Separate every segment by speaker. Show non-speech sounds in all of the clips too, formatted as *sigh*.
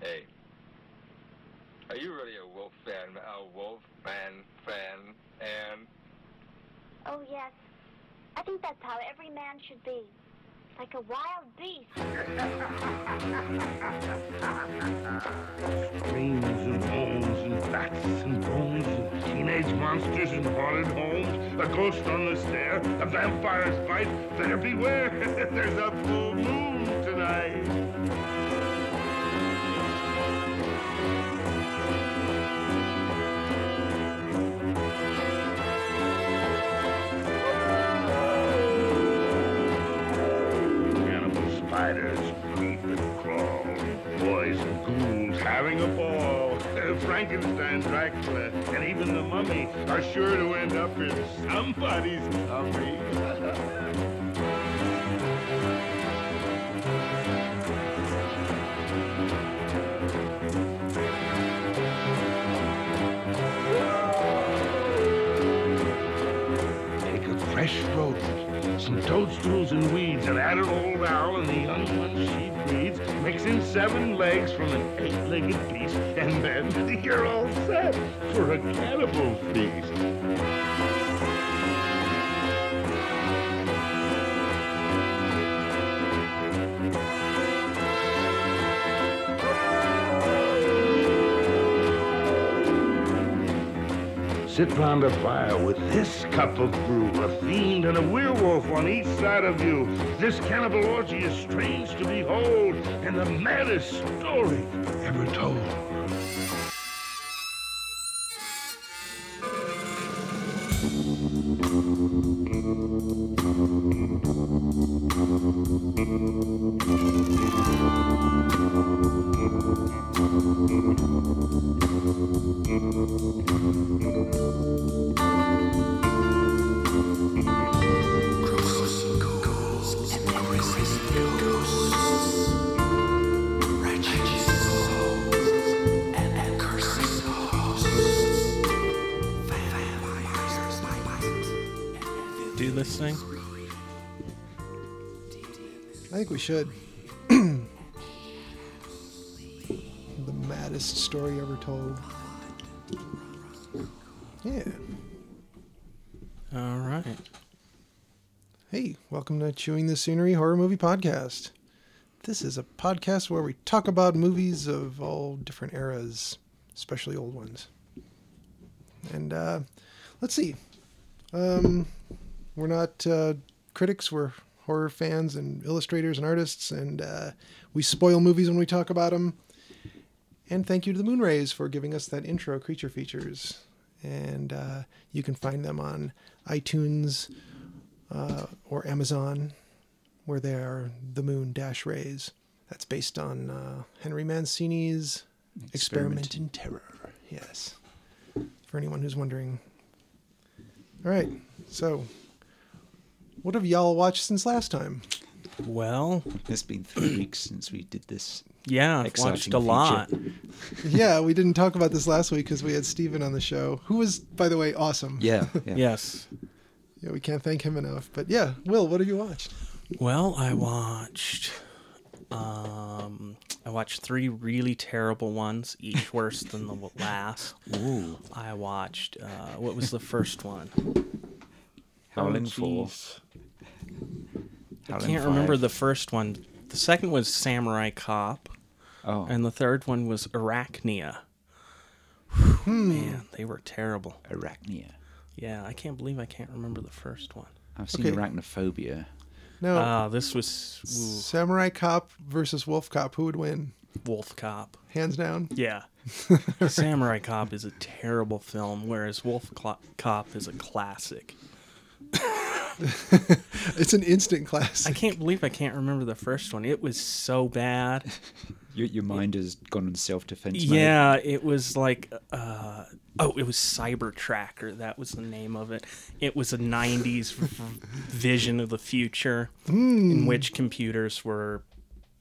Speaker 1: Hey, are you really a wolf fan? A wolf fan fan and
Speaker 2: Oh, yes. I think that's how every man should be. Like a wild beast.
Speaker 3: Brains and bones and bats and bones and teenage monsters and haunted homes. A ghost on the stair, a vampire's bite. Better beware, *laughs* there's a full moon tonight. Cannibal spiders creep and crawl. Boys and ghouls having a ball. Uh, Frankenstein, Dracula, and even the mummy are sure to end up in somebody's tummy. *laughs* Take a fresh rodent, some toadstools and weeds, and add an old owl and the young one she breeds. Mix in seven legs from an eight-legged piece, and then *laughs* you're all set for a cannibal feast. Sit round a fire with this cup of brew, a fiend and a werewolf on each side of you. This cannibal orgy is strange to behold, and the maddest story ever told.
Speaker 4: Do listening?
Speaker 5: I think we should. *clears throat* the maddest story ever told. Yeah.
Speaker 4: All right.
Speaker 5: Hey, welcome to Chewing the Scenery Horror Movie Podcast. This is a podcast where we talk about movies of all different eras, especially old ones. And uh, let's see. Um, we're not uh, critics, we're horror fans and illustrators and artists, and uh, we spoil movies when we talk about them. And thank you to the Moonrays for giving us that intro creature features. And uh, you can find them on iTunes uh, or Amazon, where they are the Moon Dash Rays. That's based on uh, Henry Mancini's Experiment in Terror. Yes. For anyone who's wondering. All right. So, what have y'all watched since last
Speaker 6: *laughs*
Speaker 5: time?
Speaker 4: Well,
Speaker 6: It's been
Speaker 4: *clears throat*
Speaker 6: three weeks since we did this.
Speaker 4: yeah, I've
Speaker 6: Exciting
Speaker 4: watched a lot.
Speaker 6: feature.
Speaker 5: yeah, we didn't talk about this last week because we had Steven on the show, who was, by the way, awesome.
Speaker 6: Yeah,
Speaker 4: Yes.
Speaker 5: Yeah, we can't thank him enough. But yeah, Will, what have you watched?
Speaker 4: Well, I watched. Um, I watched three really terrible ones, each worse than the *laughs* last.
Speaker 6: Ooh,
Speaker 4: I watched. Uh, what was the first one?
Speaker 6: Howling Four.
Speaker 4: I
Speaker 6: Howling
Speaker 4: Oh, can't remember
Speaker 6: Five.
Speaker 4: the first one. The second was Samurai Cop,
Speaker 6: Oh,
Speaker 4: and the third one was Arachnia.
Speaker 6: Hmm.
Speaker 4: Man, they were terrible.
Speaker 6: Oh, Arachnia.
Speaker 4: Yeah, I can't believe I can't remember the first one.
Speaker 6: I've seen
Speaker 5: Okay.
Speaker 6: Arachnophobia. Oh.
Speaker 5: No,
Speaker 6: Uh,
Speaker 4: Ah, this was
Speaker 5: Samurai Cop versus Wolf Cop. Who would win?
Speaker 4: ooh, Wolf Cop.
Speaker 5: Hands
Speaker 6: *laughs*
Speaker 5: down.
Speaker 4: *laughs* Yeah. Samurai Cop is a terrible film, whereas Wolf Clo- Cop is a classic.
Speaker 5: It's an instant
Speaker 4: I
Speaker 5: classic.
Speaker 4: can't believe I can't remember the first one. It was so *laughs* bad.
Speaker 6: Your, your mind has gone on self-defense mode.
Speaker 4: Yeah, it was like uh oh, it was Cyber Tracker. That was the name of it. It was a 90s v- vision of the future in which computers were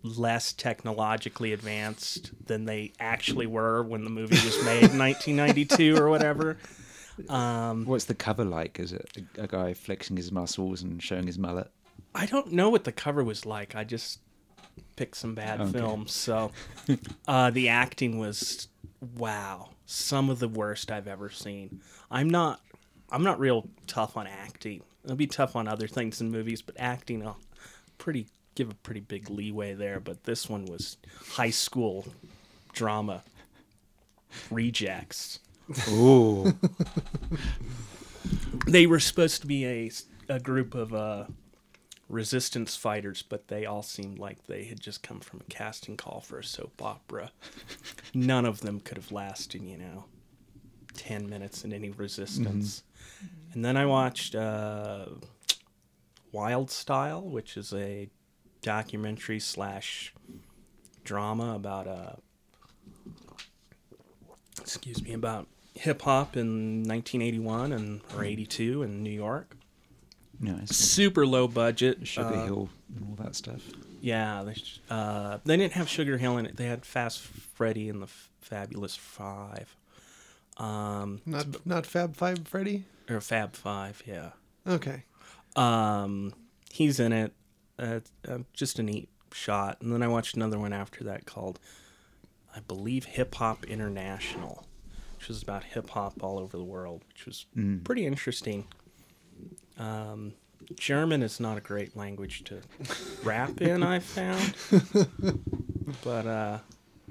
Speaker 4: less technologically advanced than they actually were when the movie was made *laughs* in 1992 or whatever.
Speaker 6: What's the cover like? Is it a, a guy flexing his muscles and showing his mullet?
Speaker 4: I don't know what the cover was like. I just picked some bad
Speaker 6: Okay.
Speaker 4: films.
Speaker 6: *laughs*
Speaker 4: So uh, the acting was wow, some of the worst I've ever seen. I'm not I'm not real tough on acting. I'll be tough on other things in movies, but acting I'll pretty give a pretty big leeway there. But this one was high school drama rejects.
Speaker 6: Ooh.
Speaker 4: *laughs* They were supposed to be a a group of uh, resistance fighters, but they all seemed like they had just come from a casting call for a soap opera. None of them could have lasted, you know, ten minutes in any resistance. And then I watched uh, Wild Style, which is a documentary slash drama about a excuse me about hip hop in 1981 and or 82 in New York.
Speaker 6: nice.
Speaker 4: Super low budget.
Speaker 6: Sugar
Speaker 4: uh,
Speaker 6: Hill and all that stuff.
Speaker 4: Yeah, they, sh- uh, they didn't have Sugar Hill in it. They had Fast Freddy and the F- Fabulous Five um,
Speaker 5: Not not Fab Five Freddy.
Speaker 4: or Fab Five. Yeah,
Speaker 5: Okay.
Speaker 4: um, he's in it. Uh, it's, uh, just a neat shot. And then I watched another one after that called, I believe, Hip Hop International, which was about hip hop all over the world, which was pretty interesting. Um, German is not a great language to rap in, I found. But uh,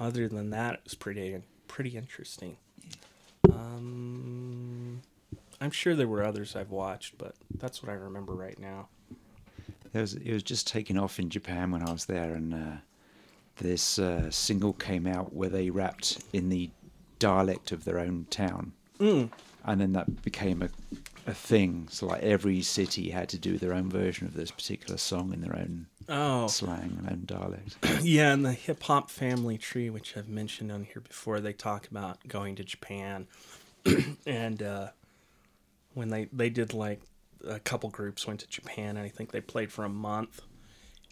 Speaker 4: other than that, it was pretty pretty interesting. Um, I'm sure there were others I've watched, but that's what I remember right now. *clears throat*
Speaker 6: There was, it was just taking off in Japan when I was there, and uh, this uh, single came out where they rapped in the dialect of their own town,
Speaker 4: Mm.
Speaker 6: and then that became a, a thing. So like every city had to do their own version of this particular song in their own
Speaker 4: Oh,
Speaker 6: slang and own
Speaker 4: *coughs*
Speaker 6: dialect.
Speaker 4: yeah, and the hip hop family tree, which I've mentioned on here before, they talk about going to Japan, and uh, when they they did like a couple groups went to Japan, and I think they played for a month,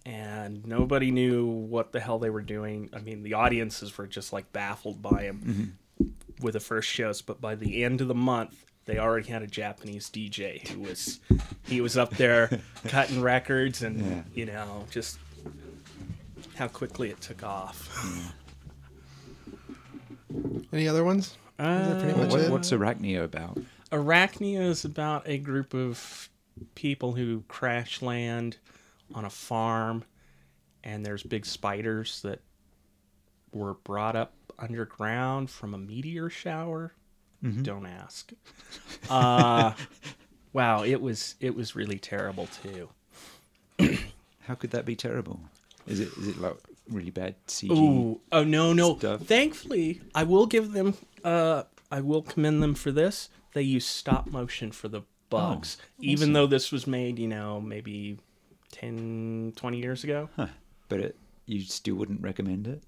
Speaker 4: and nobody knew what the hell they were doing. I mean, the audiences were just like baffled by them with the first shows, but by the end of the month. They already had a Japanese DJ who was, he was up there cutting records and
Speaker 6: Yeah.
Speaker 4: you know just how quickly it took off.
Speaker 5: Any other ones? that pretty
Speaker 4: Uh,
Speaker 5: much
Speaker 6: What,
Speaker 5: it?
Speaker 6: what's Arachnio about?
Speaker 4: Arachnia is about a group of people who crash land on a farm, and there's big spiders that were brought up underground from a meteor shower. Don't ask. Uh, *laughs* wow, it was it was really terrible too.
Speaker 6: How could that be terrible? Is it is it like really bad CG?
Speaker 4: Ooh, oh no, no.
Speaker 6: stuff.
Speaker 4: Thankfully, I will give them. Uh, I will commend them for this. They use stop motion for the bugs,
Speaker 6: Oh,
Speaker 4: even though this was made, you know, maybe 10, 20 years ago.
Speaker 6: Huh. But it, you still wouldn't recommend it?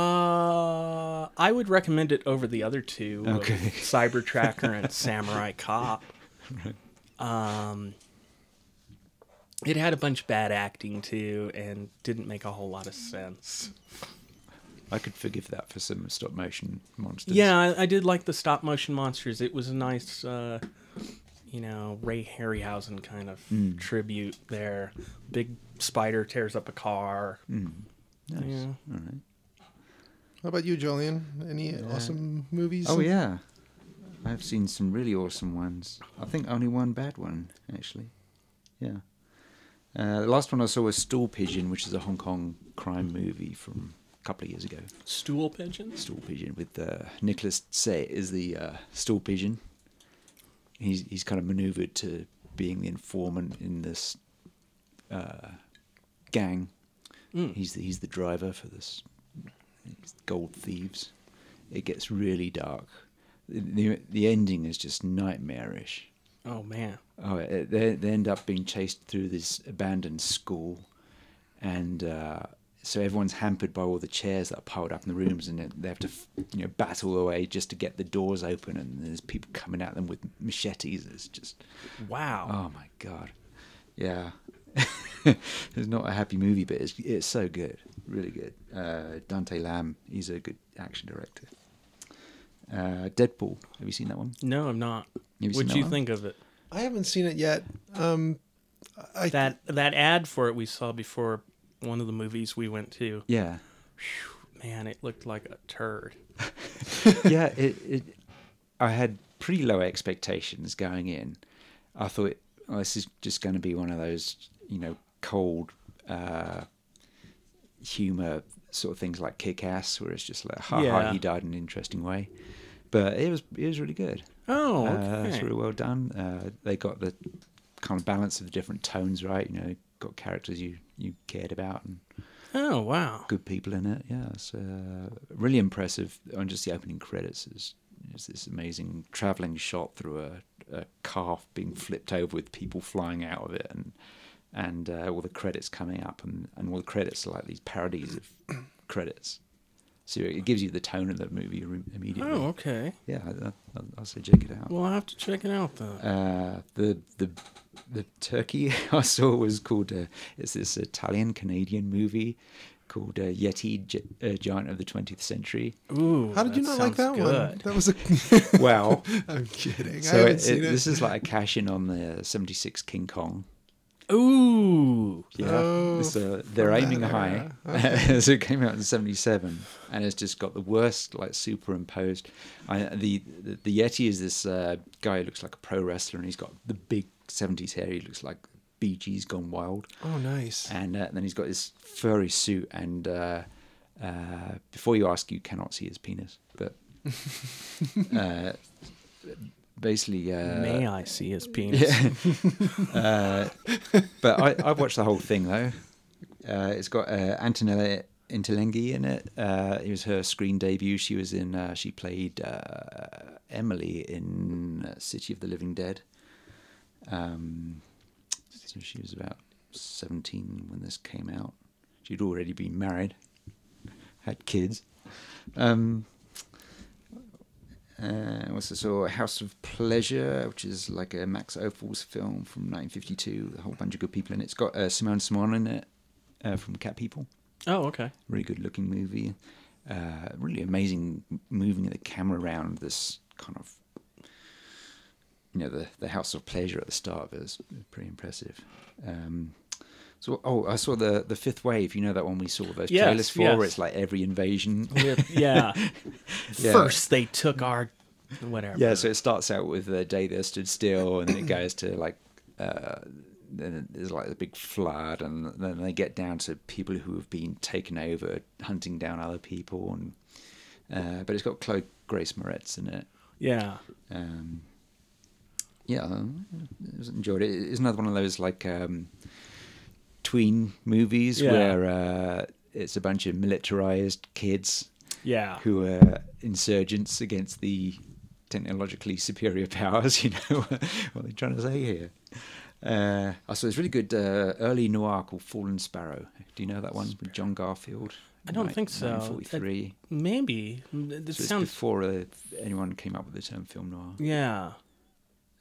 Speaker 4: Uh, I would recommend it over the other two, of
Speaker 6: Okay.
Speaker 4: Cyber Tracker
Speaker 6: *laughs*
Speaker 4: and Samurai Cop. Um, it had a bunch of bad acting too, and didn't make a whole lot of sense.
Speaker 6: I could forgive that for some stop motion monsters.
Speaker 4: Yeah, I, I did like the stop motion monsters. It was a nice, uh, you know, Ray Harryhausen kind of
Speaker 6: Hmm.
Speaker 4: tribute there. Big spider tears up a car.
Speaker 6: Hmm. Nice.
Speaker 4: Yeah.
Speaker 6: All right.
Speaker 5: How about you, Julian? Any awesome movies?
Speaker 6: Oh yeah, I've seen some really awesome ones. I think only one bad one actually. Yeah. Uh, the last one I saw was Stool Pigeon, which is a Hong Kong crime movie from a couple of years ago.
Speaker 4: Stool pigeons?
Speaker 6: Stool Pigeon with uh, Nicholas Tse is the uh, Stool Pigeon. He's he's kind of manoeuvred to being the informant in this uh, gang. He's the, he's the driver for this it's gold thieves. It gets really dark. The, the the ending is just nightmarish.
Speaker 4: Oh, man.
Speaker 6: Oh, eh, they they end up being chased through this abandoned school, and uh, so everyone's hampered by all the chairs that are piled up in the rooms, and then they have to f- you know battle away just to get the doors open, and there's people coming at them with machetes. It's just
Speaker 4: Wow.
Speaker 6: oh my god, yeah. *laughs* it's not a happy movie, but it's it's so good, really good. Uh, Dante Lamb, he's a good action director. Uh, Deadpool, have you seen that one?
Speaker 4: No, I'm not.
Speaker 6: Have you seen
Speaker 4: What'd
Speaker 6: that
Speaker 4: you
Speaker 6: one?
Speaker 4: think of it?
Speaker 5: I haven't seen it yet. Um, I
Speaker 4: That that ad for it we saw before one of the movies we went to.
Speaker 6: Yeah.
Speaker 4: Man, it looked like a turd.
Speaker 6: yeah, it, it. I had pretty low expectations going in. I thought oh, this is just going to be one of those, you know, cold uh, humor sort of things like Kick Ass, where it's just like, ha
Speaker 4: Yeah.
Speaker 6: ha, he died in an interesting way. But it was it was really good.
Speaker 4: Oh,
Speaker 6: Uh,
Speaker 4: okay.
Speaker 6: it's really well done. Uh, they got the kind of balance of the different tones right. You know, got characters you you cared about and
Speaker 4: oh, wow.
Speaker 6: good people in it. Yeah, it's uh, really impressive. On just the opening credits is, is this amazing traveling shot through a, a calf being flipped over with people flying out of it, and and uh, all the credits coming up, and, and all the credits are like these parodies of *coughs* credits. So it gives you the tone of the movie re- immediately.
Speaker 4: Oh, okay.
Speaker 6: Yeah, I- I'll, I'll say check it out.
Speaker 4: Well, I have to check it out though.
Speaker 6: Uh, the the the turkey *laughs* I saw was called. Uh, it's this Italian Canadian movie called uh, Yeti, Gi- uh, Giant of the
Speaker 5: *laughs*
Speaker 6: Twentieth Century.
Speaker 4: Ooh,
Speaker 5: How did you
Speaker 4: that
Speaker 5: not like that
Speaker 4: sounds
Speaker 5: one?
Speaker 4: good.
Speaker 5: That
Speaker 6: *laughs*
Speaker 5: was a. *laughs*
Speaker 6: Well,
Speaker 5: I'm kidding. I
Speaker 6: so
Speaker 5: haven't
Speaker 6: it,
Speaker 5: seen
Speaker 6: it-
Speaker 5: it.
Speaker 6: this is
Speaker 5: *laughs*
Speaker 6: like a cash in on the '76 King Kong. Uh,
Speaker 4: Ooh,
Speaker 6: Yeah,
Speaker 5: Oh,
Speaker 6: so they're
Speaker 5: from
Speaker 6: aiming
Speaker 5: that
Speaker 6: high. *laughs*
Speaker 5: era.
Speaker 6: so it came out in '77, and it's just got the worst like superimposed. I, the, the the Yeti is this uh, guy who looks like a pro wrestler, and he's got the big '70s hair. He looks like Bee Gees gone wild.
Speaker 5: Oh, nice.
Speaker 6: and uh, then he's got his furry suit and uh, uh, before you ask you cannot see his penis but *laughs* uh, basically uh,
Speaker 4: may I see his penis?
Speaker 6: *laughs* yeah. uh, but I, I've watched the whole thing though. Uh, it's got uh, Antonella Interlenghi in it. Uh, it was her screen debut. She was in. Uh, she played uh, Emily in uh, City of the Living Dead. Um, so she was about seventeen when this came out. She'd already been married, had kids. Um, uh, I also saw House of Pleasure, which is like a Max Ophuls film from 1952. A whole bunch of good people in it. It's got uh, Simone Simon in it uh, from Cat People.
Speaker 4: Oh, okay.
Speaker 6: Really good looking movie. Uh, really amazing m- moving the camera around this kind of, you know, the, the House of Pleasure at the start of it is pretty impressive. Um, so, oh, I saw the the Fifth Wave. You know that one we saw those
Speaker 4: Yes,
Speaker 6: trailers for, where
Speaker 4: yes. Oh,
Speaker 6: it's like every invasion.
Speaker 4: *laughs* Yeah.
Speaker 6: Yeah.
Speaker 4: First, they took our whatever.
Speaker 6: Yeah, so it starts out with the day they stood still, and then it goes to like uh, then there's like a big flood, and then they get down to people who have been taken over, hunting down other people, and uh, but it's got Chloe Grace Moretz in it.
Speaker 4: yeah.
Speaker 6: Um, yeah, I was- enjoyed it. It's another one of those like um, tween movies
Speaker 4: Yeah.
Speaker 6: where uh, it's a bunch of militarized kids
Speaker 4: Yeah.
Speaker 6: who were insurgents against the technologically superior powers. *laughs* You know what they're trying to say here. Uh, I saw this really good uh, early noir called Fallen Sparrow. Do you know that one with John Garfield?
Speaker 4: I don't
Speaker 6: Nin-
Speaker 4: think so.
Speaker 6: 1943.
Speaker 4: Maybe. It
Speaker 6: so it's
Speaker 4: sounds.
Speaker 6: before uh, anyone came up with the term film noir.
Speaker 4: Yeah.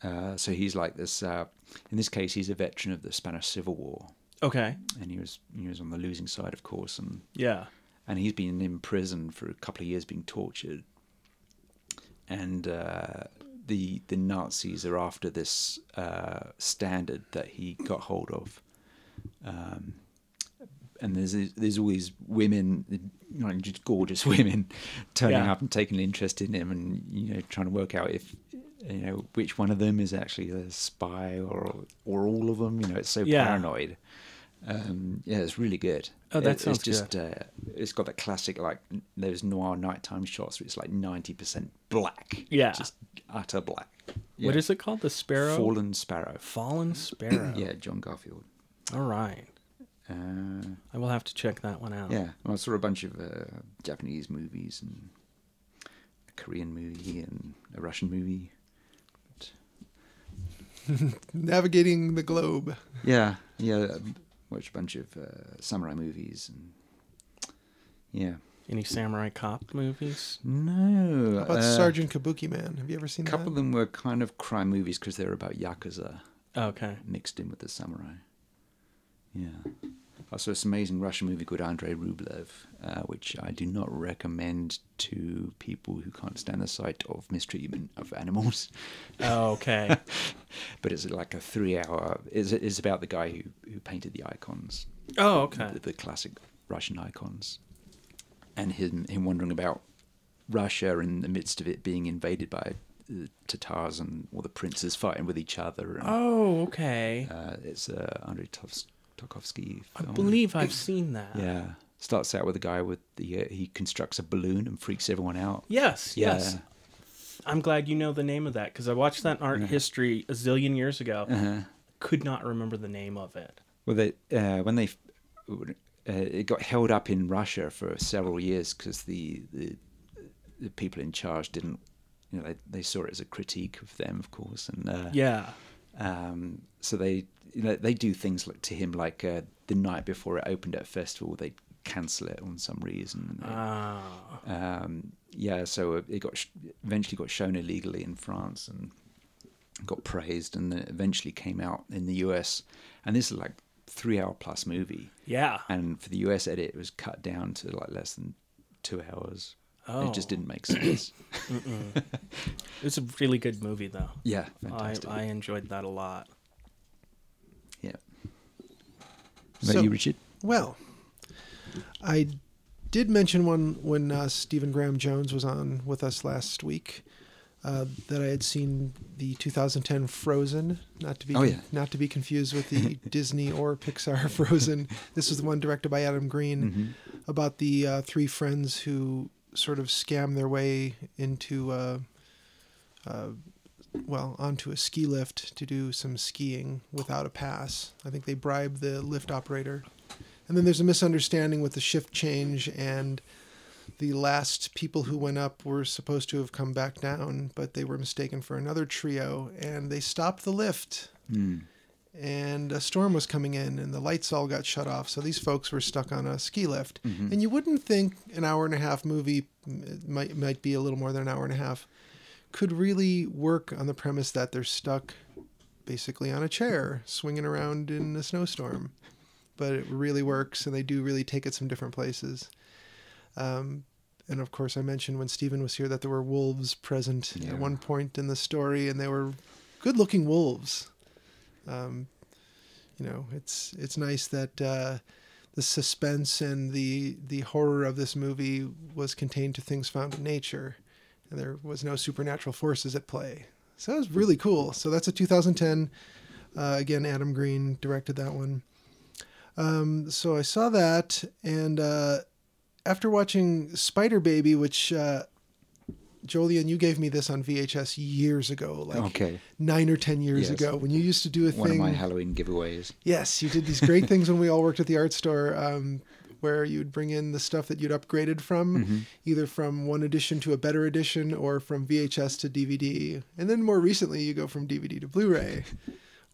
Speaker 6: Uh, so he's like this. Uh, in this case, he's a veteran of the Spanish Civil War,
Speaker 4: Okay.
Speaker 6: and he was he was on the losing side, of course, and
Speaker 4: Yeah.
Speaker 6: and he's been in prison for a couple of years being tortured and uh, the the Nazis are after this uh, standard that he got hold of um, and there's there's all these women you know, just gorgeous *laughs* women turning
Speaker 4: Yeah.
Speaker 6: up and taking an interest in him and you know trying to work out if you know which one of them is actually a spy or or all of them you know it's so
Speaker 4: Yeah.
Speaker 6: paranoid um, yeah, it's really good.
Speaker 4: Oh, that
Speaker 6: It-
Speaker 4: sounds
Speaker 6: it's just, Uh, it's got that classic like n- those noir nighttime shots where it's like ninety percent black.
Speaker 4: Yeah.
Speaker 6: just utter black.
Speaker 4: What is it called? The Sparrow?
Speaker 6: Fallen Sparrow. *clears throat*
Speaker 4: Fallen Sparrow.
Speaker 6: Yeah, John Garfield.
Speaker 4: All right.
Speaker 6: Uh,
Speaker 4: I will have to check that one out.
Speaker 6: yeah, well, I saw a bunch of uh, Japanese movies and a Korean movie and a Russian movie.
Speaker 5: Navigating the globe.
Speaker 6: Yeah, yeah, I watched a bunch of uh, samurai movies and yeah.
Speaker 4: Any Samurai Cop movies?
Speaker 6: No,
Speaker 5: How about
Speaker 6: uh,
Speaker 5: Sergeant Kabuki Man? Have you ever seen
Speaker 6: A couple of them were kind of crime movies because they were about yakuza *laughs*
Speaker 4: Okay.
Speaker 6: mixed in with the samurai. Yeah. I saw this amazing Russian movie called Andrei Rublev, uh, which I do not recommend to people who can't stand the sight of mistreatment of animals. *laughs*
Speaker 4: Oh, Okay.
Speaker 6: But it's like a three-hour. It's, it's about the guy who, who painted the icons
Speaker 4: Oh, okay.
Speaker 6: the, the classic Russian icons, and him him wandering about Russia in the midst of it being invaded by uh, Tatars and all the princes fighting with each other. And,
Speaker 4: Oh, okay.
Speaker 6: uh, it's uh, Andrei Tovs- Tarkovsky.
Speaker 4: I
Speaker 6: film.
Speaker 4: believe I've seen that.
Speaker 6: Yeah, starts out with a guy with the uh, he constructs a balloon and freaks everyone out.
Speaker 4: Yes,
Speaker 6: Yeah,
Speaker 4: yes. I'm glad you know the name of that because I watched that in art history a zillion years ago. Could not remember the name of it.
Speaker 6: Well, they uh, when they f- uh, it got held up in Russia for several years because the, the the people in charge didn't, you know, they they saw it as a critique of them, of course, and uh,
Speaker 4: Yeah.
Speaker 6: Um, so they you know, they do things like, to him like uh, the night before it opened at a festival, they cancel it on some reason.
Speaker 4: Oh.
Speaker 6: um, yeah, so it got sh- eventually got shown illegally in France and got praised, and then eventually came out in the US. And this is like three hour plus movie,
Speaker 4: Yeah.
Speaker 6: and for the US edit, it was cut down to like less than two hours. It just
Speaker 4: Oh.
Speaker 6: didn't
Speaker 4: *coughs*
Speaker 6: make sense.
Speaker 4: It's a really good movie, though.
Speaker 6: yeah,
Speaker 4: I,
Speaker 6: fantastic.
Speaker 4: I enjoyed that a lot.
Speaker 6: Yeah. About
Speaker 5: So-
Speaker 6: you, Richard?
Speaker 5: Well, I did mention one when uh, Stephen Graham Jones was on with us last week uh, that I had seen the 2010 Frozen, not to be
Speaker 6: Oh, yeah.
Speaker 5: not to be confused with
Speaker 6: *laughs*
Speaker 5: the Disney or Pixar *laughs* Frozen. This was the one directed by Adam Green
Speaker 6: Mm-hmm.
Speaker 5: about the uh, three friends who sort of scam their way into. Uh, well, onto a ski lift to do some skiing without a pass. I think they bribe the lift operator. And then there's a misunderstanding with the shift change, and the last people who went up were supposed to have come back down, but they were mistaken for another trio, and they stopped the lift. And a storm was coming in, and the lights all got shut off, so these folks were stuck on a ski lift. And you wouldn't think an hour and a half movie it might might be a little more than an hour and a half could really work on the premise that they're stuck basically on a chair swinging around in a snowstorm. But it really works, and they do really take it some different places. Um, and of course, I mentioned when Stephen was here that there were wolves present
Speaker 6: Yeah.
Speaker 5: at one point in the story, and they were good looking wolves. Um, you know, it's it's nice that uh, the suspense and the the horror of this movie was contained to things found in nature and there was no supernatural forces at play. So that was really cool. So that's a 2010. Uh, again, Adam Green directed that one. Um, so I saw that, and uh, after watching Spider Baby, which uh, Jolien, you gave me this on VHS years ago, like
Speaker 6: Okay.
Speaker 5: nine or ten years
Speaker 6: Yes.
Speaker 5: ago, when you used to do a
Speaker 6: One of
Speaker 5: thing.
Speaker 6: my Halloween giveaways.
Speaker 5: Yes, you did these great things when we all worked at the art store, um, where you'd bring in the stuff that you'd upgraded from, either from one edition to a better edition, or from VHS to DVD, and then more recently you go from DVD to Blu-ray,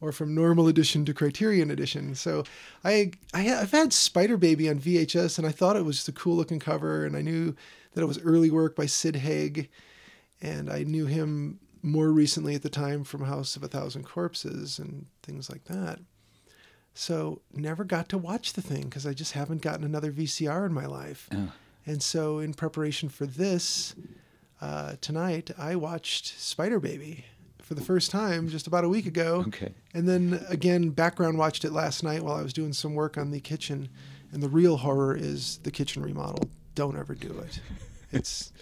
Speaker 5: or from normal edition to Criterion edition. So I, I ha- I've had Spider Baby on VHS, and I thought it was just a cool looking cover, and I knew that it was early work by Sid Haig, and I knew him more recently at the time from House of a Thousand Corpses and things like that. So never got to watch the thing because I just haven't gotten another VCR in my life. And so in preparation for this uh, tonight, I watched Spider Baby for the first time just about a week ago.
Speaker 6: Okay.
Speaker 5: And then again, background watched it last night while I was doing some work on the kitchen. And the real horror is the kitchen remodel. Don't ever do it.
Speaker 4: *laughs*
Speaker 5: It's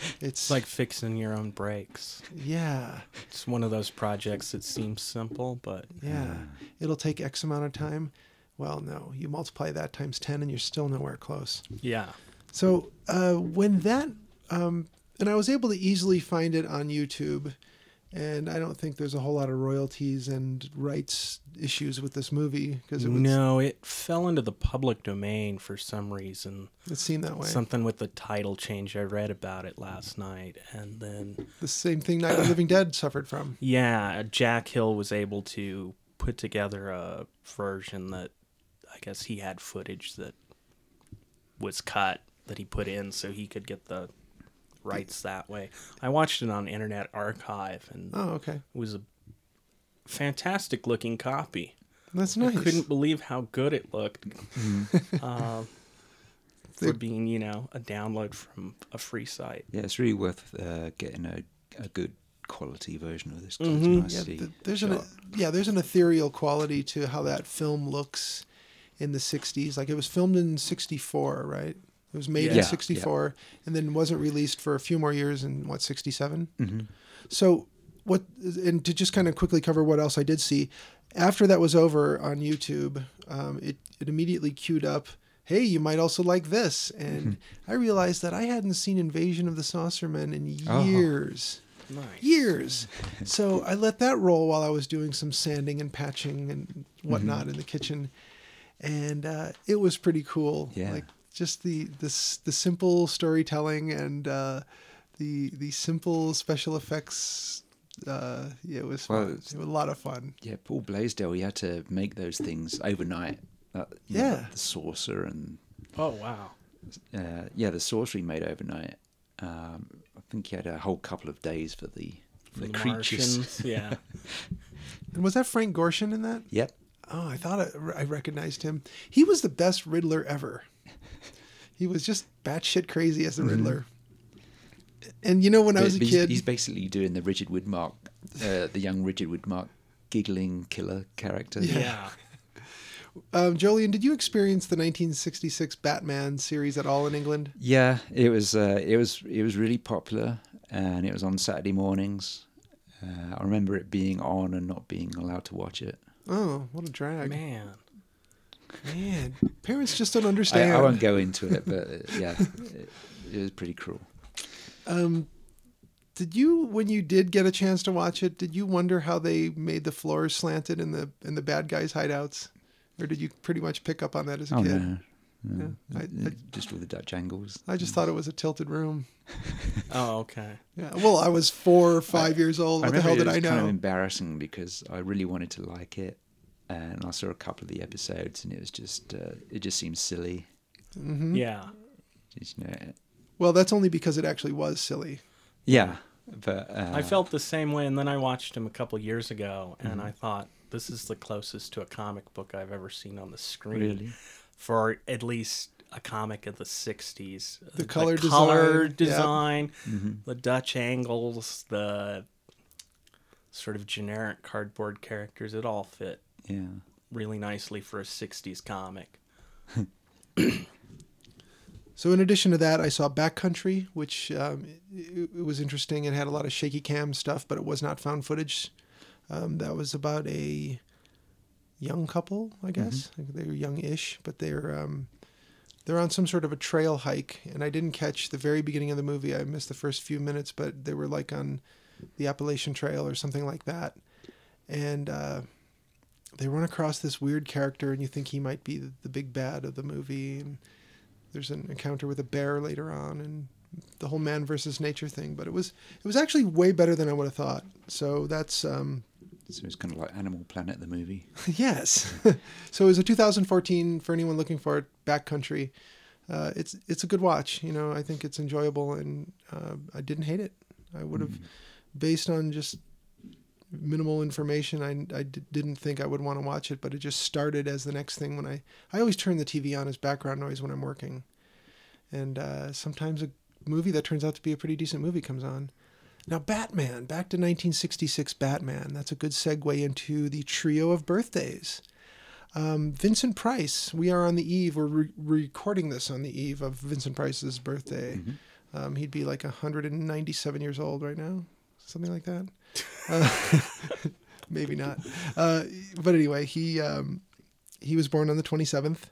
Speaker 5: it's
Speaker 4: It's like fixing your own brakes.
Speaker 5: yeah.
Speaker 4: It's one of those projects that seems simple, but
Speaker 5: Yeah. It'll take X amount of time. Well, no, you multiply that times 10 and you're still nowhere close.
Speaker 4: yeah.
Speaker 5: So uh, when that, um, and I was able to easily find it on YouTube, and I don't think there's a whole lot of royalties and rights issues with this movie because it was
Speaker 4: No, it fell into the public domain for some reason.
Speaker 5: it seemed that way.
Speaker 4: Something with the title change. I read about it last night, and then
Speaker 5: the same thing Night of the Living Dead suffered from.
Speaker 4: yeah, Jack Hill was able to put together a version that I guess he had footage that was cut that he put in so he could get the rights that way. I watched it on Internet Archive, and
Speaker 5: Oh, okay,
Speaker 4: it was a fantastic looking copy.
Speaker 5: that's nice.
Speaker 4: I couldn't believe how good it looked.
Speaker 6: Mm-hmm. *laughs*
Speaker 4: uh, for being, you know, a download from a free site.
Speaker 6: Yeah, it's really worth uh, getting a, a good quality version of this. 'cause
Speaker 4: Mhm.
Speaker 6: It's
Speaker 5: Mm-hmm. Yeah,
Speaker 6: nicely
Speaker 5: th- there's an
Speaker 6: shot.
Speaker 5: yeah, there's an ethereal quality to how that film looks. in the 60s. Like it was filmed in 64, right? It was made
Speaker 6: Yeah.
Speaker 5: in
Speaker 6: Yeah.
Speaker 5: 64 and then wasn't released for a few more years in what 67. So what and to just kind of quickly cover what else I did see after that was over on YouTube, um, it it immediately queued up. Hey, you might also like this, and
Speaker 6: Mm-hmm.
Speaker 5: I realized that I hadn't seen Invasion of the Saucermen in
Speaker 6: Oh.
Speaker 5: years
Speaker 6: *laughs*
Speaker 5: years. So I let that roll while I was doing some sanding and patching and
Speaker 6: Mm-hmm.
Speaker 5: whatnot in the kitchen, and uh, it was pretty cool.
Speaker 6: Yeah.
Speaker 5: Like just the this the simple storytelling and uh, the the simple special effects. Uh, yeah, it was
Speaker 6: Well,
Speaker 5: fun.
Speaker 6: it's-
Speaker 5: It was a lot of fun.
Speaker 6: Yeah, Paul Blaisdell, he had to make those things overnight. That, you know,
Speaker 5: Yeah.
Speaker 6: like the saucer and
Speaker 4: Oh wow.
Speaker 6: uh, yeah, the saucer he made overnight. Um, I think he had a whole couple of days for the for the, creatures.
Speaker 4: Martians,
Speaker 6: *laughs*
Speaker 4: Yeah.
Speaker 5: And was that Frank Gorshin in that?
Speaker 6: Yep.
Speaker 5: Oh, I thought I, I recognized him. He was the best Riddler ever. He was just batshit crazy as the Riddler. And you know, when I
Speaker 6: But-
Speaker 5: was a
Speaker 6: Mm-hmm. but he's,
Speaker 5: kid, *laughs*
Speaker 6: he's basically doing the Richard Widmark, uh, the young Richard Widmark giggling killer character.
Speaker 4: Yeah.
Speaker 5: Um, Jolien, did you experience the 1966 Batman series at all in England?
Speaker 6: Yeah, it was uh, it was it was really popular, and it was on Saturday mornings. Uh, I remember it being on and not being allowed to watch it.
Speaker 5: Oh, what a drag. Man,
Speaker 4: Man.
Speaker 6: *laughs*
Speaker 5: parents just don't
Speaker 6: I,
Speaker 5: understand.
Speaker 6: I won't go into it,
Speaker 5: *laughs*
Speaker 6: but uh, yeah, it, it was pretty cruel.
Speaker 5: Did you, when you did get a chance to watch it, did you wonder how they made the floors slanted in the in the bad guys' hideouts, or did you pretty much pick up on that as a
Speaker 6: Oh
Speaker 5: kid?
Speaker 6: no, no.
Speaker 5: Yeah, I- I-
Speaker 6: just all the Dutch angles.
Speaker 5: I just thought it was a tilted room.
Speaker 4: Oh okay.
Speaker 5: Yeah. Well, I was four or five years old. What the
Speaker 6: remember
Speaker 5: hell
Speaker 6: it
Speaker 5: did
Speaker 6: was
Speaker 5: I know?
Speaker 6: Kind of embarrassing because I really wanted to like it, and I saw a couple of the episodes, and it was just uh, it just seemed silly.
Speaker 5: Mm-hmm.
Speaker 4: Yeah.
Speaker 6: Just, you know,
Speaker 5: Well, that's only because it actually was silly.
Speaker 6: yeah, but uh,
Speaker 4: I felt the same way, and then I watched him a couple years ago, and
Speaker 5: Mm-hmm.
Speaker 4: I thought this is the closest to a comic book I've ever seen on the screen.
Speaker 6: Really?
Speaker 4: For at least a comic of the '60s,
Speaker 5: The color
Speaker 4: color
Speaker 5: design, Mm-hmm. yeah.
Speaker 4: design, the Dutch angles, the sort of generic cardboard characters. It all fit
Speaker 6: yeah,
Speaker 4: really nicely for a '60s comic.
Speaker 5: So in addition to that, I saw Backcountry, which um, it, it was interesting. It had a lot of shaky cam stuff, but it was not found footage. Um, that was about a young couple, I guess. Like, They were young-ish, but they're um, they're on some sort of a trail hike, and I didn't catch the very beginning of the movie. I missed the first few minutes, but they were like on the Appalachian Trail or something like that, and. Uh, they run across this weird character, and you think he might be the, the big bad of the movie. And there's an encounter with a bear later on and the whole man versus nature thing but it was it was actually way better than i would have thought so that's um *laughs*
Speaker 6: so it's kind of like Animal Planet the movie.
Speaker 5: yes *laughs* so it was a 2014 for anyone looking for it backcountry uh it's it's a good watch you know i think it's enjoyable and uh, i didn't hate it i would have based on just minimal information I, I d- didn't think i would want to watch it but it just started as the next thing when i i always turn the tv on as background noise when i'm working and uh, sometimes a movie that turns out to be a pretty decent movie comes on now batman back to 1966 batman that's a good segue into the trio of birthdays um, vincent price we are on the eve we're re- recording this on the eve of vincent price's birthday um, he'd be like 197 years old right now something like that *laughs* maybe not. Uh, but anyway, he um, he was born on the 27th,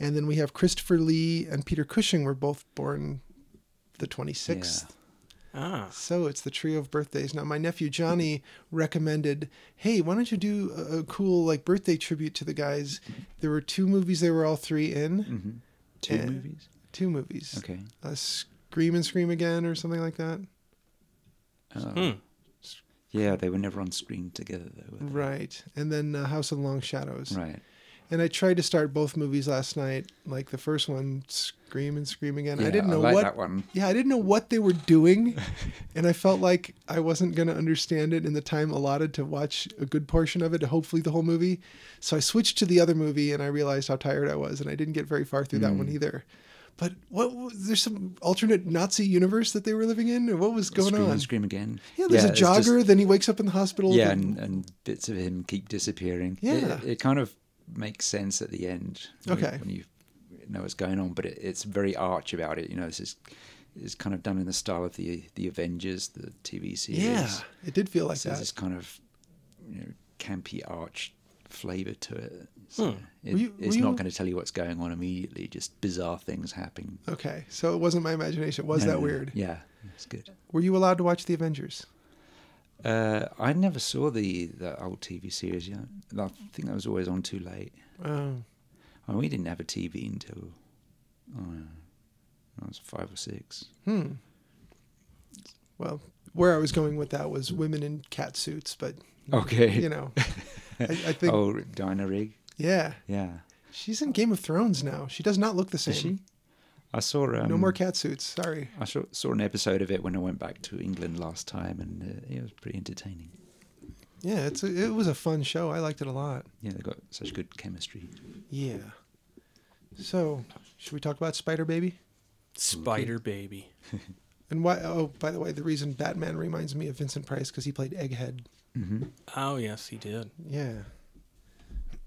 Speaker 5: and then we have Christopher Lee and Peter Cushing were both born the 26th.
Speaker 4: Ah,
Speaker 5: So it's the trio of birthdays. Now my nephew Johnny recommended, "Hey, why don't you do a, a cool like birthday tribute to the guys?" There were two movies they were all three in.
Speaker 6: Two
Speaker 5: Yeah.
Speaker 6: movies.
Speaker 5: Two movies.
Speaker 6: Mm-hmm. Okay.
Speaker 5: Uh, Scream and Scream Again or something like that.
Speaker 6: Oh. Yeah, they were never on screen together though. Were they?
Speaker 5: Right. And then uh, House of Long Shadows.
Speaker 6: Right.
Speaker 5: And I tried to start both movies last night, like the first one, Scream and Scream Again. I
Speaker 6: Yeah,
Speaker 5: didn't know
Speaker 6: like
Speaker 5: what
Speaker 6: that one.
Speaker 5: Yeah, I didn't know what they were doing.
Speaker 6: *laughs*
Speaker 5: and I felt like I wasn't gonna understand it in the time allotted to watch a good portion of it, hopefully the whole movie. So I switched to the other movie and I realized how tired I was and I didn't get very far through that
Speaker 6: Mm.
Speaker 5: one either. But what was- there's some alternate Nazi universe that they were living in, or what was going
Speaker 6: scream
Speaker 5: on?
Speaker 6: and scream again.
Speaker 5: Yeah, there's a
Speaker 6: it's just-
Speaker 5: jogger, then he wakes up in the hospital.
Speaker 6: yeah,
Speaker 5: then-
Speaker 6: and, and bits of him keep disappearing. It-
Speaker 5: Yeah.
Speaker 6: It, kind of makes sense at the end. when-
Speaker 5: Okay.
Speaker 6: When you know what's going on, but it, it's very arch about it. You know, this is it's kind of done in the style of the the Avengers, the TV series.
Speaker 5: it did feel like
Speaker 6: So there's
Speaker 5: that.
Speaker 6: this kind of you know, campy arch flavor to it. So it
Speaker 5: Hmm. Were you-
Speaker 6: it's
Speaker 5: were
Speaker 6: not
Speaker 5: you-
Speaker 6: going to tell you what's going on immediately. Just bizarre things happen.
Speaker 5: Okay, so it wasn't my imagination. It was
Speaker 6: No,
Speaker 5: that
Speaker 6: no, no.
Speaker 5: weird?
Speaker 6: Yeah, it's good.
Speaker 5: Were you allowed to watch the Avengers?
Speaker 6: Uh, I never saw the the old TV series. Yeah, I think that was always on too late.
Speaker 5: Oh,
Speaker 6: I mean, we didn't have a TV until uh, I was five or six.
Speaker 5: well, where I was going with that was women in cat suits, but
Speaker 6: Okay.
Speaker 5: you know, I,
Speaker 6: *laughs*
Speaker 5: I think
Speaker 6: oh, Dinah Rig.
Speaker 5: yeah,
Speaker 6: Yeah.
Speaker 5: she's in Game of Thrones now. She does not look the same.
Speaker 6: she? I saw. Um,
Speaker 5: No more cat suits. Sorry.
Speaker 6: I saw, saw an episode of it when I went back to England last time, and uh, it was pretty entertaining.
Speaker 5: Yeah, it's a, it was a fun show. I liked it a lot.
Speaker 6: Yeah, they got such good chemistry.
Speaker 5: Yeah. So, should we talk about Spider Baby?
Speaker 4: Spider Baby.
Speaker 5: And why? Oh, by the way, the reason Batman reminds me of Vincent Price because he played Egghead.
Speaker 4: Oh yes, he did.
Speaker 5: Yeah.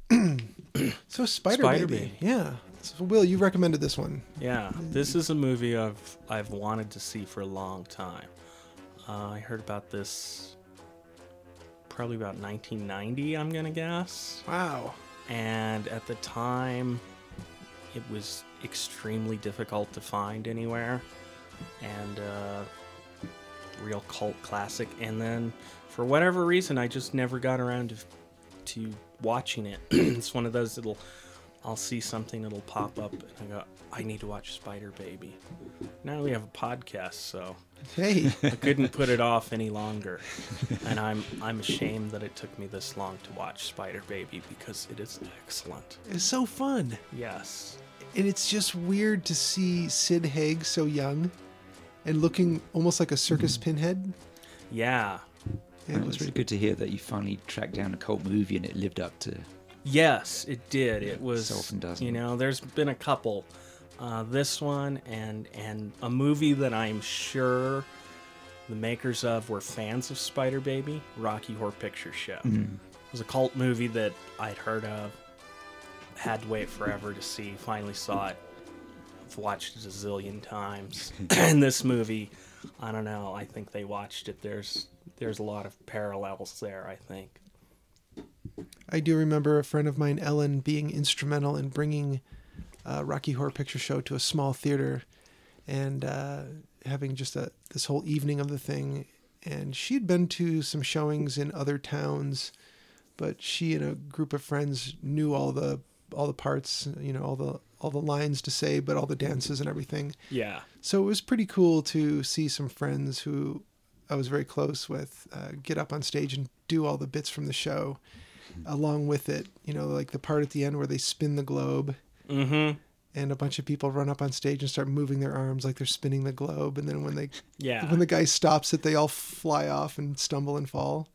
Speaker 5: *clears throat* so Spider,
Speaker 4: Spider
Speaker 5: Baby.
Speaker 4: Baby.
Speaker 5: Yeah. So Will, you recommended this one.
Speaker 4: Yeah, this is a movie I've I've wanted to see for a long time. Uh, I heard about this probably about 1990. I'm gonna guess.
Speaker 5: Wow.
Speaker 4: and at the time it was extremely difficult to find anywhere and uh real cult classic and then for whatever reason i just never got around to, to watching it *clears throat* it's one of those that'll i'll see something that'll pop up and i go i need to watch spider baby now we have a podcast so
Speaker 5: Hey.
Speaker 4: i couldn't put it off any longer and i'm i'm ashamed that it took me this long to watch spider baby because it is excellent
Speaker 5: It's so fun.
Speaker 4: Yes.
Speaker 5: And it's just weird to see Sid Haig so young and looking almost like a circus pinhead.
Speaker 4: Yeah.
Speaker 5: It
Speaker 6: It was really good to hear that you finally tracked down a cult movie and it lived up to.
Speaker 4: Yes, it did. It was
Speaker 6: so often doesn't.
Speaker 4: You know, there's been a couple. Uh, this one and and a movie that I'm sure the makers of were fans of Spider Baby, Rocky Horror Picture Show. It was a cult movie that I'd heard of, had to wait forever to see, finally saw it. I've watched it a zillion times. and this movie, I don't know, I think they watched it. There's there's a lot of parallels there, I think.
Speaker 5: I do remember a friend of mine, Ellen, being instrumental in bringing uh, Rocky Horror Picture Show to a small theater and uh, having just a, this whole evening of the thing. And she'd been to some showings in other towns, but she and a group of friends knew all the all the parts, you know, all the all the lines to say, but all the dances and everything.
Speaker 4: Yeah.
Speaker 5: So it was pretty cool to see some friends who I was very close with uh, get up on stage and do all the bits from the show along with it. You know, like the part at the end where they spin the globe
Speaker 4: Mm-hmm.
Speaker 5: and a bunch of people run up on stage and start moving their arms like they're spinning the globe. And then when they
Speaker 4: Yeah.
Speaker 5: when the guy stops it, they all fly off and stumble and fall.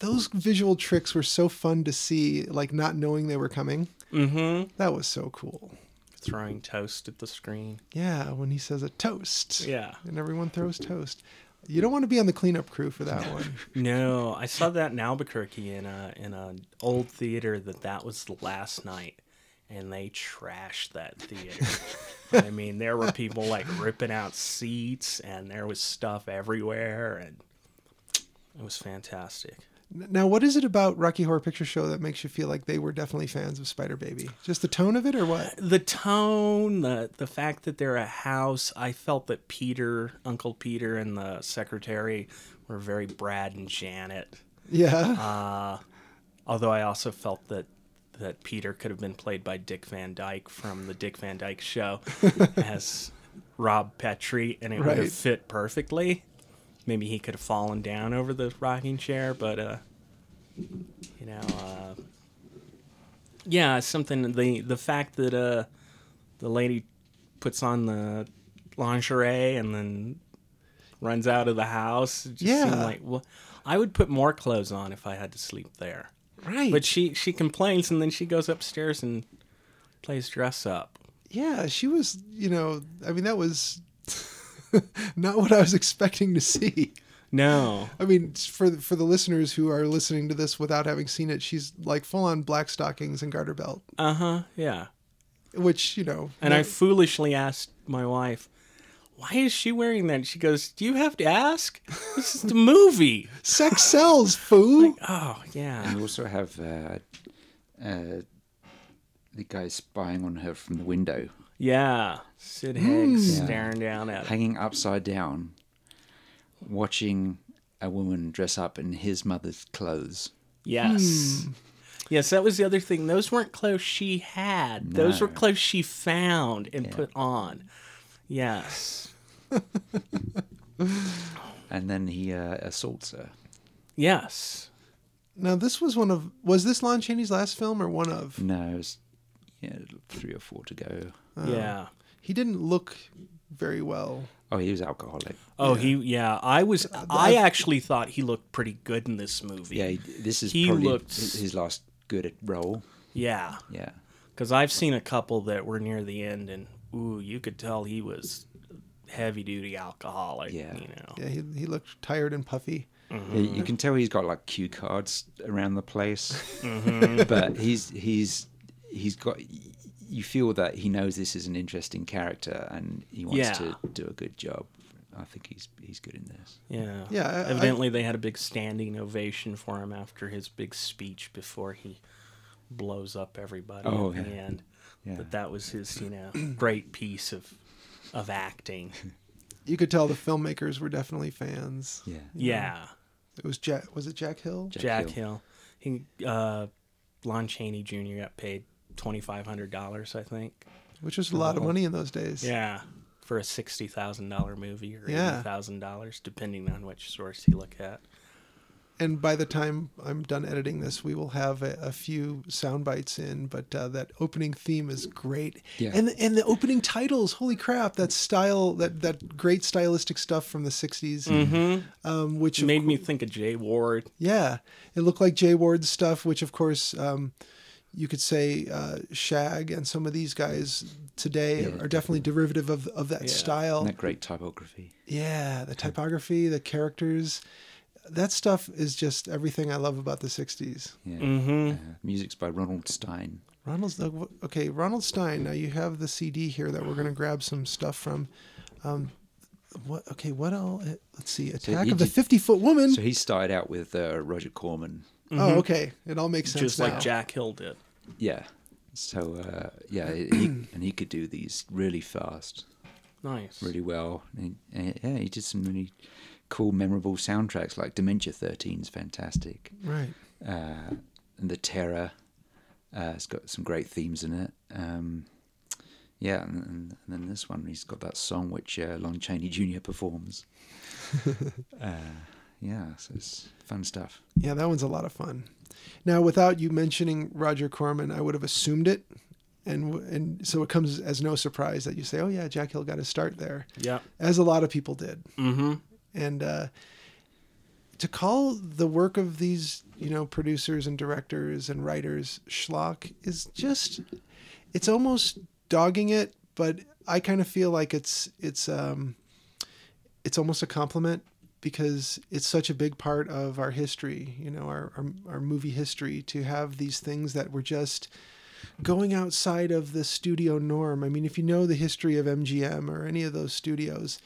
Speaker 5: Those visual tricks were so fun to see, like not knowing they were coming.
Speaker 4: Mm-hmm.
Speaker 5: That was so cool.
Speaker 4: Throwing toast at the screen.
Speaker 5: Yeah, when he says a toast.
Speaker 4: Yeah.
Speaker 5: and everyone throws toast. You don't want to be on the cleanup crew for that one.
Speaker 4: No, I saw that in Albuquerque in a in an old theater that that was the last night, and they trashed that theater. *laughs* I mean, there were people like ripping out seats, and there was stuff everywhere, and it was fantastic.
Speaker 5: now, what is it about Rocky Horror Picture Show that makes you feel like they were definitely fans of Spider Baby? Just the tone of it, or what?
Speaker 4: the tone, the the fact that they're a house, I felt that Peter, Uncle Peter, and the secretary were very Brad and Janet.
Speaker 5: Yeah,
Speaker 4: Although I also felt that that Peter could have been played by Dick Van Dyke from the Dick Van
Speaker 5: *laughs*
Speaker 4: Dyke Show as Rob Petrie, and it would
Speaker 5: Right.
Speaker 4: have fit perfectly. Maybe he could have fallen down over the rocking chair, but uh, you know, uh, yeah, something. The the fact that uh, the lady puts on the lingerie and then runs out of the house. It just seemed
Speaker 5: Yeah.
Speaker 4: like well, I would put more clothes on if I had to sleep there.
Speaker 5: right.
Speaker 4: But she she complains and then she goes upstairs and plays dress up.
Speaker 5: yeah, she was. *laughs* You know, I mean, that was not what I was expecting to see.
Speaker 4: No.
Speaker 5: I mean, for the, for the listeners who are listening to this without having seen it, she's like full on black stockings and garter belt,
Speaker 4: Uh huh. Yeah.
Speaker 5: which you know.
Speaker 4: And I foolishly asked my wife, why is she wearing that? She goes, Do you have to ask? This is the movie.
Speaker 5: sex sells,
Speaker 4: *laughs*
Speaker 5: foo.
Speaker 4: Oh, yeah.
Speaker 6: *laughs* And you also have uh, uh, the guy spying on her from the window,
Speaker 4: Yeah. Sid Higgs
Speaker 6: Yeah.
Speaker 4: staring down at her.
Speaker 6: hanging upside down, watching a woman dress up in his mother's clothes.
Speaker 4: Yes. Yes, that was the other thing. Those weren't clothes she had. Those were
Speaker 6: No.
Speaker 4: clothes she found and put on. Yes.
Speaker 6: And then he uh, assaults her.
Speaker 4: Yes.
Speaker 5: Now this was one of was this Lon Chaney's last film or one of?
Speaker 6: No, it's yeah, three or four to go.
Speaker 4: yeah.
Speaker 5: He didn't look very well.
Speaker 6: Oh, he was alcoholic.
Speaker 4: Oh, he. Yeah, I was. I actually thought he looked pretty good in this movie.
Speaker 6: uh, Yeah, he, this is
Speaker 4: He
Speaker 6: probably
Speaker 4: looked-
Speaker 6: his his last good role.
Speaker 4: Yeah.
Speaker 6: Yeah.
Speaker 4: Because I've seen a couple that were near the end, and ooh, you could tell he was heavy duty alcoholic.
Speaker 6: Yeah.
Speaker 4: You know.
Speaker 5: Yeah, he, he looked tired and puffy.
Speaker 6: Yeah,
Speaker 4: Mm-hmm.
Speaker 6: You can tell he's got like cue cards around the place,
Speaker 4: Mm-hmm.
Speaker 6: *laughs* but he's he's he's got. You feel that he knows this is an interesting character and he wants
Speaker 4: Yeah.
Speaker 6: to do a good job. I think he's he's good in this.
Speaker 4: Yeah.
Speaker 5: Yeah, I- I-
Speaker 4: Evidently, they had a big standing ovation for him after his big speech before he blows up everybody
Speaker 6: Oh,
Speaker 4: at the
Speaker 6: yeah.
Speaker 4: end.
Speaker 6: Yeah.
Speaker 4: But that was his, you know, great piece of of
Speaker 6: *laughs*
Speaker 4: acting.
Speaker 5: You could tell the filmmakers were definitely fans.
Speaker 6: Yeah.
Speaker 4: Yeah.
Speaker 5: It was Jack. Was it Jack Hill?
Speaker 6: Jack
Speaker 4: Jack
Speaker 6: Hill.
Speaker 4: Hill. He, uh, Lon Chaney Jr. got paid twenty five hundred dollars, I think.
Speaker 5: Which was a lot of money in those days.
Speaker 4: Yeah, for a sixty thousand dollar movie or
Speaker 5: Yeah.
Speaker 4: eighty thousand dollars, depending on which source you look at.
Speaker 5: And by the time I'm done editing this, we will have a, a few sound bites in. But uh, that opening theme is great.
Speaker 6: Yeah.
Speaker 5: And the, and the opening titles, holy crap! That style, that that great stylistic stuff from the '60s, um, which
Speaker 4: It
Speaker 5: of
Speaker 4: Mm-hmm. made me think of Jay Ward.
Speaker 5: Yeah, it looked like Jay Ward's stuff, which of course um, you could say uh, Shag and some of these guys today are definitely derivative of of that style.
Speaker 6: Isn't that great typography?
Speaker 5: Yeah, the typography, the characters, that stuff is just everything I love about the '60s.
Speaker 6: Yeah. Uh, music's by Ronald Stein.
Speaker 5: Ronald's the, uh, okay. Ronald Stein. Now you have the CD here that we're gonna grab some stuff from. Um, what? Okay, what all? eh, Let's see. Attack
Speaker 6: he
Speaker 5: of the
Speaker 6: did-
Speaker 5: Fifty Foot Woman.
Speaker 6: So he started out with uh, Roger Corman.
Speaker 5: Oh, okay. It all makes sense
Speaker 4: just like
Speaker 5: now.
Speaker 4: Jack Hill did.
Speaker 6: Yeah. So uh, yeah, he, and he could do these really fast.
Speaker 4: Nice.
Speaker 6: really well. And, and, yeah, he did some really cool, memorable soundtracks like Dementia 13 is fantastic,
Speaker 5: Right.
Speaker 6: uh, and The Terror. Uh, it's got some great themes in it. Um, yeah, and, and, and then this one, he's got that song which uh, Lon Chaney Jr. performs. uh, yeah, so it's fun stuff.
Speaker 5: Yeah, that one's a lot of fun. Now, without you mentioning Roger Corman, I would have assumed it, and w- and so it comes as no surprise that you say, "Oh yeah, Jack Hill got his start there,"
Speaker 4: Yeah.
Speaker 5: as a lot of people did. Mm-hmm. And uh, to call the work of these, you know, producers and directors and writers schlock is just—it's almost dogging it, but I kind of feel like it's it's um, it's almost a compliment because it's such a big part of our history, you know, our, our, our movie history to have these things that were just going outside of the studio norm. I mean, if you know the history of MGM or any of those studios,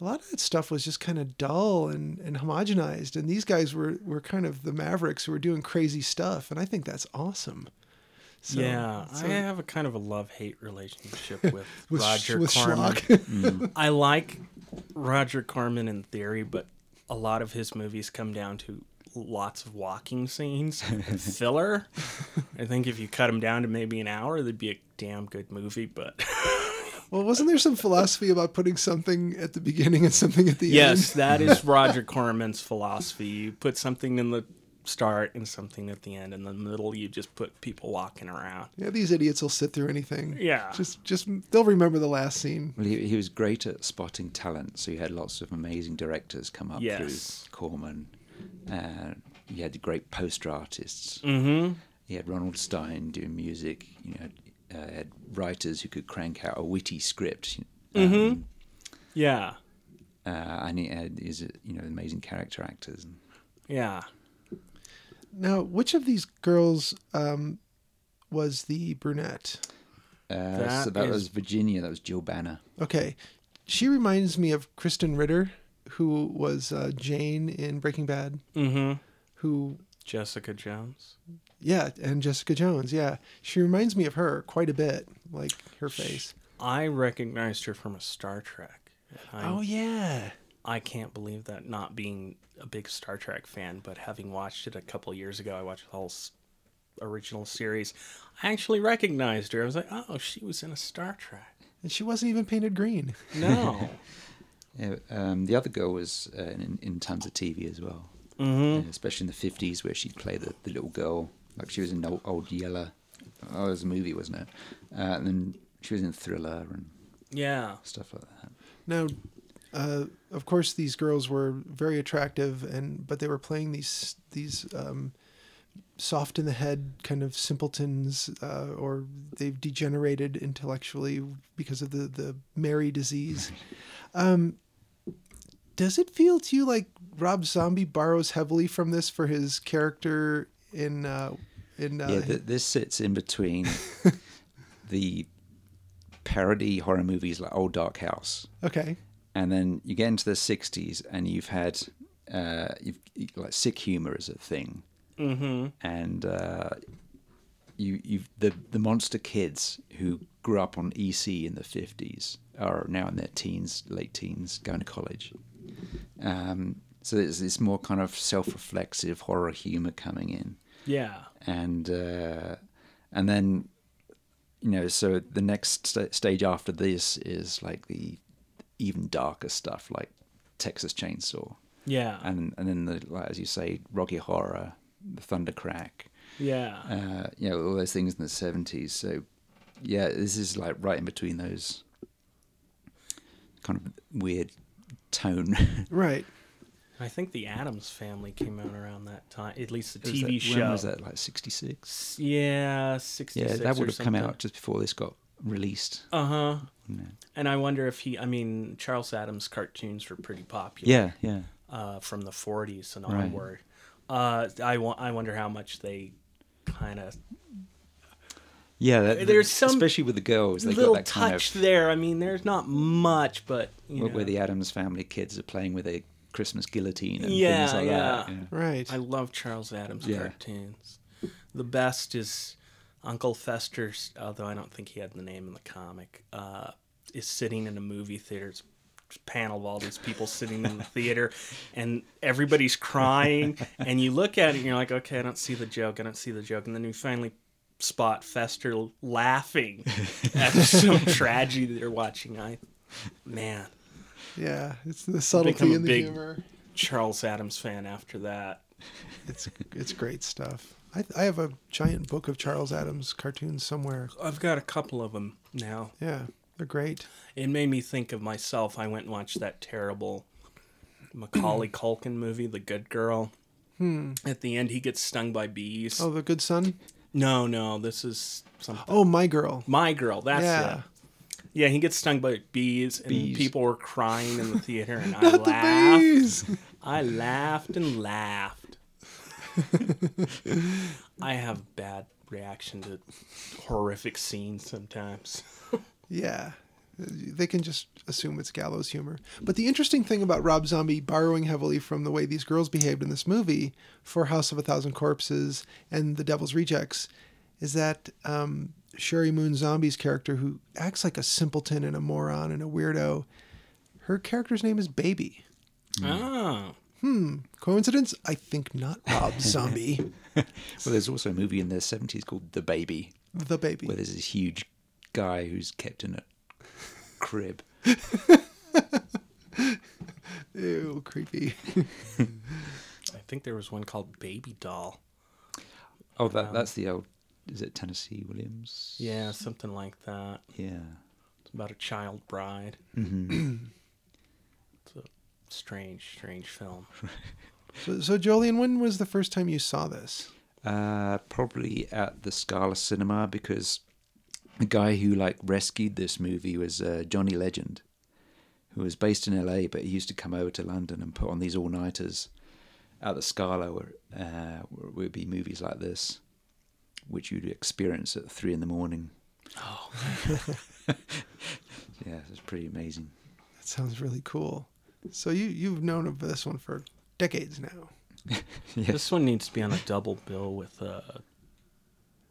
Speaker 5: a lot of that stuff was just kind of dull and, and homogenized. And these guys were, were kind of the mavericks who were doing crazy stuff. And I think that's awesome. So,
Speaker 4: yeah,
Speaker 5: so-
Speaker 4: I have a kind of a love-hate
Speaker 5: *laughs*
Speaker 4: relationship with,
Speaker 5: with,
Speaker 4: Roger
Speaker 5: with
Speaker 4: Corman.
Speaker 5: schlock. *laughs*
Speaker 4: I like Roger Corman in theory, but a lot of his movies come down to lots of walking scenes, filler. I think if you cut them down to maybe an hour, they'd be a damn good movie. But
Speaker 5: well, wasn't there some philosophy about putting something at the beginning and something at the end?
Speaker 4: yes, that is Roger Corman's philosophy. You put something in the start and something at the end. In the middle, you just put people walking around.
Speaker 5: Yeah, these idiots will sit through anything.
Speaker 4: Yeah.
Speaker 5: Just just they'll remember the last scene.
Speaker 6: Well, he, he was great at spotting talent, so you had lots of amazing directors come up
Speaker 4: Yes.
Speaker 6: through Corman. Uh, you had the great poster artists. You had Ronald Stein doing music. You know, uh, had writers who could crank out a witty script. Um,
Speaker 4: Yeah.
Speaker 6: uh, and he uh, is you know amazing character actors. And
Speaker 4: Yeah.
Speaker 5: Now, which of these girls um, was the brunette?
Speaker 6: Uh,
Speaker 4: That
Speaker 6: so that
Speaker 4: is-
Speaker 6: was Virginia. That was Jill Banner.
Speaker 5: Okay, she reminds me of Kristen Ritter, who was uh, Jane in Breaking Bad.
Speaker 4: Mm-hmm.
Speaker 5: Who,
Speaker 4: Jessica Jones.
Speaker 5: yeah, and Jessica Jones. Yeah, she reminds me of her quite a bit, like her face.
Speaker 4: I recognized her from a Star Trek. I,
Speaker 6: Oh,
Speaker 5: yeah,
Speaker 4: I can't believe that not being a big Star Trek fan, but having watched it a couple years ago, I watched the whole s- original series. I actually recognized her. I was like, oh, she was in a Star
Speaker 6: *laughs*
Speaker 4: Trek.
Speaker 5: and she wasn't even painted green. *laughs*
Speaker 4: No.
Speaker 6: Yeah, um, the other girl was uh, in, in tons of TV as well,
Speaker 4: mm-hmm.
Speaker 6: Yeah, especially in the fifties where she'd play the, the little girl. Like she was in old, old Yeller. Oh, it was a movie, wasn't it? Uh, and then she was in Thriller and
Speaker 4: Yeah.
Speaker 6: stuff like that.
Speaker 5: Now, uh, of course, these girls were very attractive, and but they were playing these these um, soft in the head kind of simpletons, uh, or they've degenerated intellectually because of the the Mary disease. Um, does it feel to you like Rob Zombie borrows heavily from this for his character in uh, in
Speaker 4: Oh,
Speaker 5: uh,
Speaker 6: yeah, th- this sits in
Speaker 4: *laughs*
Speaker 6: between the parody horror movies like Old Dark House,
Speaker 5: okay
Speaker 6: and then you get into the '60s, and you've had uh, you've like sick humor is a thing, mm-hmm. and uh, you you've the the monster kids who grew up on EC in the '50s are now in their teens, late teens, going to college. Um, so there's this more kind of self-reflexive horror humor coming in
Speaker 4: Yeah.
Speaker 6: and uh, and then you know so the next st- stage after this is like the even darker stuff like Texas Chainsaw
Speaker 4: Yeah.
Speaker 6: and and then the like as you say Rocky Horror the Thundercrack
Speaker 4: yeah.
Speaker 6: uh, you know all those things in the seventies so yeah this is like right in between those kind of weird tone *laughs*
Speaker 5: right
Speaker 4: I think the Adams Family came out around that time, at least the
Speaker 6: Was
Speaker 4: TV
Speaker 6: that-
Speaker 4: show.
Speaker 6: when was that like sixty six
Speaker 4: S- Yeah, sixty-six.
Speaker 6: yeah that
Speaker 4: or
Speaker 6: would have come
Speaker 4: something.
Speaker 6: out just before this got released
Speaker 4: Uh huh.
Speaker 6: wouldn't it?
Speaker 4: And I wonder if he, I mean, Charles Adams cartoons were pretty popular.
Speaker 6: yeah yeah
Speaker 4: Uh, from the 40s and
Speaker 6: Right.
Speaker 4: onward. Uh, I, wa- I wonder how much they kind of.
Speaker 6: Yeah, that,
Speaker 4: There's some
Speaker 6: especially with the girls. They
Speaker 4: Little
Speaker 6: got that kind
Speaker 4: touch
Speaker 6: of
Speaker 4: there. I mean, there's not much, but. You know,
Speaker 6: where the Adams family kids are playing with a Christmas guillotine and
Speaker 4: Yeah,
Speaker 6: things like that.
Speaker 4: yeah.
Speaker 6: yeah.
Speaker 5: right
Speaker 4: I love Charles Adams
Speaker 6: Yeah.
Speaker 4: cartoons. The best is Uncle Fester's, although I don't think he had the name in the comic, uh, is sitting in a movie theater. It's a panel of all these people sitting in the theater, and everybody's crying. And you look at it and you're like, okay, I don't see the joke. I don't see the joke. And then you finally spot Fester laughing at some tragedy they're watching. I, man,
Speaker 5: yeah it's the subtlety
Speaker 4: become a
Speaker 5: and the
Speaker 4: big-
Speaker 5: humor
Speaker 4: Charles Adams fan after that.
Speaker 5: It's it's great stuff. I I have a giant book of Charles Adams cartoons somewhere.
Speaker 4: I've got a couple of them now.
Speaker 5: Yeah, they're great.
Speaker 4: It made me think of myself. I went and watched that terrible
Speaker 5: *clears throat*
Speaker 4: Macaulay Culkin movie, The Good Girl. At the end, he gets stung by bees.
Speaker 5: Hmm. Oh, the Good Son.
Speaker 4: No, no, this is something.
Speaker 5: Oh, My Girl.
Speaker 4: My girl, that's
Speaker 5: Yeah.
Speaker 4: it. Yeah, he gets stung by bees, and
Speaker 6: Bees.
Speaker 4: people were crying in the theater,
Speaker 5: *laughs*
Speaker 4: and I
Speaker 5: Not the
Speaker 4: laughed.
Speaker 5: bees.
Speaker 4: I laughed and laughed.
Speaker 5: *laughs*
Speaker 4: I have bad reaction to horrific scenes sometimes.
Speaker 5: Yeah. They can just assume it's gallows humor. But the interesting thing about Rob Zombie borrowing heavily from the way these girls behaved in this movie for House of a Thousand Corpses and The Devil's Rejects is that um, Sherry Moon Zombie's character, who acts like a simpleton and a moron and a weirdo, her character's name is Baby. Hmm.
Speaker 4: Oh,
Speaker 5: Coincidence? I think not.
Speaker 6: *laughs*
Speaker 5: Rob Zombie,
Speaker 6: Well, there's also a movie in the 70s called The Baby,
Speaker 5: the baby.
Speaker 6: where there's this huge guy who's kept in a crib.
Speaker 5: Ew, creepy.
Speaker 4: I think there was one called Baby Doll.
Speaker 6: Oh, that, that's the old. Is it Tennessee Williams?
Speaker 4: Yeah, something like that.
Speaker 6: Yeah.
Speaker 4: It's about a child bride. *clears throat* it's a strange, strange film.
Speaker 5: So, so Jolien, when was the first time you saw this?
Speaker 6: Uh, probably at the Scala Cinema because the guy who like rescued this movie was uh, Johnny Legend, who who was based in LA, but he used to come over to London and put on these all nighters at the Scala, where, uh, where it would be movies like this, which you'd experience at three in the morning. Oh, *laughs* yeah, it's pretty amazing.
Speaker 5: That sounds really cool. So you you've known of this one for decades
Speaker 6: *laughs*
Speaker 5: now.
Speaker 6: Yes,
Speaker 4: This one needs to be on a double bill with uh,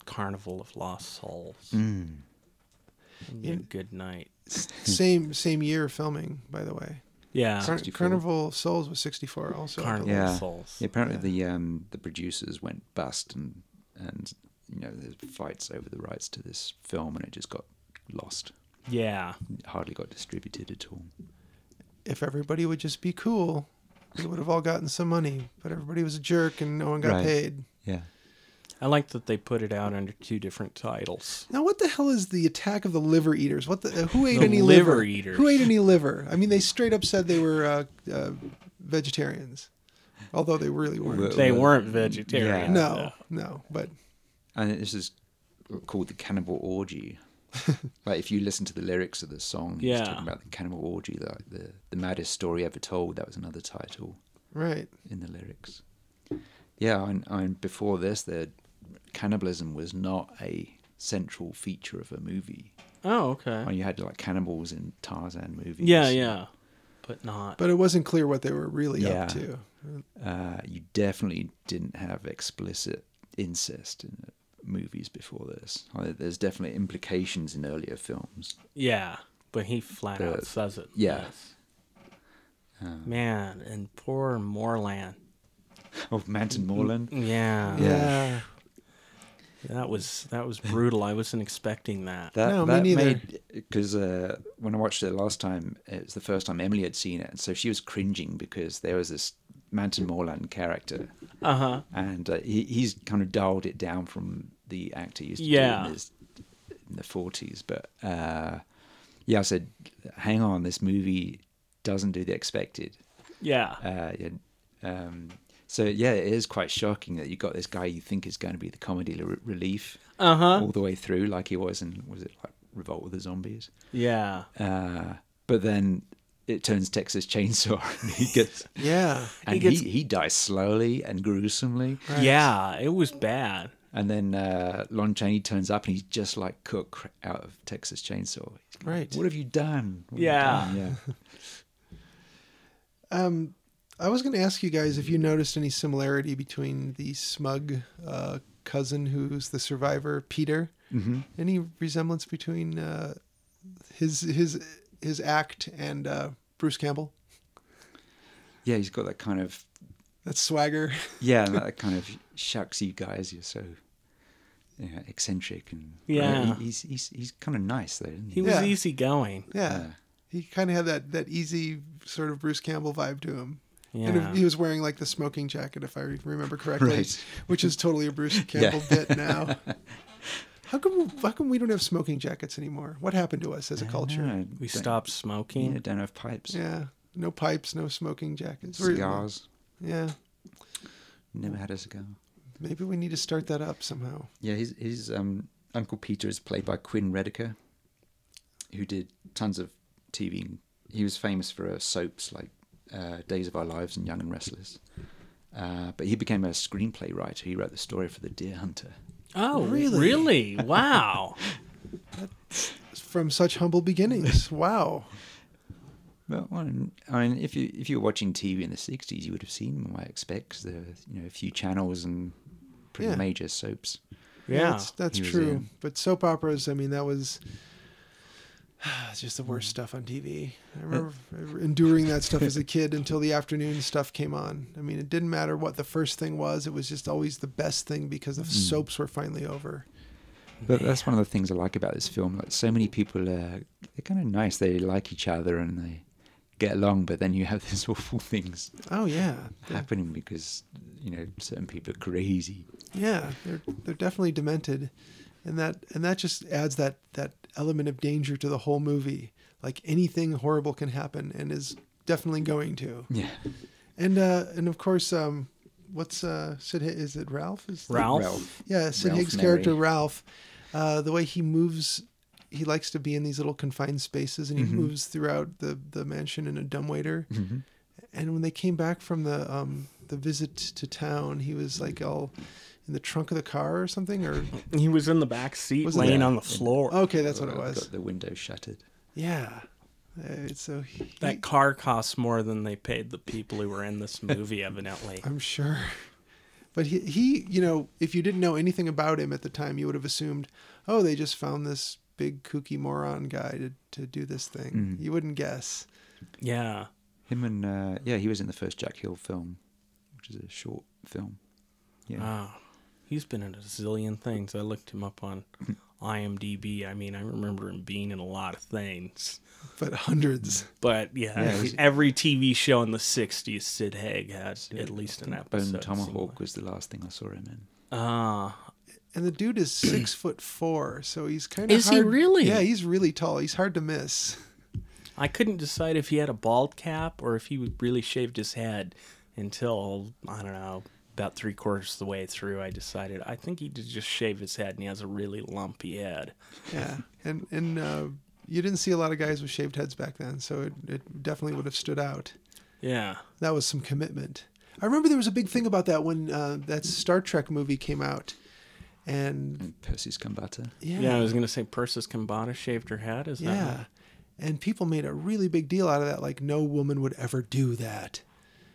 Speaker 4: Carnival of Lost Souls. And be a good night.
Speaker 5: same same year filming, by the way.
Speaker 4: Yeah.
Speaker 5: Car-
Speaker 6: 64.
Speaker 5: Carnival Souls was sixty four also.
Speaker 4: Carnival
Speaker 6: Ah, yeah.
Speaker 4: Souls.
Speaker 6: Uh, Yeah, apparently the um, the producers went bust and and you know there's fights over the rights to this film, and it just got lost.
Speaker 4: yeah.
Speaker 6: It hardly got distributed at all.
Speaker 5: If everybody would just be cool, we would have all gotten some money. But everybody was a jerk and no one got
Speaker 6: Right.
Speaker 5: paid.
Speaker 6: Yeah.
Speaker 4: I like that they put it out under two different titles.
Speaker 5: Now what the hell is the attack of the liver eaters? What the who ate
Speaker 4: The
Speaker 5: any
Speaker 4: liver
Speaker 5: liver?
Speaker 4: eaters.
Speaker 5: Who ate any liver? I mean, they straight up said they were uh, uh, vegetarians, although they really weren't.
Speaker 4: They
Speaker 6: Well,
Speaker 4: weren't vegetarian.
Speaker 5: No, no, but
Speaker 6: and this is called the cannibal orgy. like if you listen to the lyrics of the song, he's
Speaker 4: Yeah.
Speaker 6: talking about the cannibal orgy, like the the maddest story ever told. That was another title
Speaker 5: right.
Speaker 6: in the lyrics. Yeah, and, and before this, the cannibalism was not a central feature of a movie.
Speaker 4: Oh, okay.
Speaker 6: Well, you had like cannibals in Tarzan movies.
Speaker 4: Yeah, yeah. But not.
Speaker 5: But it wasn't clear what they were really
Speaker 6: Yeah.
Speaker 5: up to.
Speaker 6: Uh, you definitely didn't have explicit incest in movies before this. Like, there's definitely implications in earlier films. *laughs*
Speaker 4: yeah. But he flat
Speaker 6: Uh,
Speaker 4: out says it.
Speaker 6: yeah.
Speaker 4: Yes. Man, and poor Moreland.
Speaker 6: Of Manton Moreland.
Speaker 4: Yeah.
Speaker 5: Yeah.
Speaker 4: That was that was brutal. I wasn't expecting that.
Speaker 6: That,
Speaker 5: No, me
Speaker 6: that
Speaker 5: neither.
Speaker 6: made because uh, when I watched it last time, it was the first time Emily had seen it, and so she was cringing because there was this Manton Moreland character,
Speaker 4: Uh huh.
Speaker 6: and uh, he, he's kind of dialed it down from the actor he used to do
Speaker 4: Yeah.
Speaker 6: in, his, in the forties. But uh, yeah, I said, hang on, this movie doesn't do the expected.
Speaker 4: Yeah.
Speaker 6: Uh, yeah, um, so yeah, it is quite shocking that you got this guy you think is going to be the comedy re- relief
Speaker 4: Uh huh.
Speaker 6: all the way through, like he was in was it like Revolt of the Zombies?
Speaker 4: Yeah.
Speaker 6: Uh, but then it turns Texas Chainsaw. *laughs* And he
Speaker 4: *laughs*
Speaker 6: gets
Speaker 5: Yeah.
Speaker 6: and he,
Speaker 4: gets-
Speaker 6: he, dies slowly and gruesomely.
Speaker 4: Yeah. It was bad.
Speaker 6: And then uh, Lon Chaney turns up and he's just like Cook out of Texas Chainsaw. He's like,
Speaker 5: Right.
Speaker 6: What have you done? What have you
Speaker 4: Yeah.
Speaker 6: done?" yeah.
Speaker 5: Um, I was going to ask you guys if you noticed any similarity between the smug uh, cousin who's the survivor, Peter. Mm-hmm. Any resemblance between uh, his his his act and uh, Bruce Campbell?
Speaker 6: Yeah, he's got that kind of
Speaker 5: That swagger. *laughs*
Speaker 6: yeah, and that kind of shucks you guys. You're so you know, eccentric and
Speaker 4: Yeah.
Speaker 6: He- he's he's he's kind of nice though. Isn't
Speaker 4: He
Speaker 6: he?
Speaker 4: was
Speaker 5: Yeah.
Speaker 4: easygoing.
Speaker 5: Yeah.
Speaker 6: Yeah.
Speaker 5: He kind of had that, that easy sort of Bruce Campbell vibe to him.
Speaker 4: Yeah.
Speaker 5: And he was wearing like the smoking jacket, if I remember correctly,
Speaker 6: Right.
Speaker 5: which is totally a
Speaker 6: *laughs*
Speaker 5: Bruce Campbell bit now. How come, how come we don't have smoking jackets anymore? What happened to us as a culture?
Speaker 6: Yeah,
Speaker 4: We
Speaker 6: don't-
Speaker 4: stopped
Speaker 6: Yeah,
Speaker 4: smoking.
Speaker 6: don't have pipes,
Speaker 5: Yeah. No pipes, no smoking jackets. We're-
Speaker 6: cigars.
Speaker 5: Yeah.
Speaker 6: Never had a cigar.
Speaker 5: Maybe we need to start that up somehow.
Speaker 6: Yeah, his his um, Uncle Peter is played by Quinn Rediker, who did tons of TV. He was famous for uh, soaps like uh, Days of Our Lives and Young and Restless. Uh, but he became a screenplay writer. He wrote the story for The Deer Hunter.
Speaker 4: Oh, really? Really? Wow.
Speaker 5: From such humble beginnings. wow.
Speaker 6: Well, I mean, I mean, if you if you were watching TV in the '60s, you would have seen them. I expect 'cause there were you know a few channels and pretty
Speaker 5: Yeah.
Speaker 6: major soaps.
Speaker 4: Yeah.
Speaker 5: That's, that's
Speaker 6: He was
Speaker 5: true.
Speaker 6: in.
Speaker 5: But soap operas, I mean, that was *sighs* it's just the worst stuff on TV. I remember enduring that stuff as a kid until the afternoon stuff came on. I mean, it didn't matter what the first thing was, it was just always the best thing because the soaps were finally over.
Speaker 6: But that's one of the things I like about this film. Like so many people, uh, they're kind of nice. They like each other and they get along. But then you have *laughs* these awful things
Speaker 5: Oh, yeah.
Speaker 6: happening because you know certain people are crazy.
Speaker 5: Yeah, they're they're definitely demented, and that and that just adds that that element of danger to the whole movie. Like anything horrible can happen, and is definitely going to.
Speaker 6: Yeah,
Speaker 5: And uh, and of course, um, what's uh, Sid? Hi- Is it Ralph? Is
Speaker 4: Ralph.
Speaker 6: Ralph.
Speaker 5: yeah, Sid
Speaker 6: Ralph
Speaker 5: Higgs'
Speaker 6: Mary.
Speaker 5: character Ralph. Uh, the way he moves, he likes to be in these little confined spaces, and he
Speaker 6: Mm-hmm.
Speaker 5: moves throughout the the mansion in a dumbwaiter. And when they came back from the um the visit to town, he was like all in the trunk of the car or something.
Speaker 6: *laughs*
Speaker 5: Or
Speaker 4: He was in the back seat,
Speaker 5: Wasn't Oh,
Speaker 4: laying
Speaker 5: that-
Speaker 4: on the floor.
Speaker 5: okay, that's what it
Speaker 6: Got
Speaker 5: was.
Speaker 6: the window shuttered.
Speaker 5: Yeah. Uh, so he,
Speaker 4: That car costs more than they paid the people who were in this movie,
Speaker 5: *laughs*
Speaker 4: evidently.
Speaker 5: I'm sure. But he, he, you know, if you didn't know anything about him at the time, you would have assumed, oh, they just found this big kooky moron guy to, to do this thing. You wouldn't guess.
Speaker 4: Yeah.
Speaker 6: Him and uh, yeah, he was in the first Jack Hill film, which is a short film. Yeah,
Speaker 5: Ah,
Speaker 4: Wow. He's been in a zillion things. I looked him up on IMDb. I mean, I remember him being in a lot of things.
Speaker 5: But hundreds.
Speaker 4: But yeah,
Speaker 6: Yeah, he's-
Speaker 4: *laughs* every TV show in the 60s, Sid Haig had at least an
Speaker 6: Bone
Speaker 4: episode.
Speaker 6: Tomahawk was the last thing I saw him in.
Speaker 4: Ah,
Speaker 5: And the dude is six foot four, so he's kind of
Speaker 4: Is he really?
Speaker 5: Yeah, he's really tall. He's hard to miss.
Speaker 4: I couldn't decide if he had a bald cap or if he really shaved his head until, I don't know, about three quarters of the way through. I decided, I think he did just shave his head and he has a really lumpy head.
Speaker 5: Yeah, and and uh, you didn't see a lot of guys with shaved heads back then, so it, it definitely would have stood out.
Speaker 4: Yeah.
Speaker 5: That was some commitment. I remember there was a big thing about that when uh, that Star Trek movie came out, and
Speaker 6: And Percy's Gambata.
Speaker 5: yeah,
Speaker 4: Yeah, I was going to say Persis Kambata shaved her head. Is that
Speaker 5: Yeah. And people made a really big deal out of that. Like, no woman would ever do that.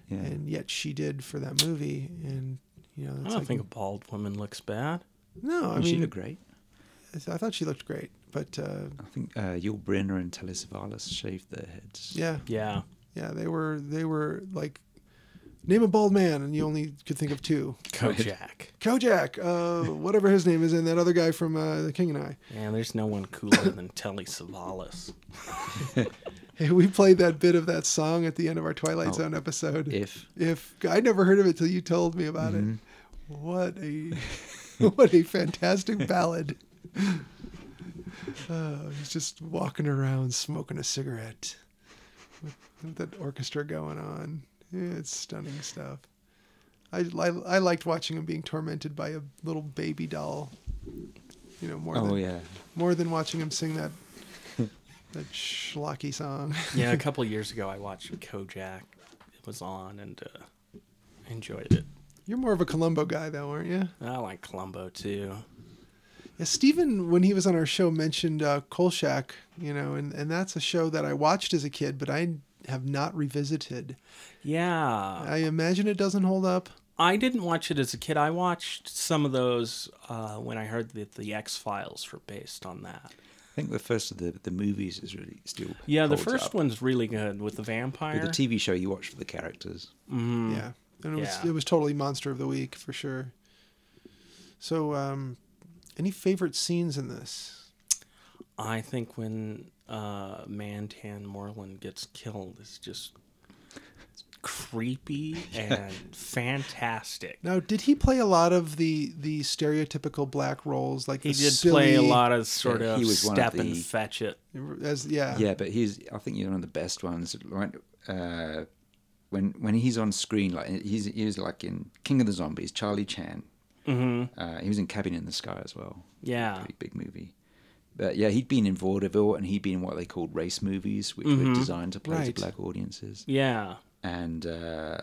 Speaker 6: Yeah,
Speaker 5: And yet she did for that movie. And, you know,
Speaker 4: I
Speaker 5: it's
Speaker 4: don't
Speaker 5: like,
Speaker 4: think a bald woman looks bad.
Speaker 5: no, I
Speaker 6: And she
Speaker 5: mean,
Speaker 6: looked great.
Speaker 5: I th- I thought she looked great. But uh,
Speaker 6: I think uh, Yul Brynner and Telly Savalas shaved their heads.
Speaker 5: yeah,
Speaker 4: Yeah.
Speaker 5: yeah, they were, they were like, name a bald man. And you only could think of two
Speaker 4: Kojak.
Speaker 5: Kojak, uh, whatever his name is, and that other guy from uh, The King and I.
Speaker 4: Yeah, there's no one cooler
Speaker 6: *coughs*
Speaker 4: than Telly Savalas.
Speaker 5: Hey, we played that bit of that song at the end of our Twilight
Speaker 6: Oh.
Speaker 5: Zone episode.
Speaker 6: If
Speaker 5: if I never heard of it till you told me about it.
Speaker 6: Mm-hmm.
Speaker 5: What a
Speaker 6: *laughs*
Speaker 5: what a fantastic ballad. Oh, he's just walking around smoking a cigarette with, with that orchestra going on. Yeah, It's stunning stuff. I, I, I liked watching him being tormented by a little baby doll. You know more
Speaker 6: oh
Speaker 5: than
Speaker 6: yeah,
Speaker 5: more than watching him sing
Speaker 6: *laughs*
Speaker 5: that that schlocky song.
Speaker 4: Yeah, a couple years ago I watched Kojak. It was on and uh, enjoyed it.
Speaker 5: You're more of a Columbo guy though, aren't you?
Speaker 4: I like Columbo too.
Speaker 5: Yeah, Stephen, when he was on our show, mentioned uh, Kolchak, you know, and, and that's a show that I watched as a kid, but I have not revisited.
Speaker 4: Yeah.
Speaker 5: I imagine it doesn't hold up.
Speaker 4: I didn't watch it as a kid. I watched some of those uh, when I heard that the X Files were based on that.
Speaker 6: I think the first of the, the movies is really still
Speaker 4: Yeah, the
Speaker 6: holds
Speaker 4: first
Speaker 6: up.
Speaker 4: one's really good with the vampire.
Speaker 6: But the TV show you watch for the characters.
Speaker 5: Mm. Yeah, and it was
Speaker 4: Yeah.
Speaker 5: it was totally monster of the week for sure. So, um, any favorite scenes in this?
Speaker 4: I think when uh, Mantan Moreland gets killed is just
Speaker 6: *laughs*
Speaker 4: creepy and fantastic.
Speaker 5: Now, did he play a lot of the the stereotypical black roles like
Speaker 4: He
Speaker 5: the
Speaker 4: did
Speaker 5: silly,
Speaker 4: play a lot of sort
Speaker 6: Yeah,
Speaker 4: of
Speaker 6: he was one of
Speaker 4: step and
Speaker 6: the-
Speaker 4: fetch it.
Speaker 5: as yeah
Speaker 6: Yeah, but he's I think he's one of the best ones. Like uh, when when he's on screen, like he's he was like in King of the Zombies, Charlie Chan. Mm-hmm. Uh, he was in Cabin in the Sky as well.
Speaker 4: Yeah.
Speaker 6: pretty big movie. But yeah, he'd been in vaudeville and he'd been in what they called race movies, which
Speaker 4: Mm-hmm.
Speaker 6: were designed to play
Speaker 5: Right.
Speaker 6: to black audiences.
Speaker 4: Yeah.
Speaker 6: And uh,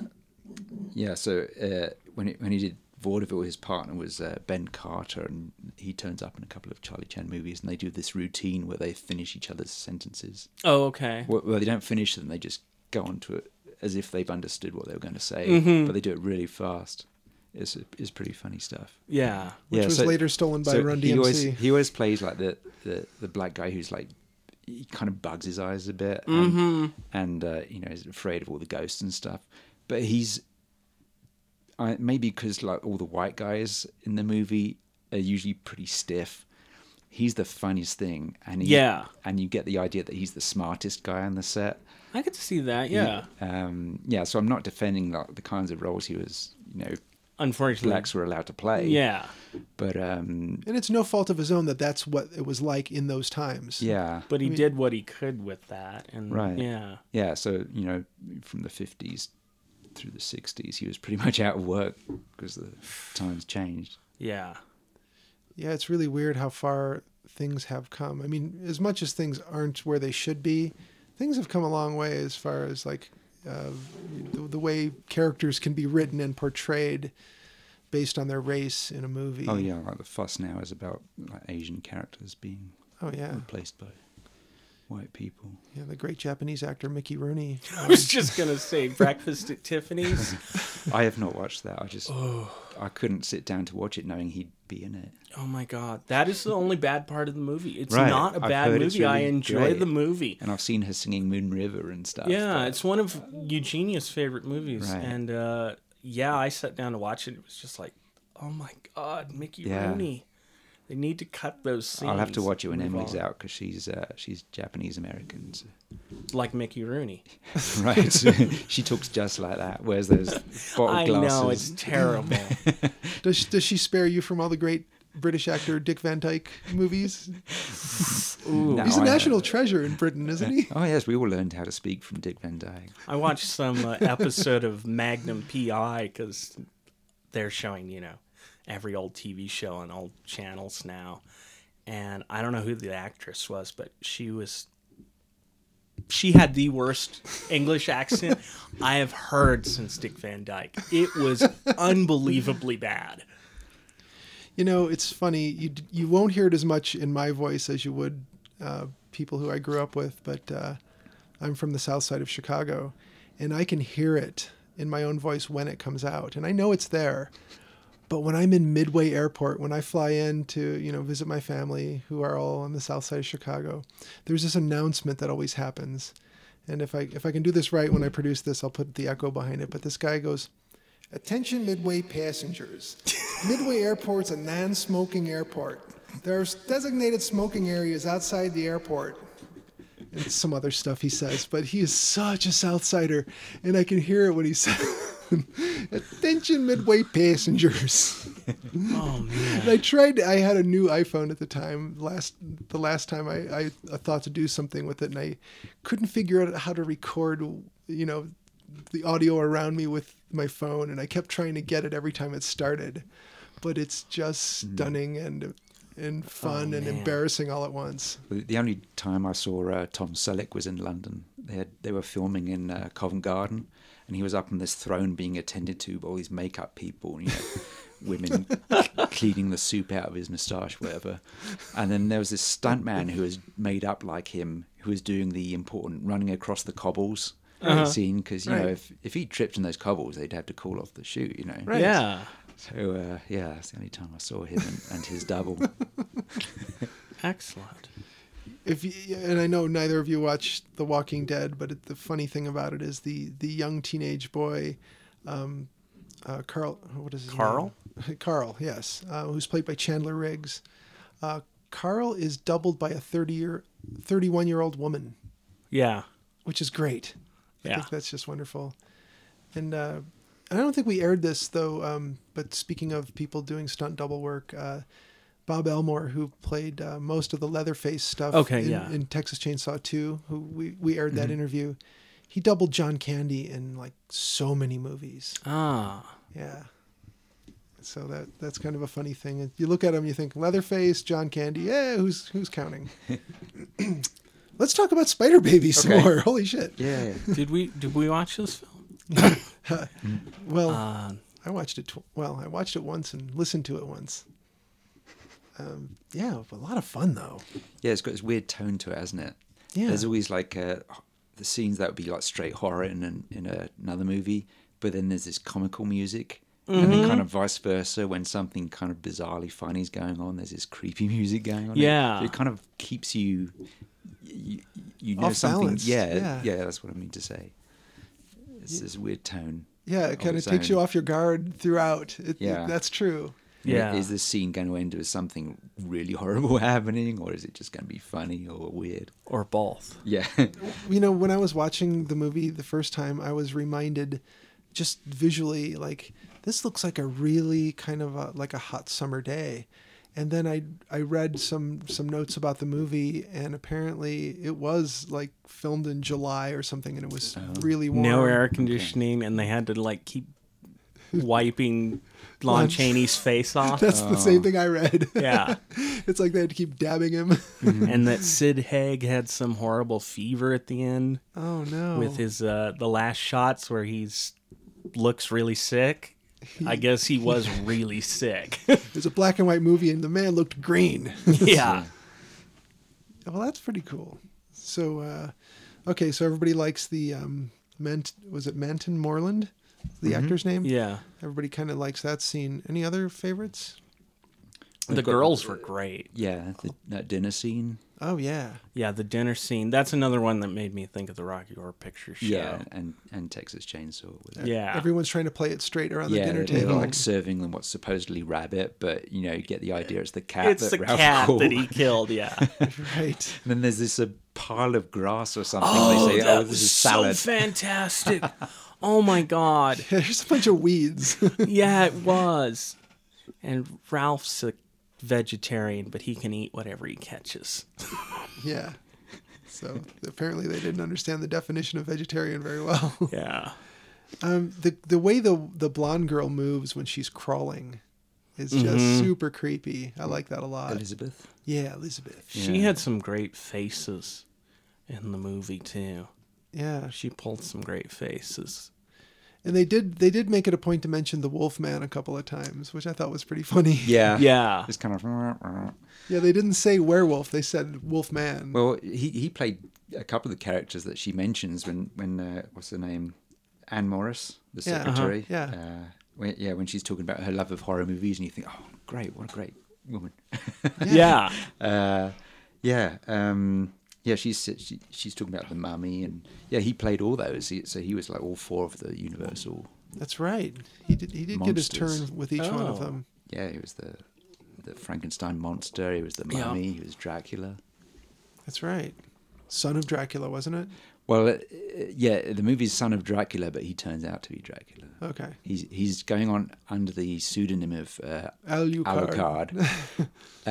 Speaker 6: yeah, so uh, when it, when he did vaudeville, his partner was uh, Ben Carter, and he turns up in a couple of Charlie Chan movies, and they do this routine where they finish each other's sentences.
Speaker 4: Oh, okay.
Speaker 6: Well, well, they don't finish them; they just go on to it as if they've understood what they were going to say, but they do it really fast. It's it's pretty funny stuff.
Speaker 4: Yeah.
Speaker 5: which
Speaker 6: yeah,
Speaker 5: was
Speaker 6: so-
Speaker 5: later stolen by Run DMC.
Speaker 6: he always he always plays like the, the the black guy who's like he kind of bugs his eyes a bit and,
Speaker 5: Mm-hmm.
Speaker 6: and uh, you know is afraid of all the ghosts and stuff but he's I, maybe because like all the white guys in the movie are usually pretty stiff he's the funniest thing and he,
Speaker 4: Yeah.
Speaker 6: and you get the idea that he's the smartest guy on the set
Speaker 4: I could see that. Yeah.
Speaker 6: um yeah so i'm not defending like the kinds of roles he was you know
Speaker 5: Mm.
Speaker 4: Unfortunately.
Speaker 6: blacks were allowed to play
Speaker 4: Yeah.
Speaker 6: but um
Speaker 5: and it's no fault of his own that that's what it was like in those times.
Speaker 6: yeah
Speaker 4: But he did what he could with that. And
Speaker 6: Right.
Speaker 4: yeah.
Speaker 6: yeah so you know from the 50s through the 60s he was pretty *laughs* much out of work because the times changed
Speaker 4: Yeah. *laughs*
Speaker 5: Yeah, it's really weird how far things have come. I mean, as much as things aren't where they should be, things have come a long way as far as like uh, the, the way characters can be written and portrayed based on their race in a movie.
Speaker 6: Oh yeah, like the fuss now is about like Asian characters being
Speaker 5: Oh yeah.
Speaker 6: replaced by white people.
Speaker 5: Yeah, the great Japanese actor Mickey Rooney.
Speaker 4: I was just gonna say breakfast at
Speaker 6: *laughs*
Speaker 4: Tiffany's.
Speaker 6: I have not watched that. I
Speaker 4: *laughs*
Speaker 6: just I couldn't sit down to watch it knowing he'd be in it.
Speaker 4: Oh my god, that is the only bad part of the movie. It's
Speaker 6: Right,
Speaker 4: not a
Speaker 6: I've
Speaker 4: bad
Speaker 6: heard it's
Speaker 4: movie. I
Speaker 6: really
Speaker 4: enjoy
Speaker 6: great.
Speaker 4: the movie.
Speaker 6: And I've seen her singing Moon River and stuff.
Speaker 4: Yeah,
Speaker 6: but-
Speaker 4: it's one of Eugenia's favorite movies,
Speaker 6: Right.
Speaker 4: and uh, yeah, I sat down to watch it. It was just like, oh my god, Mickey
Speaker 6: Yeah.
Speaker 4: Rooney. They need to cut those scenes.
Speaker 6: I'll have to watch it when
Speaker 4: Move
Speaker 6: Emily's
Speaker 4: on.
Speaker 6: out because she's uh, she's Japanese
Speaker 4: *laughs*
Speaker 6: American. so- *laughs*
Speaker 4: Like Mickey Rooney.
Speaker 6: Right, *laughs* she talks just like that. Wears
Speaker 4: *laughs*
Speaker 6: those bottle
Speaker 4: I
Speaker 6: glasses.
Speaker 4: know it's terrible.
Speaker 6: *laughs*
Speaker 5: Does does she spare you from all the great British actor Dick Van Dyke
Speaker 6: *laughs*
Speaker 5: movies?
Speaker 4: Ooh.
Speaker 6: No,
Speaker 5: He's a
Speaker 6: I-
Speaker 5: national treasure in Britain, isn't he?
Speaker 6: Oh yes, we all learned how to speak from Dick Van Dyke.
Speaker 4: I watched some uh, episode of Magnum PI because they're showing, you know, every old TV show on old channels now. And I don't know who the actress was, but she was. She had the worst English accent I have heard since Dick Van Dyke. It was unbelievably bad.
Speaker 5: You know, it's funny. You d- you won't hear it as much in my voice as you would uh, people who I grew up with, but uh, I'm from the south side of Chicago, and I can hear it in my own voice when it comes out, and I know it's there. But when I'm in Midway Airport, when I fly in to you know visit my family who are all on the south side of Chicago, there's this announcement that always happens, and if I if I can do this right when I produce this, I'll put the echo behind it. But this guy goes. Attention Midway passengers. Midway Airport's a non smoking airport. There's designated smoking areas outside the airport. And some other stuff he says, but he is such a Southsider, and I can hear it when he says, *laughs* Attention Midway passengers.
Speaker 4: Oh,
Speaker 5: *laughs*
Speaker 4: man.
Speaker 5: And I tried. I had a new iPhone at the time. Last the last time I, I, I thought to do something with it, and I couldn't figure out how to record. You know, the audio around me with my phone, and I kept trying to get it every time it started. But it's just stunning and and fun
Speaker 4: Hmm. Oh,
Speaker 5: and
Speaker 4: man.
Speaker 5: embarrassing all at once.
Speaker 6: The the only time I saw uh, Tom Selleck was in London. They had, they were filming in uh, Covent Garden, and he was up on this throne being attended to by all these makeup people, and, you know,
Speaker 5: *laughs*
Speaker 6: women cleaning the soup out of his moustache, whatever. And then there was this stuntman who was made up like him, who was doing the important running across the cobbles scene because you know
Speaker 5: Right.
Speaker 6: if if he tripped in those cobbles, they'd have to call off the shoot, you know.
Speaker 4: Yeah.
Speaker 6: So uh, yeah, that's the only time I saw him and, and his
Speaker 5: *laughs*
Speaker 6: double.
Speaker 4: Excellent.
Speaker 5: if you, and I know neither of you watch The Walking Dead, but it, the funny thing about it is the the young teenage boy, um, uh, Carl. What is his
Speaker 4: Carl?
Speaker 5: name? *laughs* Carl, yes, uh, who's played by Chandler Riggs. Uh, Carl is doubled by a thirty year, thirty one year old woman,
Speaker 4: Yeah.
Speaker 5: which is great. I
Speaker 4: Yeah.
Speaker 5: think that's just wonderful. And uh, I don't think we aired this though. Um, but speaking of people doing stunt double work, uh, Bob Elmore, who played uh, most of the Leatherface stuff,
Speaker 4: Okay,
Speaker 5: in,
Speaker 4: yeah. Mm-hmm.
Speaker 5: in Texas Chainsaw Two, who we we aired that interview. He doubled John Candy in like so many movies.
Speaker 4: Ah.
Speaker 5: Yeah. So that that's kind of a funny thing. If You look at him, you think Leatherface, John Candy. Yeah, who's who's
Speaker 4: *laughs*
Speaker 5: counting? *clears throat* Let's talk about Spider Baby some
Speaker 6: Okay.
Speaker 5: more. Holy shit!
Speaker 6: Yeah.
Speaker 4: Did we did we watch this film?
Speaker 5: Well,
Speaker 4: Uh,
Speaker 5: I watched it. Tw- well, I watched it once and listened to it once. Um, yeah, a lot of fun though.
Speaker 6: Yeah, it's got this weird tone to it, hasn't it?
Speaker 5: Yeah.
Speaker 6: There's always like uh, h- the scenes that would be like straight horror in, an, in a, another movie, but then there's this comical music. And
Speaker 5: Mm-hmm.
Speaker 6: then kind of vice versa, when something kind of bizarrely funny is going on, there's this creepy *laughs* music going on.
Speaker 4: Yeah.
Speaker 6: So it kind of keeps you, you, you know
Speaker 5: Off
Speaker 6: something.
Speaker 5: balance,
Speaker 6: Yeah,
Speaker 5: yeah.
Speaker 6: yeah, that's what I mean to say. It's this weird tone.
Speaker 5: Yeah, it
Speaker 6: Of
Speaker 5: kind of
Speaker 6: its
Speaker 5: takes you
Speaker 6: own.
Speaker 5: off your guard throughout. It,
Speaker 6: Yeah.
Speaker 5: that's true.
Speaker 6: You know,
Speaker 4: Yeah.
Speaker 6: Is this scene going to end with something really horrible *laughs* happening, or is it just going to be funny or weird?
Speaker 4: or both.
Speaker 6: Yeah.
Speaker 5: You know, when I was watching the movie the first time, I was reminded, just visually, like this looks like a really kind of a, like a hot summer day. And then I I read some some notes about the movie, and apparently it was like filmed in July or something, and it was really warm.
Speaker 4: no air conditioning and they had to like keep wiping Lon Chaney's face off.
Speaker 5: That's the same thing I read.
Speaker 4: Um,
Speaker 5: *laughs*
Speaker 4: Yeah. Mm-hmm.
Speaker 5: it's like they had to keep dabbing him.
Speaker 4: and that Sid Haig had some horrible fever at the end
Speaker 5: *laughs* oh no.
Speaker 4: with his uh the last shots where he's looks really sick. I guess he was really sick.
Speaker 5: It's a black and white movie and the man looked
Speaker 4: *laughs*
Speaker 5: green. *laughs*
Speaker 4: yeah.
Speaker 5: well, that's pretty cool. So uh okay, so everybody likes the um Mant was it Manton Moreland? The actor's name?
Speaker 4: Mm-hmm. Yeah.
Speaker 5: Everybody kind of likes that scene. Any other favorites?
Speaker 4: The girls were great.
Speaker 6: *laughs* Yeah, the, that dinner scene.
Speaker 5: Oh yeah.
Speaker 4: Yeah, the dinner scene. That's another one that made me think of the Rocky Horror Picture Show.
Speaker 6: Yeah, and and Texas Chainsaw. With it.
Speaker 4: Yeah.
Speaker 5: Everyone's trying to play it straight around
Speaker 6: Yeah,
Speaker 5: the dinner
Speaker 6: they- they're
Speaker 5: table.
Speaker 6: like serving them what's supposedly rabbit, but you know, you get the idea. It's the cat.
Speaker 4: it's
Speaker 6: that
Speaker 4: the
Speaker 6: Ralph
Speaker 4: cat
Speaker 6: caught.
Speaker 4: that he killed, yeah.
Speaker 5: *laughs* Right. *laughs*
Speaker 6: And then there's this a pile of grass or something. they say, "Oh, this is salad."
Speaker 4: so fantastic. oh my
Speaker 6: *laughs*
Speaker 4: god.
Speaker 5: There's a bunch of weeds. *laughs*
Speaker 4: Yeah, it was. And Ralph's a vegetarian, but he can eat whatever he catches.
Speaker 5: yeah. So apparently they didn't understand the definition of vegetarian very well. *laughs*
Speaker 4: Yeah.
Speaker 5: Um, the the way the the blonde girl moves when she's crawling is just super creepy. I like that a lot.
Speaker 6: Elizabeth.
Speaker 5: yeah, Elizabeth.
Speaker 4: She had some great faces in the movie too.
Speaker 5: Yeah,
Speaker 4: She pulled some great faces.
Speaker 5: and they did they did make it a point to mention the Wolfman a couple of times, which I thought was pretty funny.
Speaker 6: Yeah.
Speaker 4: Yeah.
Speaker 6: It's kind of.
Speaker 5: yeah. They didn't say werewolf; they said Wolfman.
Speaker 6: Well, he he played a couple of the characters that she mentions when when uh, what's her name, Anne Morris, the
Speaker 5: Yeah, uh-huh,
Speaker 6: secretary.
Speaker 5: yeah.
Speaker 6: Uh, when, yeah, when she's talking about her love of horror movies, and you think, oh, great, what a great woman.
Speaker 4: Yeah.
Speaker 6: *laughs* uh, yeah, um, yeah, she's she, she's talking about the mummy, and yeah, he played all those. He, so he was like all four of the Universal.
Speaker 5: That's right. He did he did get his
Speaker 6: Monsters.
Speaker 5: turn with each one of
Speaker 4: Oh.
Speaker 5: them.
Speaker 6: Yeah, he was the the Frankenstein monster. He was the
Speaker 4: Yeah.
Speaker 6: mummy. He was Dracula.
Speaker 5: That's right. Son of Dracula, wasn't it?
Speaker 6: Well, uh, yeah, the movie's Son of Dracula, but he turns out to be Dracula.
Speaker 5: Okay.
Speaker 6: He's he's going on under the pseudonym of uh,
Speaker 5: Alucard. *laughs*
Speaker 6: Alucard.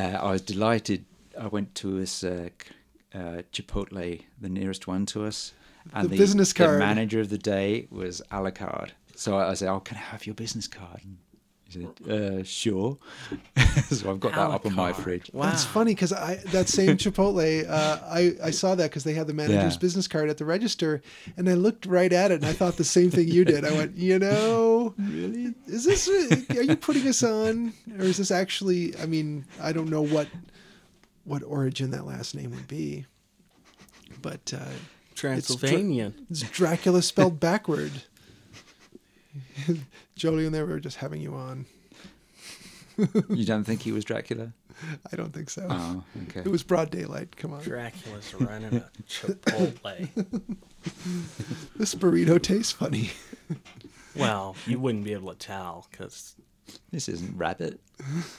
Speaker 6: uh, I was delighted. I went to this uh, c- uh, Chipotle, the nearest one to us, and
Speaker 5: The business card.
Speaker 6: The manager of the day was Alucard. So I, I said, "Oh, can I have your business card?" And He said, uh, "Sure." *laughs* so I've got that up on my
Speaker 4: Alucard.
Speaker 6: fridge.
Speaker 4: Wow.
Speaker 5: It's funny because I that
Speaker 6: *laughs*
Speaker 5: same Chipotle, uh, I I saw that because they had the manager's
Speaker 6: Yeah.
Speaker 5: business card at the register, and I looked right at it and I thought the same thing you did. I went, you know, really? Is this? Are you putting us on, or is this actually? I mean, I don't know what what origin that last name would be, but uh,
Speaker 4: Transylvanian.
Speaker 5: it's Dracula
Speaker 6: *laughs*
Speaker 5: spelled backward. *laughs* Jody and they were just having you on.
Speaker 6: *laughs* You don't think he
Speaker 5: *laughs*
Speaker 6: was Dracula?
Speaker 5: I don't think so.
Speaker 6: Oh, okay.
Speaker 5: It was broad daylight. Come on.
Speaker 4: Dracula's running a Chipotle.
Speaker 6: *laughs*
Speaker 5: This burrito tastes funny.
Speaker 4: well, you wouldn't be able to tell because
Speaker 6: This isn't rabbit.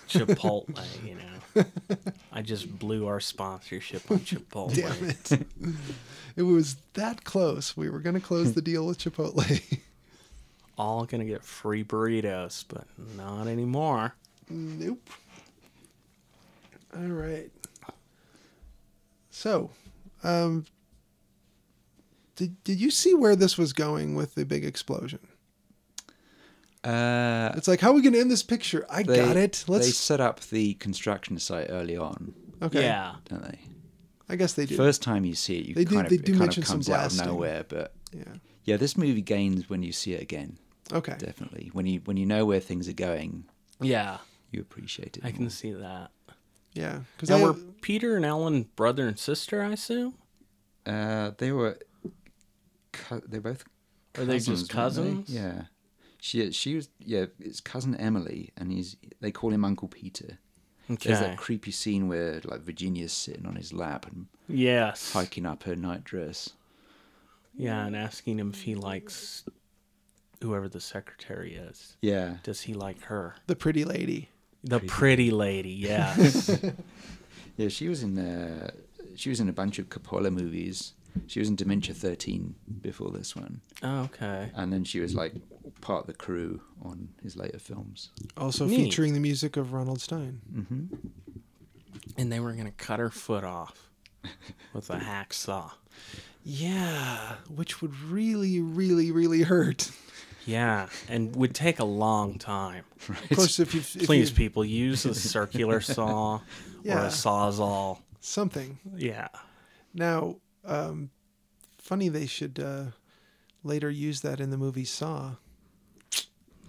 Speaker 4: Chipotle, you
Speaker 5: *laughs*
Speaker 4: know. I just blew our sponsorship on Chipotle.
Speaker 5: Damn it. it was that close. We were going to close the deal with Chipotle. *laughs*
Speaker 4: All gonna get free burritos, but not anymore.
Speaker 5: nope. All right. So, um, did, did you see where this was going with the big explosion?
Speaker 6: Uh,
Speaker 5: It's like, how are we going to end this picture? I
Speaker 6: they-
Speaker 5: got it.
Speaker 6: They
Speaker 5: Let's.
Speaker 6: set up the construction site early on,
Speaker 5: okay.
Speaker 4: Yeah.
Speaker 6: don't they?
Speaker 5: I guess they did.
Speaker 6: First time you see it, you
Speaker 5: They do-
Speaker 6: kind of
Speaker 5: they
Speaker 6: it
Speaker 5: do
Speaker 6: kind
Speaker 5: mention
Speaker 6: of
Speaker 5: some
Speaker 6: comes out of
Speaker 5: blasting.
Speaker 6: nowhere. But
Speaker 5: Yeah.
Speaker 6: yeah, this movie gains when you see it again.
Speaker 5: Okay.
Speaker 6: Definitely, when you when you know where things are going,
Speaker 4: Yeah,
Speaker 6: you appreciate it.
Speaker 4: I can
Speaker 6: more.
Speaker 4: see that.
Speaker 5: Yeah. Because
Speaker 4: Now, were Peter and Ellen brother and sister, I assume?
Speaker 6: Uh, they were, cou- they're both.
Speaker 4: Are they just
Speaker 6: weren't
Speaker 4: cousins?
Speaker 6: they? Yeah. She she was yeah. It's cousin Emily, and he's they call him Uncle Peter. There's
Speaker 4: Okay.
Speaker 6: that creepy scene where like Virginia's sitting on his lap and
Speaker 4: Yes.
Speaker 6: hiking up her nightdress.
Speaker 4: Yeah, and asking him if he likes whoever the secretary is.
Speaker 6: Yeah.
Speaker 4: Does he like her?
Speaker 5: the pretty lady.
Speaker 4: The pretty lady,
Speaker 5: *laughs*
Speaker 4: yes.
Speaker 6: Yeah, she was in uh, she was in a bunch of Coppola movies. She was in Dementia 13 before this one,
Speaker 4: oh, okay.
Speaker 6: and then she was like part of the crew on his later films.
Speaker 5: Also
Speaker 4: Neat.
Speaker 5: featuring the music of Ronald Stein.
Speaker 4: And they were going to cut her foot
Speaker 5: *laughs*
Speaker 4: off with a hacksaw.
Speaker 5: Yeah, which would really, really, really hurt.
Speaker 4: Yeah, and would take a long time.
Speaker 5: Of course, if you if
Speaker 4: Please,
Speaker 5: you-
Speaker 4: people, use
Speaker 5: *laughs*
Speaker 4: a circular saw or
Speaker 5: Yeah.
Speaker 4: a sawzall.
Speaker 5: something.
Speaker 4: Yeah.
Speaker 5: Now, um, funny they should uh, later use that in the movie Saw.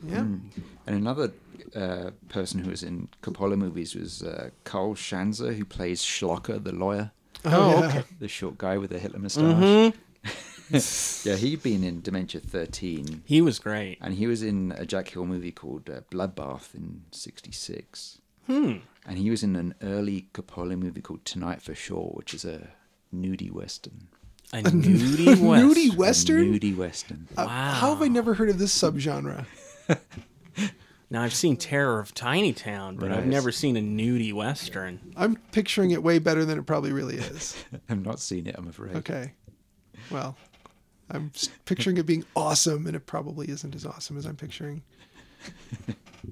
Speaker 5: Yeah,
Speaker 6: Hmm. And another uh, person who was in Coppola movies was uh, Carl Shanzer, who plays Schlocker, the lawyer,
Speaker 5: Oh, okay. Mm-hmm.
Speaker 6: the short guy with the Hitler mustache. *laughs* yeah, he'd been in Dementia 13,
Speaker 4: He was great.
Speaker 6: and he was in a Jack Hill movie called uh, Bloodbath in '66.
Speaker 5: Hmm.
Speaker 6: And he was in an early Coppola movie called Tonight for Sure, which is a nudie western.
Speaker 4: A nudie
Speaker 5: *laughs*
Speaker 4: west.
Speaker 5: nudie
Speaker 6: Oh, A
Speaker 5: western.
Speaker 6: nudie western. *laughs*
Speaker 5: Uh, How have I never heard of this subgenre?
Speaker 4: Now I've seen Terror of Tiny Town, but I've
Speaker 6: Right.
Speaker 4: never seen a nudie western.
Speaker 5: I'm picturing it way better than it probably really is.
Speaker 6: I've not seen it, I'm afraid.
Speaker 5: Okay, well, I'm s- picturing it being awesome, and it probably isn't as awesome as I'm picturing.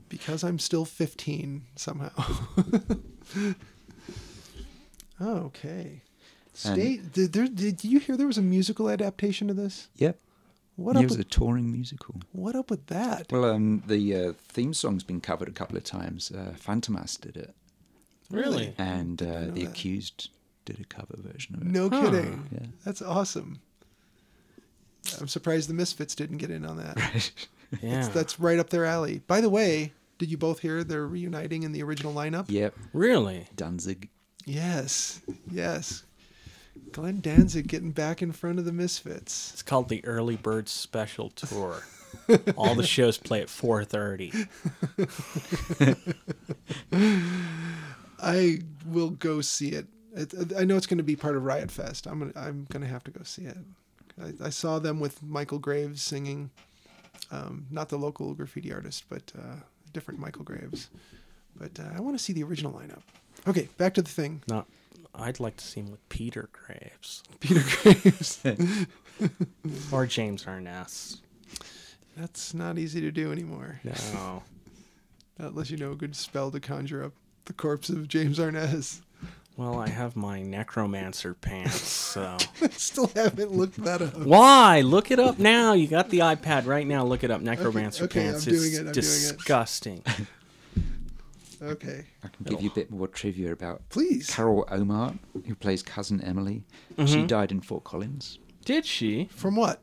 Speaker 5: Because I'm still 15 somehow. *laughs* okay. State. did, there, did you hear there was a musical adaptation of this?
Speaker 6: Yep.
Speaker 5: What
Speaker 6: it
Speaker 5: up?
Speaker 6: was
Speaker 5: With,
Speaker 6: a touring musical.
Speaker 5: what up with that?
Speaker 6: Well, um, the uh, theme song's been covered a couple of times. Uh, Phantomas did it,
Speaker 4: Really?
Speaker 6: and uh, The Accused did a cover version of it.
Speaker 5: No kidding.
Speaker 6: Yeah.
Speaker 5: That's awesome. I'm surprised the Misfits didn't get in on that.
Speaker 4: Yeah.
Speaker 5: That's right up their alley. By the way, did you both hear they're reuniting in the original lineup?
Speaker 6: Yep.
Speaker 4: Really?
Speaker 6: Danzig.
Speaker 5: Yes. Yes. Glenn Danzig getting back in front of the Misfits.
Speaker 4: It's called the Early Bird Special Tour. All the shows play at 4:30.
Speaker 5: I will go see it. It- I know it's going to be part of Riot Fest. I'm gonna, I'm going to have to go see it. I, I saw them with Michael Graves singing, um, not the local graffiti artist, but uh, different Michael Graves. But uh, I want to see the original lineup. Okay, back to the thing.
Speaker 4: Not I'd like to see him with Peter Graves
Speaker 5: Peter Graves.
Speaker 4: *laughs* or James Arness.
Speaker 5: That's not easy to do anymore,
Speaker 4: No.
Speaker 5: not unless you know a good spell to conjure up the corpse of James Arnaz. *laughs*
Speaker 4: Well, I have my necromancer pants, so *laughs*
Speaker 5: I still haven't looked that up.
Speaker 4: why? Look it up now. You got the iPad right now. Look it up. Necromancer
Speaker 5: okay, I'm
Speaker 4: pants.
Speaker 5: doing
Speaker 4: it's
Speaker 5: it, I'm doing it. *laughs*
Speaker 4: disgusting.
Speaker 5: Okay,
Speaker 6: I can give you a bit more trivia about
Speaker 5: please.
Speaker 6: Carol Omart, who plays cousin Emily.
Speaker 4: Mm-hmm.
Speaker 6: She died in Fort Collins.
Speaker 4: Did she?
Speaker 5: From what?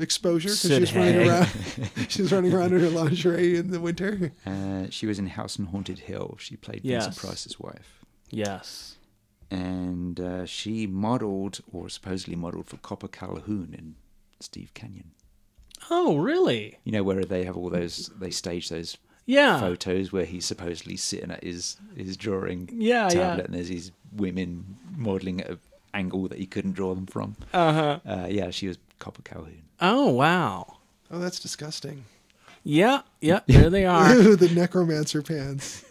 Speaker 5: Exposure? Because
Speaker 4: Sid
Speaker 5: she's running
Speaker 4: Haig.
Speaker 5: around.
Speaker 4: *laughs*
Speaker 5: she's running around in her lingerie in the winter.
Speaker 6: Uh, she was in House on Haunted Hill. She played Vincent
Speaker 4: Yes.
Speaker 6: Price's wife.
Speaker 4: Yes.
Speaker 6: And uh, she modeled, or supposedly modeled, for Copper Calhoun in Steve Canyon.
Speaker 4: Oh, really?
Speaker 6: You know where they have all those, they stage those
Speaker 4: Yeah.
Speaker 6: photos where he's supposedly sitting at his his drawing
Speaker 4: Yeah, yeah.
Speaker 6: tablet, and there's these women modelling at an angle that he couldn't draw them from.
Speaker 4: Uh-huh.
Speaker 6: Uh, yeah, she was Copper Calhoun.
Speaker 4: Oh, wow.
Speaker 5: Oh, that's disgusting. *laughs*
Speaker 4: Yeah, yeah, there they are.
Speaker 5: Ew, the necromancer
Speaker 4: *laughs*
Speaker 5: pants.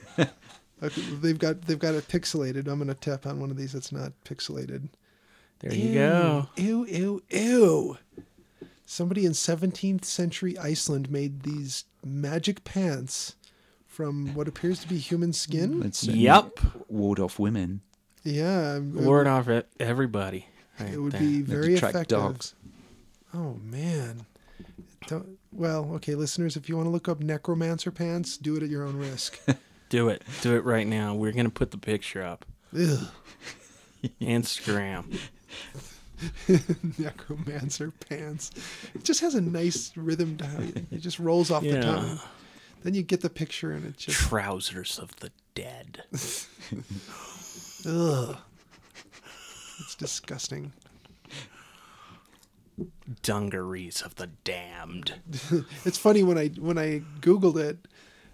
Speaker 5: Okay, they've got they've got it pixelated. I'm gonna tap on one of these that's not pixelated.
Speaker 4: There you go.
Speaker 5: Ew, ew, ew. Somebody in 17th century Iceland made these magic pants from what appears to be human
Speaker 4: Mm.
Speaker 5: skin.
Speaker 6: That's um,
Speaker 4: Yep.
Speaker 6: Ward off women.
Speaker 5: Yeah, it would-
Speaker 4: Word off it, everybody. Right
Speaker 5: it would
Speaker 4: there.
Speaker 5: be
Speaker 6: They
Speaker 5: very
Speaker 6: attract
Speaker 5: effective.
Speaker 6: dogs.
Speaker 5: Oh man. Don't, well, okay, listeners, if you want to look up necromancer pants, do it at your own
Speaker 4: *laughs*
Speaker 5: risk.
Speaker 4: Do it. Do it right now. We're gonna put the picture up.
Speaker 5: Ugh, *laughs*
Speaker 4: Instagram.
Speaker 5: necromancer pants. It just has a nice rhythm to how it, it just rolls off the
Speaker 4: Yeah.
Speaker 5: tongue. Then you get the picture and it just
Speaker 4: Trousers of the dead.
Speaker 5: ugh. It's disgusting.
Speaker 4: Dungarees of the damned.
Speaker 5: It's funny when I when I googled it,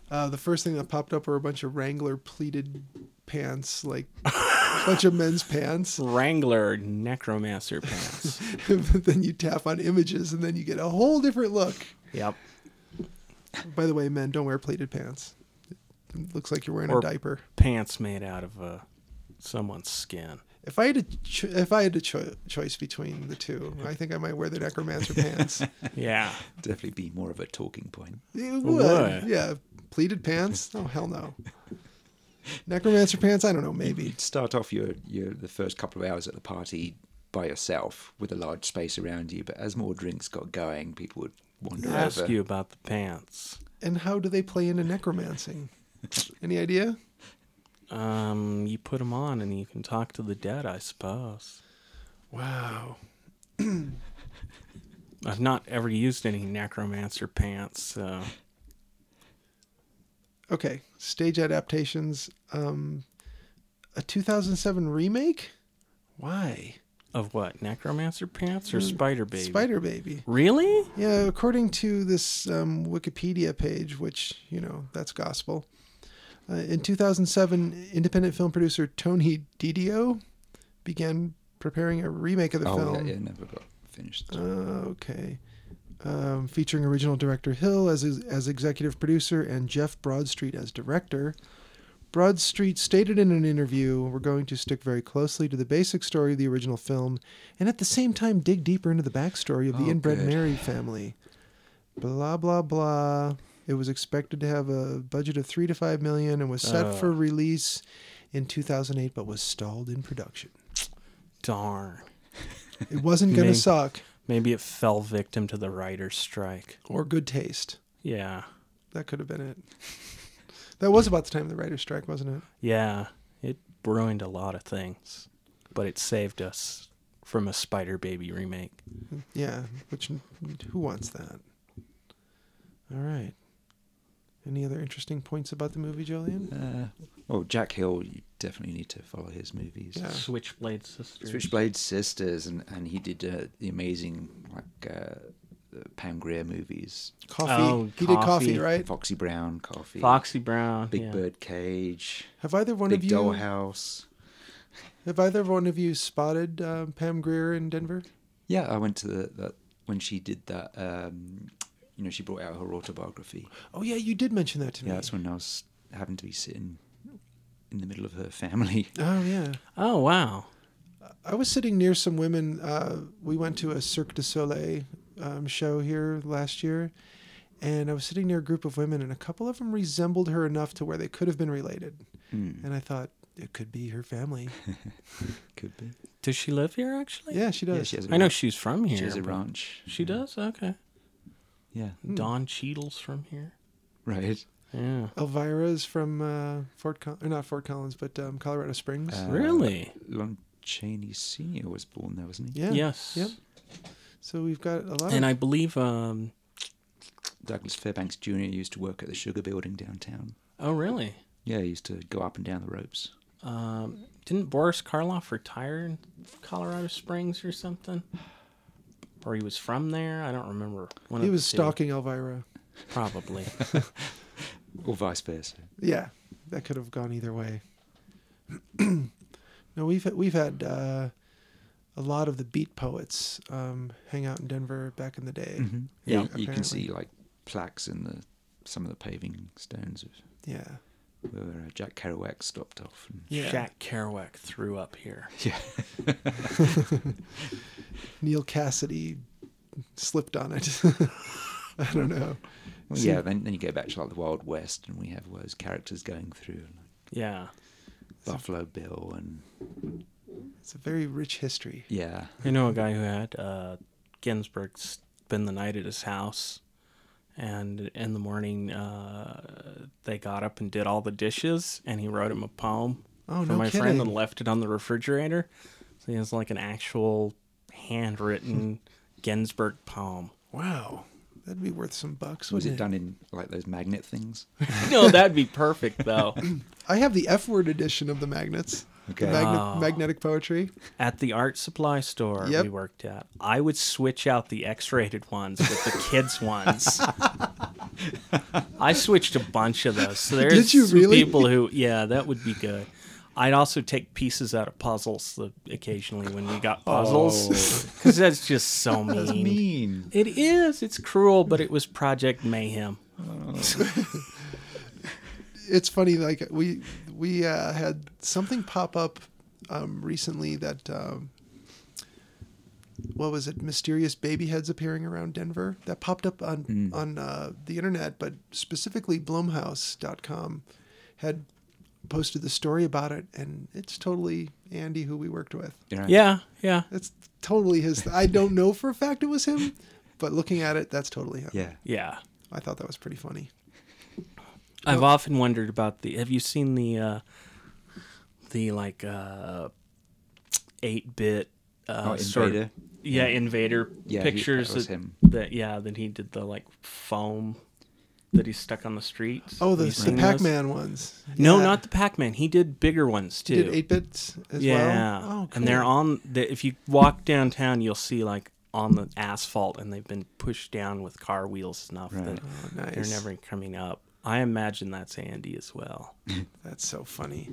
Speaker 5: uh, the first thing that popped up were a bunch of Wrangler pleated pants, like a bunch of men's pants.
Speaker 4: Wrangler
Speaker 5: *laughs*
Speaker 4: necromancer pants.
Speaker 5: but then you tap on images and then you get a whole different look.
Speaker 4: yep.
Speaker 5: By the way, men, don't wear pleated pants. It looks like you're wearing
Speaker 4: Or-
Speaker 5: a diaper.
Speaker 4: Pants made out of uh, someone's skin.
Speaker 5: If I had a cho- if I had a cho- choice between the two, I think I might wear the necromancer
Speaker 4: *laughs*
Speaker 5: pants. *laughs*
Speaker 4: Yeah.
Speaker 6: Definitely be more of a talking point.
Speaker 5: It
Speaker 4: Why?
Speaker 5: would, yeah. Pleated pants? Oh hell no. Necromancer pants? I don't know. Maybe.
Speaker 6: You'd start off your, your the first couple of hours at the party by yourself with a large space around you, but as more drinks got going, people would wander
Speaker 4: Ask
Speaker 6: over.
Speaker 4: you about the pants.
Speaker 5: And how do they play into necromancy? Any idea?
Speaker 4: Um, you put them on and you can talk to the dead, I suppose.
Speaker 5: Wow.
Speaker 4: *clears throat* I've not ever used any necromancer pants, uh, so
Speaker 5: Okay, stage adaptations. Um, a 2007 remake? Why?
Speaker 4: of what? Necromancer pants or spider baby?
Speaker 5: Mm. Spider Baby.
Speaker 4: Really?
Speaker 5: Yeah, according to this um, Wikipedia page, which, you know, that's gospel. Uh, in 2007, independent film producer Tony Didio began preparing a remake of the
Speaker 6: Oh, yeah,
Speaker 5: film.
Speaker 6: yeah, never got finished.
Speaker 5: Uh, Okay. Um, featuring original director Hill as as executive producer and Jeff Broadstreet as director. Broadstreet stated in an interview, "We're going to stick very closely to the basic story of the original film, and at the same time dig deeper into the backstory of the
Speaker 6: Oh,
Speaker 5: inbred
Speaker 6: good.
Speaker 5: Mary family." Blah blah blah. It was expected to have a budget of three to five million and was set for release in 2008, but was stalled in production.
Speaker 4: Darn.
Speaker 5: It wasn't gonna
Speaker 4: Maybe.
Speaker 5: suck
Speaker 4: Maybe it fell victim to the writer's strike.
Speaker 5: or good taste.
Speaker 4: Yeah.
Speaker 5: That could have been it. that was about the time of the writer's strike, wasn't it?
Speaker 4: Yeah. It ruined a lot of things, but it saved us from a spider baby remake.
Speaker 5: Yeah. Which who wants that? All right. Any other interesting points about the movie, Julian?
Speaker 6: Uh, well, Jack Hill, you definitely need to follow his movies.
Speaker 5: Yeah.
Speaker 4: Switchblade Sisters.
Speaker 6: Switchblade Sisters, and, and he did uh, the amazing like uh, Pam Grier movies,
Speaker 5: Coffee.
Speaker 4: Oh,
Speaker 5: he did coffee,
Speaker 4: coffee.
Speaker 5: right?
Speaker 6: Foxy Brown, Coffee,
Speaker 4: Foxy Brown.
Speaker 6: Big
Speaker 4: yeah.
Speaker 6: Bird Cage,
Speaker 5: Have either one
Speaker 6: Big
Speaker 5: of you
Speaker 6: Dollhouse.
Speaker 5: have either one of you spotted um, Pam Greer in Denver?
Speaker 6: Yeah, I went to the, that when she did that. Um, you know, she brought out her autobiography.
Speaker 5: Oh yeah, you did mention that to me.
Speaker 6: Yeah, that's when I was having to be sitting in the middle of her family.
Speaker 5: oh yeah.
Speaker 4: Oh, wow.
Speaker 5: I was sitting near some women. Uh, we went to a Cirque du Soleil um, show here last year, and I was sitting near a group of women, and a couple of them resembled her enough to where they could have been related.
Speaker 6: Hmm.
Speaker 5: And I thought it could be her
Speaker 6: *laughs*
Speaker 5: family.
Speaker 6: *laughs* Could be.
Speaker 4: Does she live here, actually?
Speaker 5: yeah, she does.
Speaker 6: Yeah, she has. A
Speaker 4: I know
Speaker 6: ranch-
Speaker 4: she's from here.
Speaker 6: she has a
Speaker 4: but-
Speaker 6: ranch.
Speaker 4: She does? Okay.
Speaker 6: Yeah,
Speaker 5: Hmm.
Speaker 4: Don Cheadle's from here.
Speaker 6: right.
Speaker 4: Yeah.
Speaker 5: Elvira's from uh, Fort, Col- or not Fort Collins, but um, Colorado Springs.
Speaker 6: Uh,
Speaker 4: Really?
Speaker 6: Lon Chaney Senior was born there, wasn't he?
Speaker 5: yeah.
Speaker 4: yes.
Speaker 5: Yep. Oh. So we've got a lot.
Speaker 4: And
Speaker 5: of,
Speaker 4: I believe um
Speaker 6: Douglas Fairbanks Jr. used to work at the Sugar Building downtown.
Speaker 4: oh really?
Speaker 6: Yeah, he used to go up and down the ropes.
Speaker 4: Um didn't Boris Karloff retire in Colorado Springs or something? Or he was from there? I don't remember. One
Speaker 5: he
Speaker 4: of the
Speaker 5: was
Speaker 4: two.
Speaker 5: stalking Elvira.
Speaker 4: Probably.
Speaker 6: Or vice versa.
Speaker 5: Yeah, that could have gone either way. *clears throat* no, we've we've had uh, a lot of the beat poets um, hang out in Denver back in the day.
Speaker 6: Mm-hmm. Yeah. You,
Speaker 5: Yeah,
Speaker 6: you can see
Speaker 5: apparently.
Speaker 6: like plaques in the some of the paving stones of
Speaker 5: Yeah,
Speaker 6: where uh, Jack Kerouac stopped off. And,
Speaker 5: yeah.
Speaker 4: Jack Kerouac threw up here.
Speaker 6: yeah.
Speaker 5: Neil Cassidy slipped on it. *laughs* I don't know.
Speaker 6: Well, yeah. Then, then you go back to like the Wild West, and we have all those characters going through like
Speaker 4: Yeah.
Speaker 6: Buffalo Bill, and
Speaker 5: It's a very rich history.
Speaker 6: yeah,
Speaker 4: I know a guy who had uh, Ginsburg spend the night at his house, and in the morning uh, they got up and did all the dishes, and he wrote him a poem
Speaker 5: Oh,
Speaker 4: for
Speaker 5: no
Speaker 4: my friend
Speaker 5: kidding.
Speaker 4: and left it on the refrigerator. So he has like an actual *laughs* handwritten Ginsburg poem.
Speaker 5: Wow, that'd be worth some bucks.
Speaker 6: was
Speaker 5: wouldn't
Speaker 6: it done in like those magnet things?
Speaker 4: No, that'd be perfect though.
Speaker 5: I have the F word edition of the magnets.
Speaker 6: Okay. Ah.
Speaker 5: The magne-
Speaker 4: Oh.
Speaker 5: Magnetic poetry.
Speaker 4: At the art supply store
Speaker 5: Yep.
Speaker 4: we worked at, I would switch out the X-rated ones with the
Speaker 5: *laughs*
Speaker 4: kids ones. I switched a bunch of those. So there's
Speaker 5: Did you
Speaker 4: some
Speaker 5: really?
Speaker 4: people who, yeah, that would be good. I'd also take pieces out of puzzles that occasionally when we got puzzles,
Speaker 5: Oh.
Speaker 4: because that's just
Speaker 5: *laughs*
Speaker 4: so mean.
Speaker 6: Mean.
Speaker 4: It is. It's cruel, but it was Project Mayhem.
Speaker 5: it's funny like we we uh, had something pop up um, recently that um, what was it mysterious baby heads appearing around denver that popped up on on uh, the internet but specifically blumhouse.com had posted the story about it and it's totally andy who we worked with
Speaker 6: You know?
Speaker 4: Yeah, yeah.
Speaker 5: that's totally his i don't know for a fact it was him But looking at it, that's totally him.
Speaker 6: Yeah.
Speaker 4: Yeah.
Speaker 5: I thought that was pretty funny.
Speaker 4: I've often wondered about the. Have you seen the, uh, the like, uh, eight bit, uh,
Speaker 6: Oh,
Speaker 4: sort of-
Speaker 6: Invader.
Speaker 4: yeah, Invader
Speaker 6: Yeah, he- that
Speaker 4: pictures
Speaker 6: was him.
Speaker 4: that, yeah, that he did the like foam that he stuck on the streets.
Speaker 5: Oh,
Speaker 4: Have
Speaker 5: the,
Speaker 4: you
Speaker 5: the
Speaker 4: seen those?
Speaker 5: Pac Man ones.
Speaker 4: No,
Speaker 5: Yeah.
Speaker 4: not the Pac Man. He did bigger ones too.
Speaker 5: Did 8 bits as
Speaker 4: yeah,
Speaker 5: well? Oh, cool.
Speaker 4: and they're on. The, if you walk downtown, you'll see like on the asphalt, and they've been pushed down with car wheels enough that
Speaker 6: Right.
Speaker 5: Oh,
Speaker 4: they're
Speaker 5: nice.
Speaker 4: never coming up. I imagine that's Andy as well.
Speaker 5: That's so funny.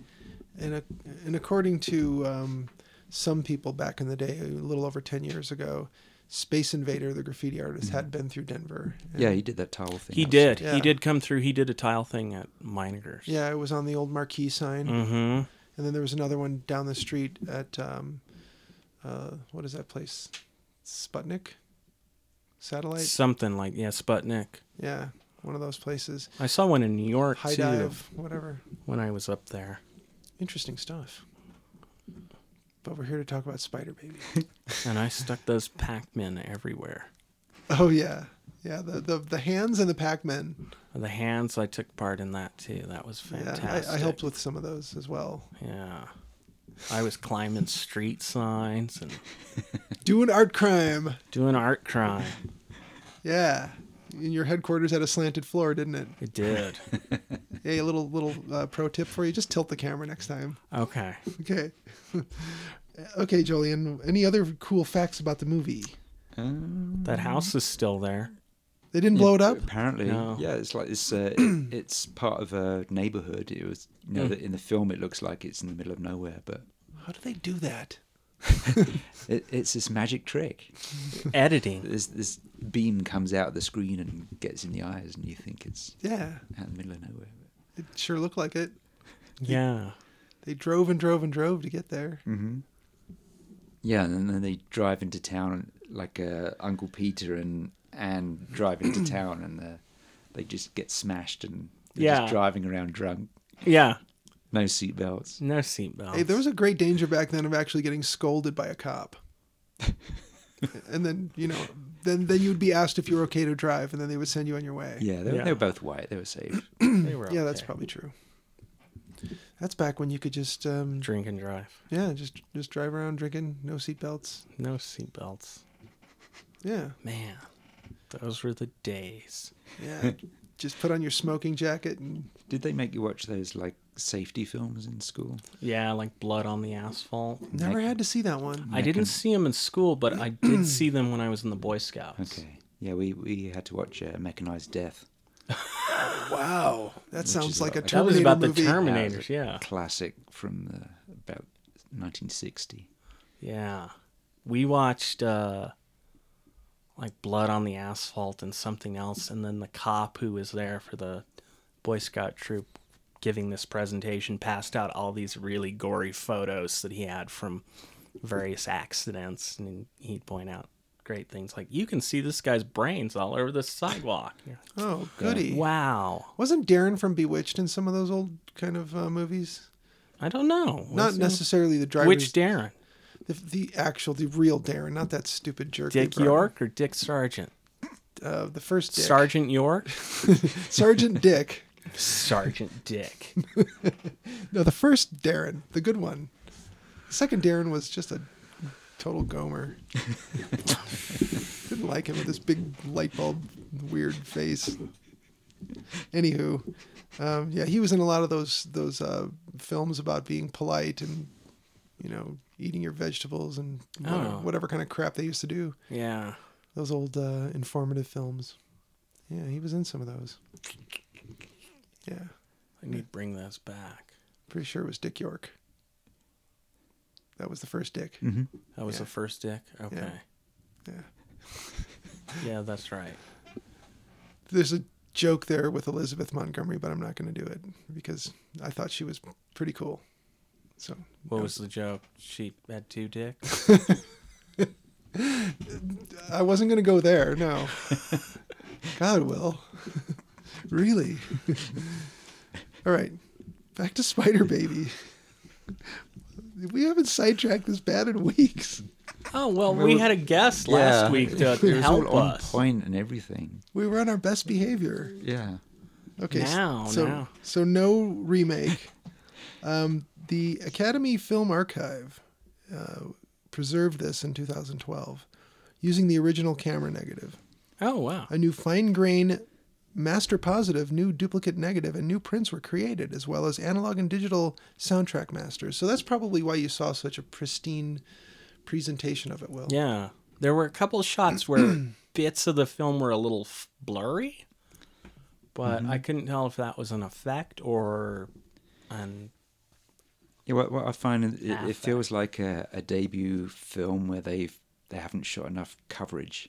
Speaker 5: And, ac and according to um, some people back in the day, a little over 10 years ago, Space Invader, the graffiti artist,
Speaker 4: Mm-hmm.
Speaker 5: had been through Denver. And-
Speaker 6: Yeah, he did that tile thing.
Speaker 4: He
Speaker 6: I've
Speaker 4: did.
Speaker 5: Yeah.
Speaker 4: He did come through. He did a tile thing at Meininger's.
Speaker 5: Yeah, it was on the old marquee sign.
Speaker 4: Mm-hmm.
Speaker 5: And then there was another one down the street at, um, uh, what is that place? Sputnik? Satellite?
Speaker 4: Something like yeah, Sputnik.
Speaker 5: yeah, one of those places.
Speaker 4: I saw one in New York
Speaker 5: High
Speaker 4: too
Speaker 5: dive, whatever.
Speaker 4: when I was up there.
Speaker 5: Interesting stuff. But we're here to talk about Spider Baby.
Speaker 4: and I stuck those Pac-Men everywhere.
Speaker 5: *laughs* oh yeah, yeah. The the, the hands and the Pac Men.
Speaker 4: The hands, I took part in that too. That was
Speaker 5: Yeah,
Speaker 4: fantastic.
Speaker 5: I, I helped with some of those as well.
Speaker 4: Yeah. I was climbing street signs and
Speaker 5: Doing art crime.
Speaker 4: doing art crime.
Speaker 5: Yeah. And your headquarters had a slanted floor, didn't it? *laughs*
Speaker 4: It did.
Speaker 5: Hey, a little little uh, pro tip for you: just tilt the camera next time. *laughs*
Speaker 4: Okay.
Speaker 5: Okay. *laughs* okay, Jolien. Any other cool facts about the movie?
Speaker 6: Oh,
Speaker 4: That
Speaker 5: Mm-hmm.
Speaker 4: house is
Speaker 5: *laughs*
Speaker 4: still there.
Speaker 5: They didn't blow it up.
Speaker 6: Apparently,
Speaker 4: No.
Speaker 6: yeah, it's like it's uh, it- it's part of a neighborhood. It was you know that in the film it looks like it's in the middle of nowhere, but
Speaker 5: How do they do that?
Speaker 6: it, it's this magic trick.
Speaker 4: Editing.
Speaker 6: This this beam comes out of the screen and gets in the eyes, and you think it's
Speaker 5: Yeah,
Speaker 6: out in the middle of nowhere.
Speaker 5: it sure looked like it.
Speaker 4: Yeah.
Speaker 5: They drove and drove and drove to get there.
Speaker 6: Yeah, and then they drive into town like uh, Uncle Peter and Anne drive
Speaker 4: *clears throat*
Speaker 6: into town, and uh, they just get smashed and they're
Speaker 4: Yeah.
Speaker 6: just driving around drunk,
Speaker 4: Yeah.
Speaker 6: no seatbelts.
Speaker 4: No seatbelts.
Speaker 5: Hey, there was a great danger back then of actually getting scolded by a
Speaker 4: *laughs*
Speaker 5: cop. and then, you know, then then you'd be asked if you were okay to drive and then they would send you on your way.
Speaker 6: Yeah, they were,
Speaker 4: Yeah.
Speaker 6: they were both white. They were safe. *coughs*
Speaker 5: *clears throat*
Speaker 4: They were
Speaker 5: Yeah, that's
Speaker 4: okay.
Speaker 5: probably true. That's back when you could just um
Speaker 4: drink and drive.
Speaker 5: yeah, just just drive around drinking, no seatbelts.
Speaker 4: No seatbelts.
Speaker 5: Yeah.
Speaker 4: Man, those were the days.
Speaker 5: Yeah. just put on your smoking jacket and
Speaker 6: Did they make you watch those like safety films in school?
Speaker 4: Yeah, like blood on the asphalt.
Speaker 5: never
Speaker 6: Like-
Speaker 5: had to see that one.
Speaker 4: I didn't see them in school, but I
Speaker 5: *clears throat*
Speaker 4: did see them when I was in the Boy Scouts.
Speaker 6: Okay. Yeah, we, we had to watch uh, Mechanized Death.
Speaker 5: Wow. That sounds
Speaker 6: is
Speaker 5: like a
Speaker 6: about-
Speaker 4: That
Speaker 5: Terminator
Speaker 4: was about
Speaker 5: movie.
Speaker 4: the
Speaker 6: That was
Speaker 4: Terminators.
Speaker 6: a
Speaker 4: Yeah.
Speaker 6: Classic from the, about 1960.
Speaker 4: Yeah. We watched uh like Blood on the Asphalt and something else and then the cop who was there for the Boy Scout troop giving this presentation passed out all these really gory photos that he had from various accidents and he'd point out great things like you can see this guy's brains all over the sidewalk. You're like,
Speaker 5: Oh, goody.
Speaker 4: Wow.
Speaker 5: Wasn't Darren from Bewitched in some of those old kind of uh, movies?
Speaker 4: I don't know.
Speaker 5: Not
Speaker 4: Was-
Speaker 5: necessarily the driver's
Speaker 4: Which Darren?
Speaker 5: The, the actual, the real Darren, not that stupid jerk. they
Speaker 4: Dick
Speaker 5: brought-
Speaker 4: York or Dick Sargent?
Speaker 5: Uh, the first Dick.
Speaker 4: Sergeant
Speaker 5: *laughs*
Speaker 4: York? *laughs*
Speaker 5: Sergeant Dick.
Speaker 4: Sergeant Dick.
Speaker 5: No, the first Darren, the good one. The second Darren was just a total
Speaker 4: *laughs*
Speaker 5: gomer. Didn't like him with this big light bulb, weird face. Anywho, um, yeah, he was in a lot of those those uh, films about being polite and you know eating your vegetables and whatever,
Speaker 4: Oh.
Speaker 5: whatever kind of crap they used to do.
Speaker 4: Yeah.
Speaker 5: those old uh, informative films. Yeah, he was in some of those. Yeah,
Speaker 4: I need to bring those back.
Speaker 5: pretty sure it was Dick York. That was the first Dick.
Speaker 4: That was
Speaker 5: Yeah.
Speaker 4: the first dick? Okay.
Speaker 5: Yeah,
Speaker 4: Yeah. that's right.
Speaker 5: there's a joke there with Elizabeth Montgomery, but I'm not going to do it because I thought she was pretty cool. So
Speaker 4: What was the joke? She had two dicks?
Speaker 5: I wasn't going to go there. No, God will. *laughs* really. *laughs* All right, back to Spider Baby. We haven't sidetracked this bad in weeks.
Speaker 4: *laughs* Oh well, we had a guest last
Speaker 6: Yeah.
Speaker 4: week *laughs* to
Speaker 6: It was
Speaker 4: help
Speaker 6: all on
Speaker 4: us.
Speaker 6: point and everything.
Speaker 5: We were on our best behavior.
Speaker 6: Yeah.
Speaker 5: Okay. s-
Speaker 4: Now,
Speaker 5: so
Speaker 4: now.
Speaker 5: so no remake. um, the Academy Film Archive uh, preserved this in 2012 using the original camera negative.
Speaker 4: Oh wow,
Speaker 5: A new fine grain master positive, new duplicate negative, and new prints were created, as well as analog and digital soundtrack masters. So that's probably why you saw such a pristine presentation of it, Will.
Speaker 4: yeah. There were a couple of shots where *clears throat* bits of the film were a little f- blurry, but I couldn't tell if that was an effect or an
Speaker 6: Yeah, what, what I find is it, it
Speaker 4: Affect.
Speaker 6: feels like a, a debut film where they've they haven't shot enough coverage.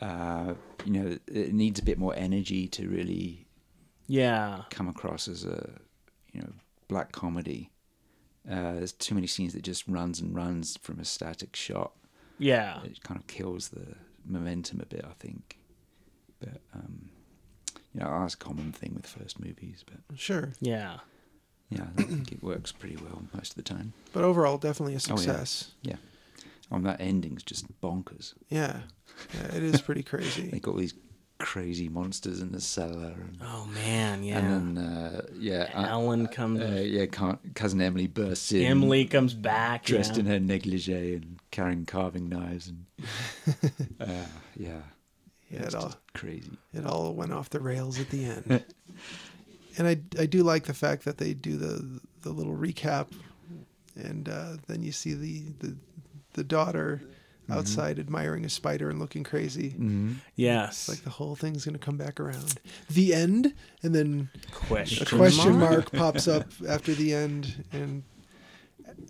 Speaker 6: Uh, you know, it needs a bit more energy to really
Speaker 4: yeah.
Speaker 6: come across as a you know black comedy. Uh, there's too many scenes that just runs and runs from a static shot.
Speaker 4: Yeah.
Speaker 6: It kind of kills the momentum a bit, I think. But um, you know, that's a common thing with first movies. But
Speaker 5: Sure.
Speaker 4: Yeah.
Speaker 6: yeah, I think it works pretty well most of the time.
Speaker 5: But overall, definitely a
Speaker 6: Oh, yeah.
Speaker 5: success.
Speaker 6: Yeah. I mean, that ending's just bonkers.
Speaker 5: yeah. yeah. It is pretty
Speaker 6: They *laughs*
Speaker 5: crazy.
Speaker 6: got all these crazy monsters in the cellar. And,
Speaker 4: Oh man, yeah.
Speaker 6: and then, uh, yeah. I-
Speaker 4: Ellen comes.
Speaker 6: uh, yeah, can't, cousin Emily bursts in.
Speaker 4: Emily comes back.
Speaker 6: Dressed
Speaker 4: yeah.
Speaker 6: in her negligee and carrying carving
Speaker 4: *laughs*
Speaker 6: knives. and uh, Yeah.
Speaker 5: Yeah, it
Speaker 6: It's
Speaker 5: all,
Speaker 6: just crazy.
Speaker 5: it all went off the rails at the end. and I, I do like the fact that they do the the little recap, and uh, then you see the the, the daughter outside admiring a spider and looking crazy.
Speaker 4: Yes.
Speaker 5: Like the whole thing's gonna come back around. The end, and then
Speaker 4: question.
Speaker 5: a question mark pops up after the end, and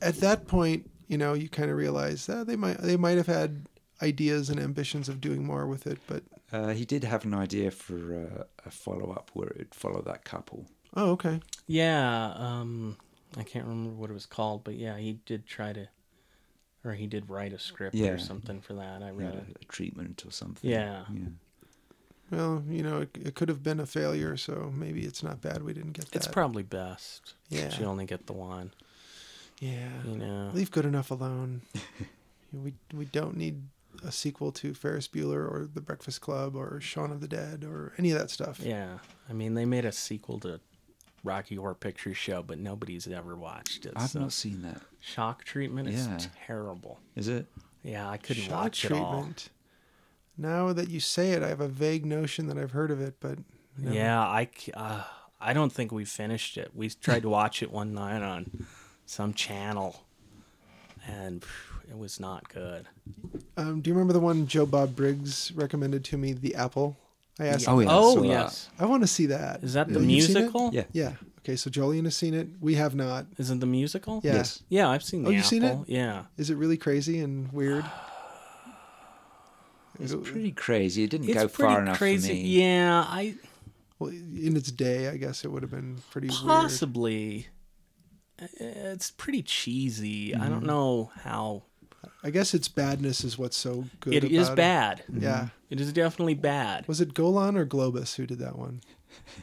Speaker 5: at that point, you know, you kind of realize that they might they might have had ideas and ambitions of doing more with it, but
Speaker 6: Uh, he did have an idea for uh, a follow up where it would follow that couple.
Speaker 5: oh okay,
Speaker 4: Yeah. Um, I can't remember what it was called, but yeah, he did try to, or he did write a script
Speaker 6: Yeah.
Speaker 4: or something for that. I
Speaker 6: You know,
Speaker 4: read it.
Speaker 6: a treatment or something.
Speaker 4: Yeah.
Speaker 6: yeah.
Speaker 5: well, you know, it, it could have been a failure, so maybe it's not bad we didn't get that.
Speaker 4: It's probably best.
Speaker 5: Yeah.
Speaker 4: that You only get the one.
Speaker 5: yeah.
Speaker 4: You know.
Speaker 5: Leave good enough alone. we we don't need a sequel to Ferris Bueller or The Breakfast Club or Shaun of the Dead or any of that stuff.
Speaker 4: Yeah. I mean, they made a sequel to Rocky Horror Picture Show, but nobody's ever watched it.
Speaker 6: I've
Speaker 4: so.
Speaker 6: not seen that.
Speaker 4: Shock treatment is
Speaker 6: Yeah.
Speaker 4: terrible.
Speaker 6: Is it?
Speaker 4: Yeah, I couldn't
Speaker 5: Shock
Speaker 4: watch it all.
Speaker 5: Now that you say it, I have a vague notion that I've heard of it, but no.
Speaker 4: Yeah, I, c- uh, I don't think we finished it.
Speaker 5: *laughs*
Speaker 4: We tried to watch it one night on some channel, and phew, it was not good.
Speaker 5: Um, do you remember the one Joe Bob Briggs recommended to me, The Apple? I asked.
Speaker 6: Oh, yeah, I saw
Speaker 4: oh
Speaker 6: that.
Speaker 4: yes,
Speaker 5: I want to see that.
Speaker 4: is that the
Speaker 5: Have you seen it?
Speaker 4: musical?
Speaker 6: Yeah.
Speaker 5: Yeah. Okay, so Jolene has seen it. We have not.
Speaker 4: is it the musical?
Speaker 5: Yeah.
Speaker 6: Yes.
Speaker 4: yeah, I've seen.
Speaker 5: Oh,
Speaker 4: the
Speaker 5: you've seen
Speaker 4: Apple.
Speaker 5: it?
Speaker 4: Yeah,
Speaker 5: Is it really crazy and weird?
Speaker 6: It's
Speaker 5: It-
Speaker 6: pretty crazy. It didn't
Speaker 4: it's
Speaker 6: go
Speaker 4: pretty
Speaker 6: far enough
Speaker 4: crazy.
Speaker 6: for me.
Speaker 4: Yeah, I
Speaker 5: Well, in its day, I guess it would have been pretty weird.
Speaker 4: possibly. Uh, It's pretty cheesy. I
Speaker 5: Mm-hmm.
Speaker 4: don't know how.
Speaker 5: I guess its badness is what's so good.
Speaker 4: it is
Speaker 5: about
Speaker 4: bad. Mm-hmm.
Speaker 5: Yeah.
Speaker 4: It is definitely bad.
Speaker 5: Was it Golan or Globus who did that one?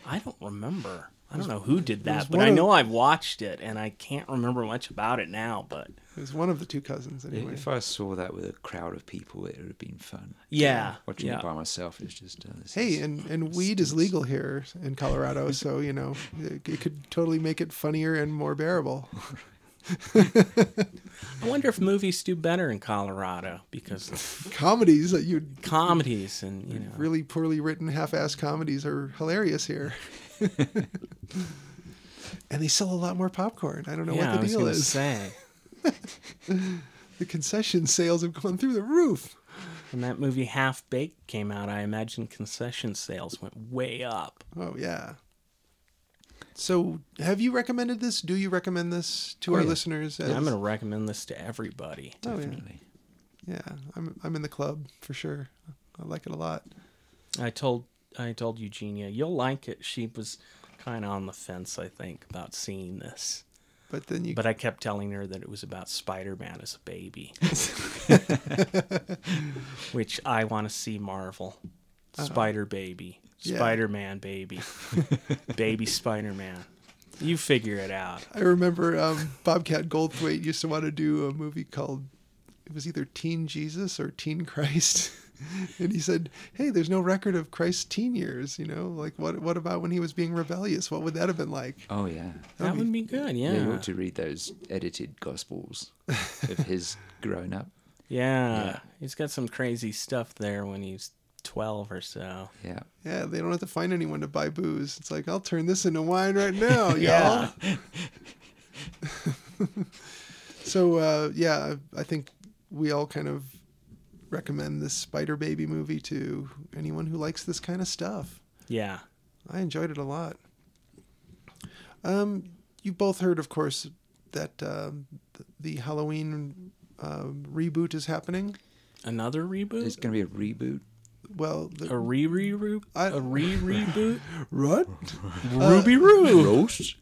Speaker 4: I don't remember. I don't know who did
Speaker 5: was
Speaker 4: that, but
Speaker 5: one
Speaker 4: I
Speaker 5: of-
Speaker 4: know I've watched it and I can't remember much about it now, but
Speaker 5: It was one of the two cousins, anyway.
Speaker 6: If I saw that with a crowd of people, it would have been fun.
Speaker 4: yeah.
Speaker 6: Watching
Speaker 4: yeah.
Speaker 6: it by myself is just. Uh, this
Speaker 5: Hey,
Speaker 6: is-
Speaker 5: and, and weed is legal here in
Speaker 4: *laughs*
Speaker 5: Colorado, so you know it, it could totally make it funnier and more bearable. *laughs*
Speaker 4: I wonder if movies do better in Colorado because
Speaker 5: Comedies that you
Speaker 4: comedies and, you know.
Speaker 5: really poorly written, half-assed comedies are hilarious
Speaker 4: *laughs*
Speaker 5: here, *laughs* and they sell a lot more popcorn. I don't *laughs* know
Speaker 4: yeah, I
Speaker 5: what the
Speaker 4: was
Speaker 5: deal
Speaker 4: going to
Speaker 5: is.
Speaker 4: say.
Speaker 5: The concession sales have gone through the roof.
Speaker 4: When that movie Half Baked came out, I imagine concession sales went way up.
Speaker 5: Oh yeah. So, have you recommended this? Do you recommend this to our
Speaker 6: yeah.
Speaker 5: listeners? As,
Speaker 4: I'm going to recommend this to everybody.
Speaker 5: Oh, yeah.
Speaker 6: definitely.
Speaker 5: Yeah, I'm I'm in the club for sure. I like it a lot.
Speaker 4: I told I told Eugenia, you'll like it. She was kind of on the fence, I think, about seeing this.
Speaker 5: But then you
Speaker 4: But I kept telling her that it was about Spider Man as a baby, which I want to see Marvel. Spider Baby,
Speaker 5: Yeah.
Speaker 4: Spider Man Baby, Baby Spider Man. You figure it out.
Speaker 5: I remember um, Bobcat Goldthwait used to want to do a movie called it was either Teen Jesus or Teen Christ, *laughs* and he said, "Hey, there's no record of Christ's teen years. You know, like what what about when he was being rebellious? What would that have been like?"
Speaker 6: Oh yeah.
Speaker 4: That would be good, yeah.
Speaker 6: yeah. You
Speaker 4: Yeah.
Speaker 6: ought to read those edited gospels of
Speaker 4: *laughs*
Speaker 6: his growing up.
Speaker 4: He's got some crazy stuff there when he's 12 or so.
Speaker 6: Yeah.
Speaker 5: Yeah, they don't have to find anyone to buy booze. It's like I'll turn this into wine right now, y'all. *laughs* so uh, yeah, I think we all kind of recommend this Spider Baby movie to anyone who likes this kind of stuff.
Speaker 4: Yeah.
Speaker 5: I enjoyed it a lot. Um, you both heard, of course, that uh, th- the Halloween uh, reboot is happening.
Speaker 4: Another reboot?
Speaker 6: There's going to be a reboot.
Speaker 5: Well,
Speaker 4: a
Speaker 5: the,
Speaker 4: re re re
Speaker 5: I-
Speaker 4: a re reboot?
Speaker 5: what?
Speaker 4: Ruby Roo.
Speaker 6: Roast.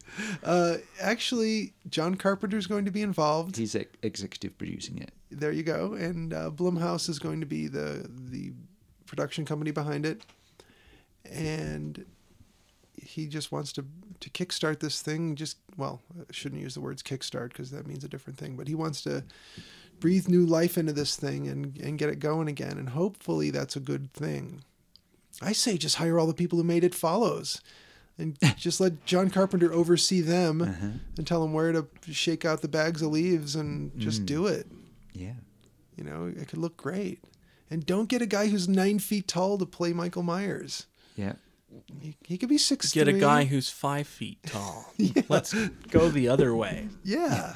Speaker 5: Uh, *laughs* actually, John Carpenter's going to be involved.
Speaker 6: He's ex- executive producing it.
Speaker 5: there you go. And uh, Blumhouse is going to be the the production company behind it, and he just wants to to kickstart this thing. Just well, I shouldn't use the words kickstart because that means a different thing. But he wants to breathe new life into this thing and and get it going again. And hopefully that's a good thing. I say just hire all the people who made it follows. And just let John Carpenter oversee them and tell them where to shake out the bags of leaves and just do it.
Speaker 6: Yeah.
Speaker 5: You know, it could look great. And don't get a guy who's nine feet tall to play Michael Myers.
Speaker 6: Yeah.
Speaker 5: He, he could be six.
Speaker 4: Get a guy who's five feet
Speaker 5: *laughs*
Speaker 4: tall. Let's go the other way. *laughs*
Speaker 5: Yeah.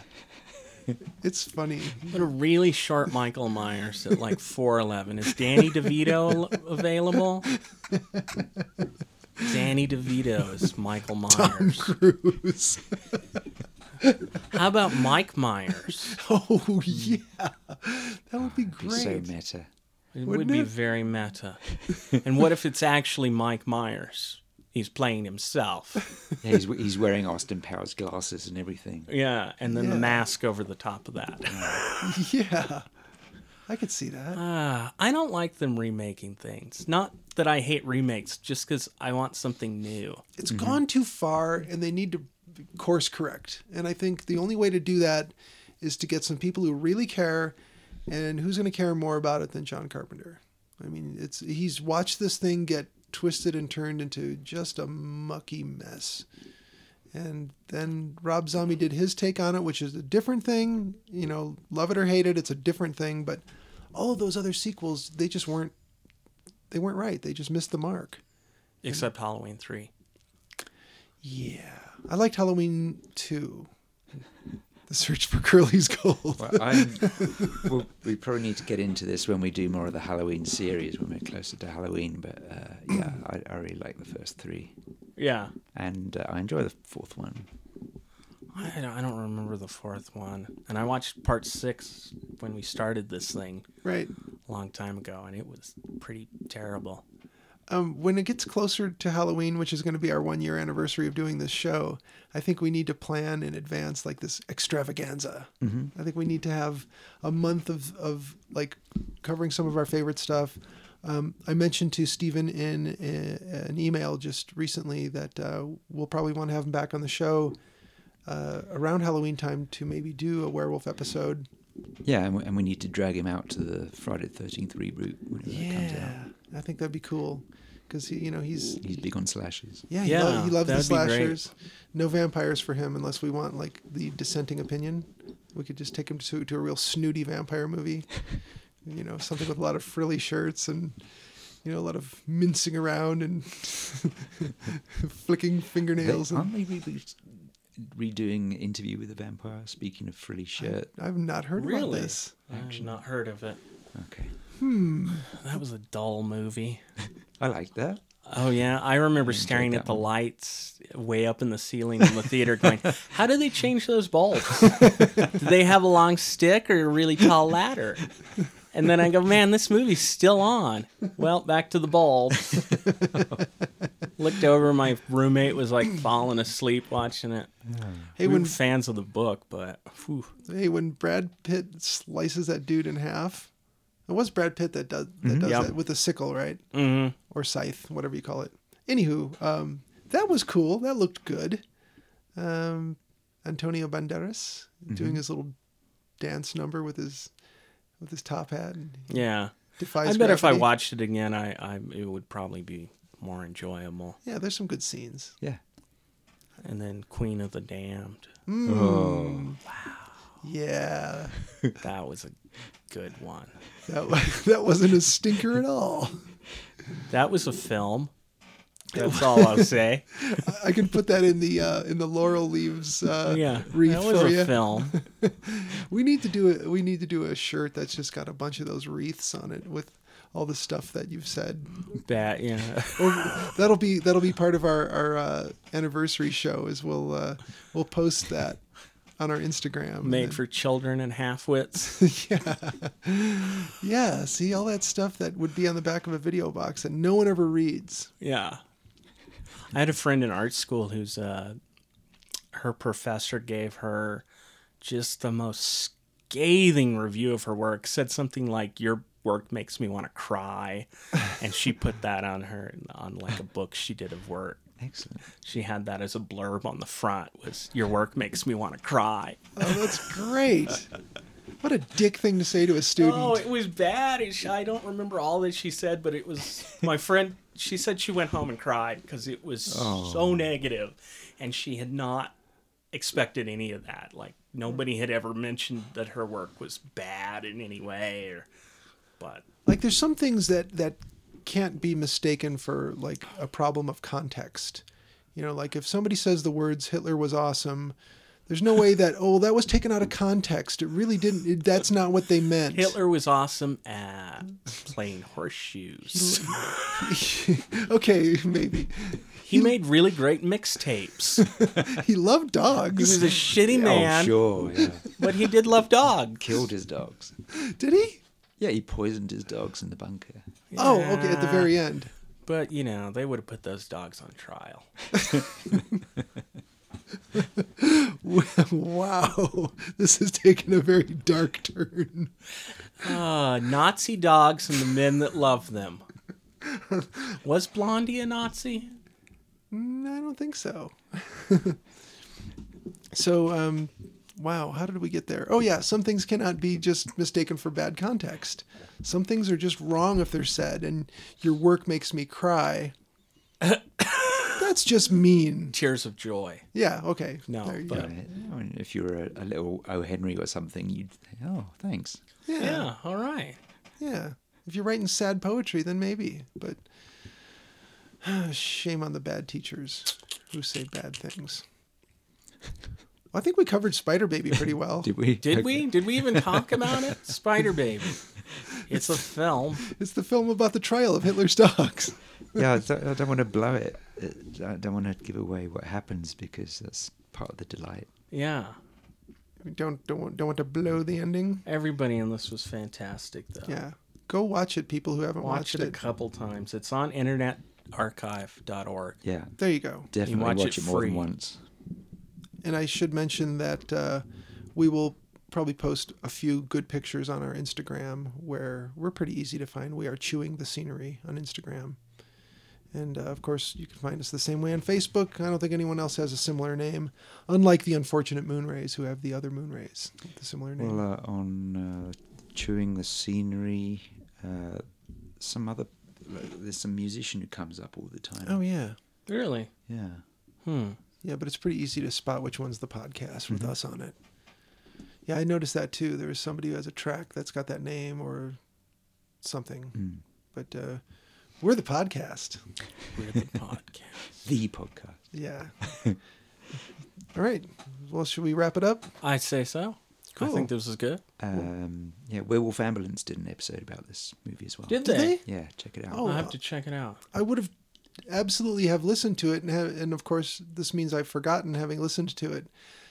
Speaker 5: it's funny.
Speaker 4: But a really short Michael Myers at like 4'11. Is Danny DeVito al- available? Danny DeVito is Michael Myers.
Speaker 5: Cruise.
Speaker 4: How about Mike Myers?
Speaker 5: *laughs* oh yeah, that would be
Speaker 4: Ah,
Speaker 6: Be so
Speaker 5: great.
Speaker 6: meta.
Speaker 4: It would
Speaker 5: Wouldn't
Speaker 4: be
Speaker 5: it?
Speaker 4: very meta. And what if it's actually Mike Myers? He's playing himself.
Speaker 6: Yeah, he's, he's wearing Austin Powers glasses and everything.
Speaker 4: Yeah, and then
Speaker 5: Yeah.
Speaker 4: the mask over the top of that.
Speaker 5: yeah, I could see that.
Speaker 4: Ah, I don't like them remaking things. Not that I hate remakes, just because I want something new.
Speaker 5: It's gone too far, and they need to course correct. And I think the only way to do that is to get some people who really care. And who's going to care more about it than John Carpenter? I mean, it's he's watched this thing get twisted and turned into just a mucky mess. And then Rob Zombie did his take on it, which is a different thing. You know, love it or hate it, it's a different thing. But all of those other sequels, they just weren't they weren't right. They just missed the mark.
Speaker 4: Except Halloween 3.
Speaker 5: Yeah. I liked Halloween too. The search for Curly's gold.
Speaker 6: Well, I'm, we'll, we probably need to get into this when we do more of the Halloween series when we're closer to Halloween. But uh, yeah, I, I really like the first three,
Speaker 4: Yeah.
Speaker 6: and uh, I enjoy the fourth one.
Speaker 4: I don't, I don't remember the fourth one. And I watched part six when we started this thing
Speaker 5: *laughs* Right.
Speaker 4: a long time ago, and it was pretty terrible.
Speaker 5: Um, when it gets closer to Halloween, which is going to be our one year anniversary of doing this show, I think we need to plan in advance like this extravaganza. I think we need to have a month of, of like covering some of our favorite stuff. Um, I mentioned to Stephen in a, an email just recently that uh, we'll probably want to have him back on the show uh, around Halloween time to maybe do a werewolf episode.
Speaker 6: Yeah, and we, and we need to drag him out to the Friday the Thirteenth reboot whenever that comes out.
Speaker 5: I think that'd be cool because he, you know, he's
Speaker 6: He's big on slashes.
Speaker 5: yeah, he,
Speaker 4: Yeah,
Speaker 5: lo- he loves the
Speaker 4: that'd be great.
Speaker 5: slashers. No vampires for him unless we want like the dissenting opinion. We could just take him to to a real snooty vampire movie, *laughs* you know, something with a lot of frilly shirts and you know a lot of mincing around and *laughs* flicking fingernails.
Speaker 6: They,
Speaker 5: And
Speaker 6: aren't they reboot, redoing Interview with a Vampire? Speaking of frilly shirt.
Speaker 5: I've not heard about
Speaker 4: Really?
Speaker 5: this.
Speaker 4: I've not heard of it.
Speaker 6: Okay,
Speaker 4: Mm. That was a dull movie.
Speaker 6: I like that.
Speaker 4: Oh, yeah. I remember staring at the lights way up in the ceiling in the theater going, How do they change those bulbs? do they have a long stick or a really tall ladder? And then I go, Man, this movie's still on. Well, back to the bulbs. Looked over, my roommate was like falling asleep watching it.
Speaker 5: Hey,
Speaker 4: we were
Speaker 5: when
Speaker 4: fans of the book, but whew.
Speaker 5: hey when Brad Pitt slices that dude in half, it was Brad Pitt that does that does
Speaker 4: Mm-hmm. Yep.
Speaker 5: that with a sickle, right?
Speaker 4: hmm
Speaker 5: or scythe, whatever you call it. Anywho, um, that was cool. That looked good.
Speaker 4: Mm-hmm.
Speaker 5: Um, Antonio Banderas doing his little dance number with his with his top hat. And he
Speaker 4: Yeah.
Speaker 5: defies
Speaker 4: I bet if I
Speaker 5: gravity.
Speaker 4: watched it again, I, I it would probably be more enjoyable.
Speaker 5: Yeah, there's some good scenes.
Speaker 6: Yeah.
Speaker 4: And then Queen of the Damned.
Speaker 5: Yeah,
Speaker 4: That was a good one.
Speaker 5: that wa- *laughs* that wasn't a stinker at all.
Speaker 4: That was a film. That's all I'll say.
Speaker 5: I- I can put that in the uh, in the laurel leaves. Uh,
Speaker 4: *laughs* Yeah.
Speaker 5: wreath
Speaker 4: that was
Speaker 5: for
Speaker 4: a
Speaker 5: ya.
Speaker 4: film. *laughs*
Speaker 5: We need to do it. We need to do a shirt that's just got a bunch of those wreaths on it with all the stuff that you've said.
Speaker 4: That yeah.
Speaker 5: Or that'll be that'll be part of our our uh, anniversary show. Is we'll uh, we'll post that on our Instagram.
Speaker 4: Made for children and halfwits.
Speaker 5: yeah. See all that stuff that would be on the back of a video box that no one ever reads.
Speaker 4: Yeah. I had a friend in art school who's uh her professor gave her just the most scathing review of her work. Said something like your work makes me want to cry and she put that on her on like a book she did of work.
Speaker 6: Excellent.
Speaker 4: She had that as a blurb on the front was your work makes me want to cry.
Speaker 5: Oh, that's great. What a dick thing to say to a student.
Speaker 4: *laughs* Oh, it was bad. It sh- I don't remember all that she said, but it was my friend. She said she went home and cried because it was so negative, and she had not expected any of that. Like nobody had ever mentioned that her work was bad in any way, or but
Speaker 5: like there's some things that that can't be mistaken for like a problem of context you know like if somebody says the words hitler was awesome there's no way that oh that was taken out of context it really didn't it, that's not what they meant
Speaker 4: Hitler was awesome at playing horseshoes.
Speaker 5: *laughs* okay maybe
Speaker 4: He made really great mixtapes. He
Speaker 5: he loved dogs
Speaker 4: was a shitty man,
Speaker 6: Oh, sure. Yeah.
Speaker 4: but he did love dogs.
Speaker 6: Killed his dogs.
Speaker 5: did he
Speaker 6: Yeah, he poisoned his dogs in the bunker.
Speaker 5: oh okay at the very end *laughs*
Speaker 4: But you know, they would have put those dogs on trial.
Speaker 5: wow this has taken a very dark turn
Speaker 4: Uh, Nazi dogs and the men that love them. Was Blondie a Nazi?
Speaker 5: Mm, i don't think so *laughs* so um wow, how did we get there? Oh, yeah, some things cannot be just mistaken for bad context. Some things are just wrong if they're said, and your work makes me
Speaker 4: *coughs*
Speaker 5: cry. That's just mean.
Speaker 4: Tears of Joy.
Speaker 5: Yeah, okay.
Speaker 4: No,
Speaker 5: There you
Speaker 4: but-
Speaker 5: go.
Speaker 6: I mean, if you were a, a little O. Henry or something, you'd think, oh, thanks.
Speaker 5: yeah, yeah,
Speaker 4: Yeah, all right.
Speaker 5: If you're writing sad poetry, then maybe, but *sighs* shame on the bad teachers who say bad things. *laughs* Well, I think we covered Spider Baby pretty
Speaker 4: *laughs*
Speaker 5: well.
Speaker 6: Did we?
Speaker 4: Did
Speaker 6: Okay.
Speaker 4: we? Did we even talk
Speaker 5: *laughs*
Speaker 4: about it? Spider Baby. It's a film.
Speaker 5: It's the film about the trial of Hitler's
Speaker 6: *laughs*
Speaker 5: dogs.
Speaker 6: yeah, I don't, I don't want to blow it. It- I don't want to give away what happens because that's part of the delight.
Speaker 4: Yeah.
Speaker 5: don't don't want, don't want to blow the ending.
Speaker 4: Everybody in this was fantastic, though.
Speaker 5: Yeah, go watch it, people who haven't
Speaker 4: Watch
Speaker 5: watched
Speaker 4: it
Speaker 5: it.
Speaker 4: a couple times. It's on internetarchive.org.
Speaker 6: Yeah,
Speaker 5: There you go.
Speaker 6: definitely
Speaker 4: watch
Speaker 6: watch,
Speaker 4: it
Speaker 6: it, more
Speaker 4: free.
Speaker 6: than once.
Speaker 5: And I should mention that uh, we will probably post a few good pictures on our Instagram, where we're pretty easy to find. We are chewing the scenery on Instagram, and uh, of course you can find us the same way on Facebook. I don't think anyone else has a similar name, unlike the unfortunate Moonrays who have the other Moonrays with the similar name.
Speaker 6: Well, uh, on uh, chewing the scenery, uh, some other like, there's some musician who comes up all the time.
Speaker 5: oh yeah,
Speaker 4: Really?
Speaker 6: yeah.
Speaker 5: Yeah, but it's pretty easy to spot which one's the podcast with us on it. Yeah, I noticed that too. There was somebody who has a track that's got that name or something. But uh, we're the podcast. *laughs*
Speaker 4: We're the podcast.
Speaker 6: the podcast.
Speaker 5: Yeah. All right. Well, should we wrap it up?
Speaker 4: I say so. I
Speaker 5: Cool.
Speaker 4: think this is good.
Speaker 6: Um, yeah, Werewolf Ambulance did an episode about this movie as well.
Speaker 4: Did
Speaker 5: Did
Speaker 4: they?
Speaker 5: they?
Speaker 6: Yeah, check it out.
Speaker 5: Oh.
Speaker 4: I have to check it out.
Speaker 5: I would have absolutely have listened to it, and have, and of course this means I've forgotten having listened to it.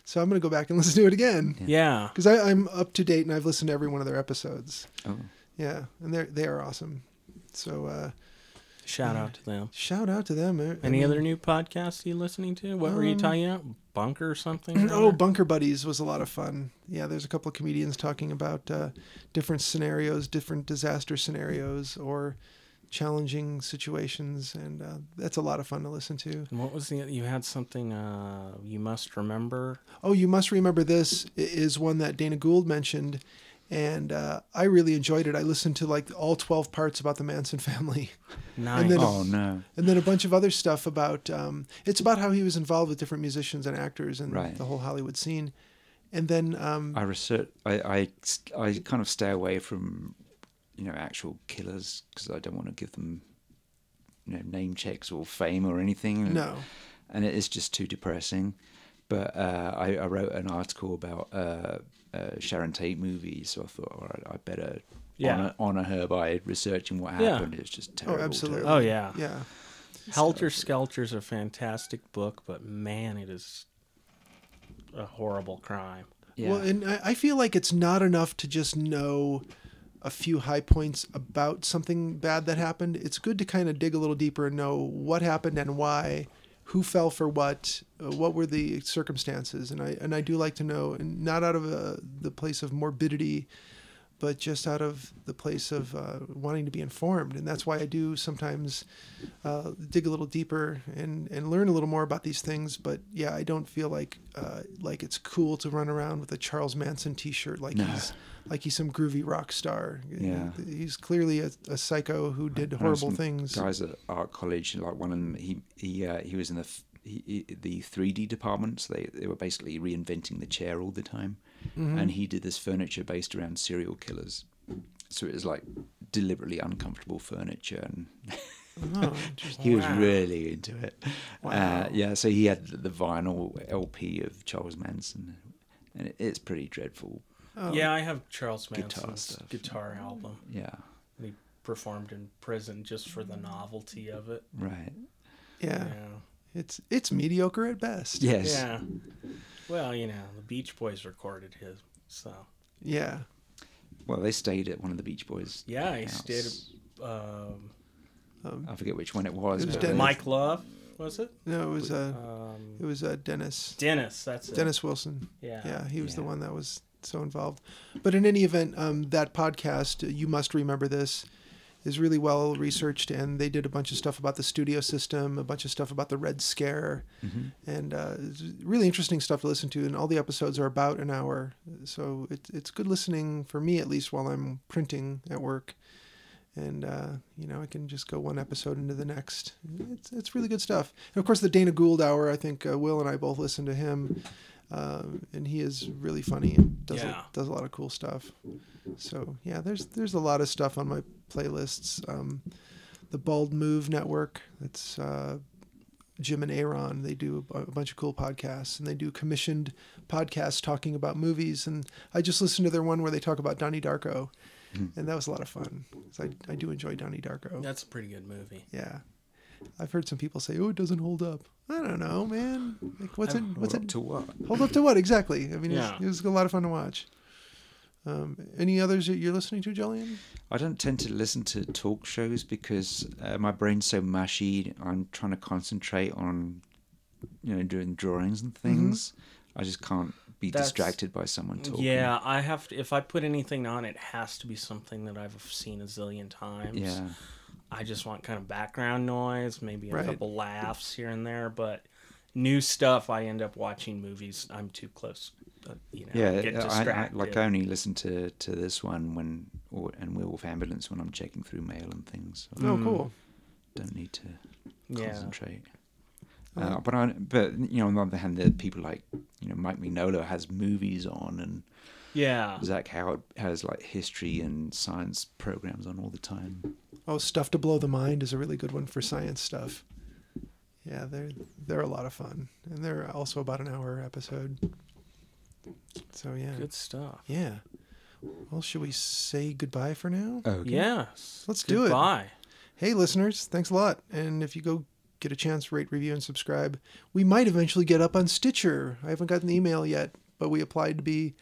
Speaker 5: So I'm going to go back and *laughs* listen to it again
Speaker 4: Yeah.
Speaker 5: because I'm up to date and I've listened to every one of their episodes.
Speaker 6: Oh.
Speaker 5: Yeah, and they they are awesome. So. uh
Speaker 4: Shout out to
Speaker 6: Mm-hmm.
Speaker 4: them.
Speaker 5: Shout out to them. I- I
Speaker 4: Any
Speaker 5: mean-
Speaker 4: other new podcasts you listening to? What
Speaker 6: Um,
Speaker 4: were you talking about? Bunker or something?
Speaker 6: *clears throat*
Speaker 4: or
Speaker 5: Oh,
Speaker 4: other?
Speaker 5: Bunker Buddies was a lot of fun. Yeah, there's a couple of comedians talking about uh, different scenarios, different disaster scenarios, or challenging situations, and uh, that's a lot of fun to listen to.
Speaker 4: And what was the? You had something. Uh, you must remember.
Speaker 5: Oh, you must remember this i- is one that Dana Gould mentioned, and uh, I really enjoyed it. I listened to like all twelve parts about the Manson *laughs* family.
Speaker 4: Nice.
Speaker 5: then-
Speaker 6: Oh no.
Speaker 5: and then a bunch of other stuff about um, it's about how he was involved with different musicians and actors and
Speaker 6: Right.
Speaker 5: the whole Hollywood scene. And then um,
Speaker 6: I research. I, I st- I kind of stay away from, you know, actual killers because I don't want to give them, you know, name checks or fame or anything. and-
Speaker 5: No.
Speaker 6: And it is just too depressing. But uh, I, I wrote an article about uh, uh, Sharon Tate movies, so I thought, all right, I better
Speaker 4: Yeah.
Speaker 6: honor, honor her by researching what
Speaker 4: Yeah.
Speaker 6: happened. It's just terrible.
Speaker 5: absolutely.
Speaker 6: terrible.
Speaker 4: Oh yeah.
Speaker 5: yeah,
Speaker 4: Helter Skelter's a fantastic book, but man, it is a horrible crime.
Speaker 6: Yeah.
Speaker 5: well, and I, I feel like it's not enough to just know a few high points about something bad that happened. It's good to kind of dig a little deeper and know what happened and why, who fell for what, uh, what were the circumstances, and I and I do like to know, and not out of uh, the place of morbidity. but just out of the place of uh, wanting to be informed. And that's why I do sometimes uh, dig a little deeper and, and learn a little more about these things. But yeah, I don't feel like uh, like it's cool to run around with a Charles Manson T-shirt like he's like he's some groovy rock star.
Speaker 6: Yeah.
Speaker 5: he's clearly a, a psycho who did
Speaker 6: I know
Speaker 5: horrible
Speaker 6: some
Speaker 5: things.
Speaker 6: Guys at art college, like one of them, he he uh, he was in the f- he, he- the 3D department. So they they were basically reinventing the chair all the time,
Speaker 5: Mm-hmm.
Speaker 6: and he did this furniture based around serial killers. So it was like deliberately uncomfortable furniture, and
Speaker 5: Oh, interesting.
Speaker 6: *laughs* he was really into it. Uh, yeah, so he had the vinyl LP of Charles Manson, and it, it's pretty dreadful.
Speaker 4: Yeah, I have Charles
Speaker 6: Oh. Guitar
Speaker 4: Manson's
Speaker 6: stuff.
Speaker 4: guitar album.
Speaker 6: Yeah,
Speaker 4: He performed in prison just for the novelty of it.
Speaker 6: right.
Speaker 5: yeah,
Speaker 4: Yeah.
Speaker 5: it's it's mediocre at best.
Speaker 6: Ah. Yes.
Speaker 4: Yeah. Well, you know, the Beach Boys recorded his, so
Speaker 5: yeah.
Speaker 6: Well, they stayed at one of the Beach Boys.
Speaker 4: yeah, he
Speaker 6: house.
Speaker 4: did. Um,
Speaker 6: I forget which one it was.
Speaker 5: It was
Speaker 6: but
Speaker 5: Dennis.
Speaker 6: they-
Speaker 4: Mike Love was it?
Speaker 5: No, it was uh,
Speaker 4: Um,
Speaker 5: it was uh, Dennis.
Speaker 4: Dennis, that's it.
Speaker 5: Dennis Wilson.
Speaker 4: Yeah.
Speaker 5: Yeah, he was the
Speaker 6: Yeah.
Speaker 5: one that was so involved. But in any event, um, that podcast, uh, You Must Remember This, is really well researched, and they did a bunch of stuff about the studio system, a bunch of stuff about the Red Scare, and uh, it's really interesting stuff to listen to. And all the episodes are about an hour, so it, it's good listening for me at least while I'm printing at work. And uh, you know, I can just go one episode into the next. It's it's really good stuff. And of course, the Dana Gould Hour. I think uh, Will and I both listened to him, uh, and he is really funny and does
Speaker 4: Yeah.
Speaker 5: a, does a lot of cool stuff. So yeah, there's there's a lot of stuff on my playlists. Um, the Bald Move Network. That's uh, Jim and Aaron. They do a, a bunch of cool podcasts, and they do commissioned podcasts talking about movies. And I just listened to their one where they talk about Donnie Darko, and that was a lot of fun. 'cause I I do enjoy Donnie Darko.
Speaker 4: That's a pretty good movie.
Speaker 5: Yeah. I've heard some people say, "Oh, it doesn't hold up." I don't know, man. Like, what's it? What's
Speaker 6: Hold
Speaker 5: it?
Speaker 6: up to what?
Speaker 5: Hold up to what exactly? I mean, it,
Speaker 4: Yeah.
Speaker 5: was, it was a lot of fun to watch. Um, any others that you're listening to, Jolien?
Speaker 6: I don't tend to listen to talk shows because uh, my brain's so mushy. I'm trying to concentrate on, you know, doing drawings and things. I just can't be
Speaker 4: That's-
Speaker 6: distracted by someone talking.
Speaker 4: Yeah, I have to. If I put anything on, it has to be something that I've seen a zillion times.
Speaker 6: Yeah.
Speaker 4: I just want kind of background noise, maybe a
Speaker 5: Right.
Speaker 4: couple laughs here and there, but new stuff. I end up watching movies. I'm too close. uh, You know,
Speaker 6: Yeah,
Speaker 4: get
Speaker 6: I- I, I,
Speaker 4: distracted.
Speaker 6: like I only listen to, to this one when or and Werewolf Ambulance when I'm checking through mail and things. I
Speaker 5: No, Oh, cool.
Speaker 6: don't need to
Speaker 4: Yeah.
Speaker 6: concentrate. Uh, but I, but you know, on the other hand, there are people like you know Mike Mignola has movies on and
Speaker 4: yeah,
Speaker 6: Zach Howard has like history and science programs on all the time.
Speaker 5: Oh, stuff to blow the mind is a really good one for science stuff. Yeah, they're they're a lot of fun, and they're also about an hour episode. So yeah,
Speaker 4: good stuff.
Speaker 5: yeah. Well, should we say goodbye for now?
Speaker 6: Oh
Speaker 4: Yes,
Speaker 5: Let's do it.
Speaker 4: Goodbye.
Speaker 5: Hey, listeners, thanks a lot. And if you go get a chance, rate, review, and subscribe. We might eventually get up on Stitcher. I haven't gotten the email yet, but we applied to be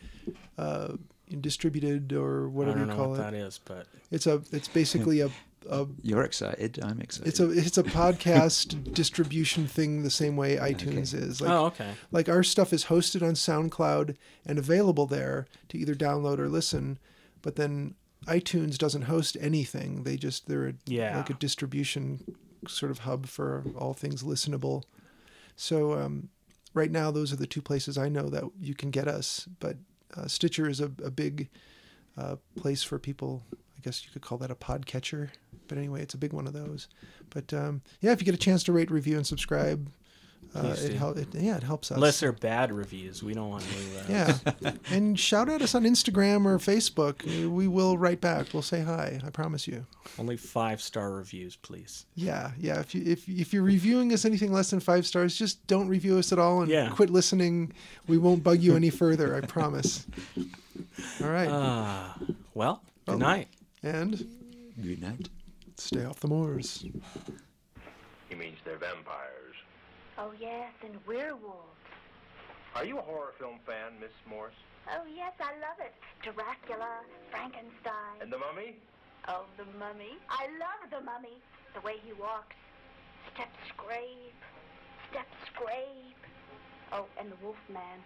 Speaker 5: uh, distributed or
Speaker 4: I
Speaker 5: whatever
Speaker 4: don't
Speaker 5: you
Speaker 4: know
Speaker 5: call
Speaker 4: what
Speaker 5: it.
Speaker 4: that is, but
Speaker 5: It's a. It's basically a. a
Speaker 6: You're excited. I'm excited.
Speaker 5: it's a it's a podcast distribution thing the same way iTunes is. Like,
Speaker 4: oh, okay.
Speaker 5: like our stuff is hosted on SoundCloud and available there to either download or listen, but then iTunes doesn't host anything. They just they're a,
Speaker 4: Yeah.
Speaker 5: like a distribution sort of hub for all things listenable. So um, right now, those are the two places I know that you can get us. But uh, Stitcher is a, a big uh, place for people. I guess you could call that a podcatcher, but anyway, it's a big one of those. But um, yeah, if you get a chance to rate, review, and subscribe, uh,
Speaker 4: Please
Speaker 5: it,
Speaker 4: do.
Speaker 5: hel- it yeah it helps us.
Speaker 4: Unless they're bad reviews, we don't want to uh, do that. *laughs*
Speaker 5: yeah, and shout at us on Instagram or Facebook. We will write back. We'll say hi. I promise you.
Speaker 4: Only five star reviews, please.
Speaker 5: Yeah, yeah. If you if if you're reviewing us anything less than five stars, just don't review us at all and
Speaker 4: Yeah.
Speaker 5: quit listening. We won't bug you any further. I
Speaker 4: *laughs*
Speaker 5: promise. All right,
Speaker 4: Ah, well, good night.
Speaker 5: and
Speaker 6: Good night.
Speaker 5: stay off the moors.
Speaker 1: He means they're vampires.
Speaker 2: Oh, yes, and werewolves.
Speaker 1: Are you a horror film fan, Miss Morse?
Speaker 2: Oh, yes, I love it. Dracula, Frankenstein.
Speaker 1: And the mummy?
Speaker 2: Oh, the mummy. I love the mummy. The way he walks. Step scrape. Step scrape. Oh, and the Ah! wolf man.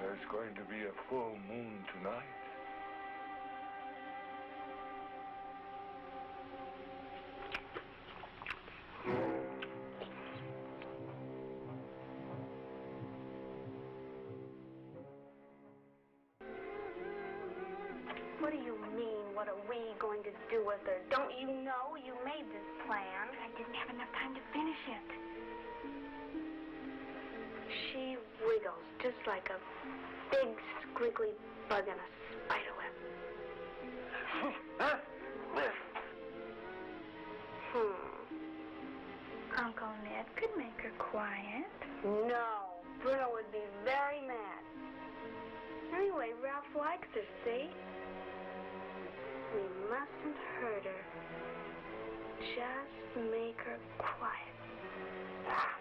Speaker 1: There's going to be a full moon tonight.
Speaker 2: What do you mean, what are we going to do with her? Don't you know you made this plan? I didn't have enough time to finish it. She wiggles just like a big squiggly bug in a spider web. hmm. Uncle Ned could make her quiet. No, Bruno would be very mad. Anyway, Ralph likes her, see? We mustn't hurt her. Just make her quiet.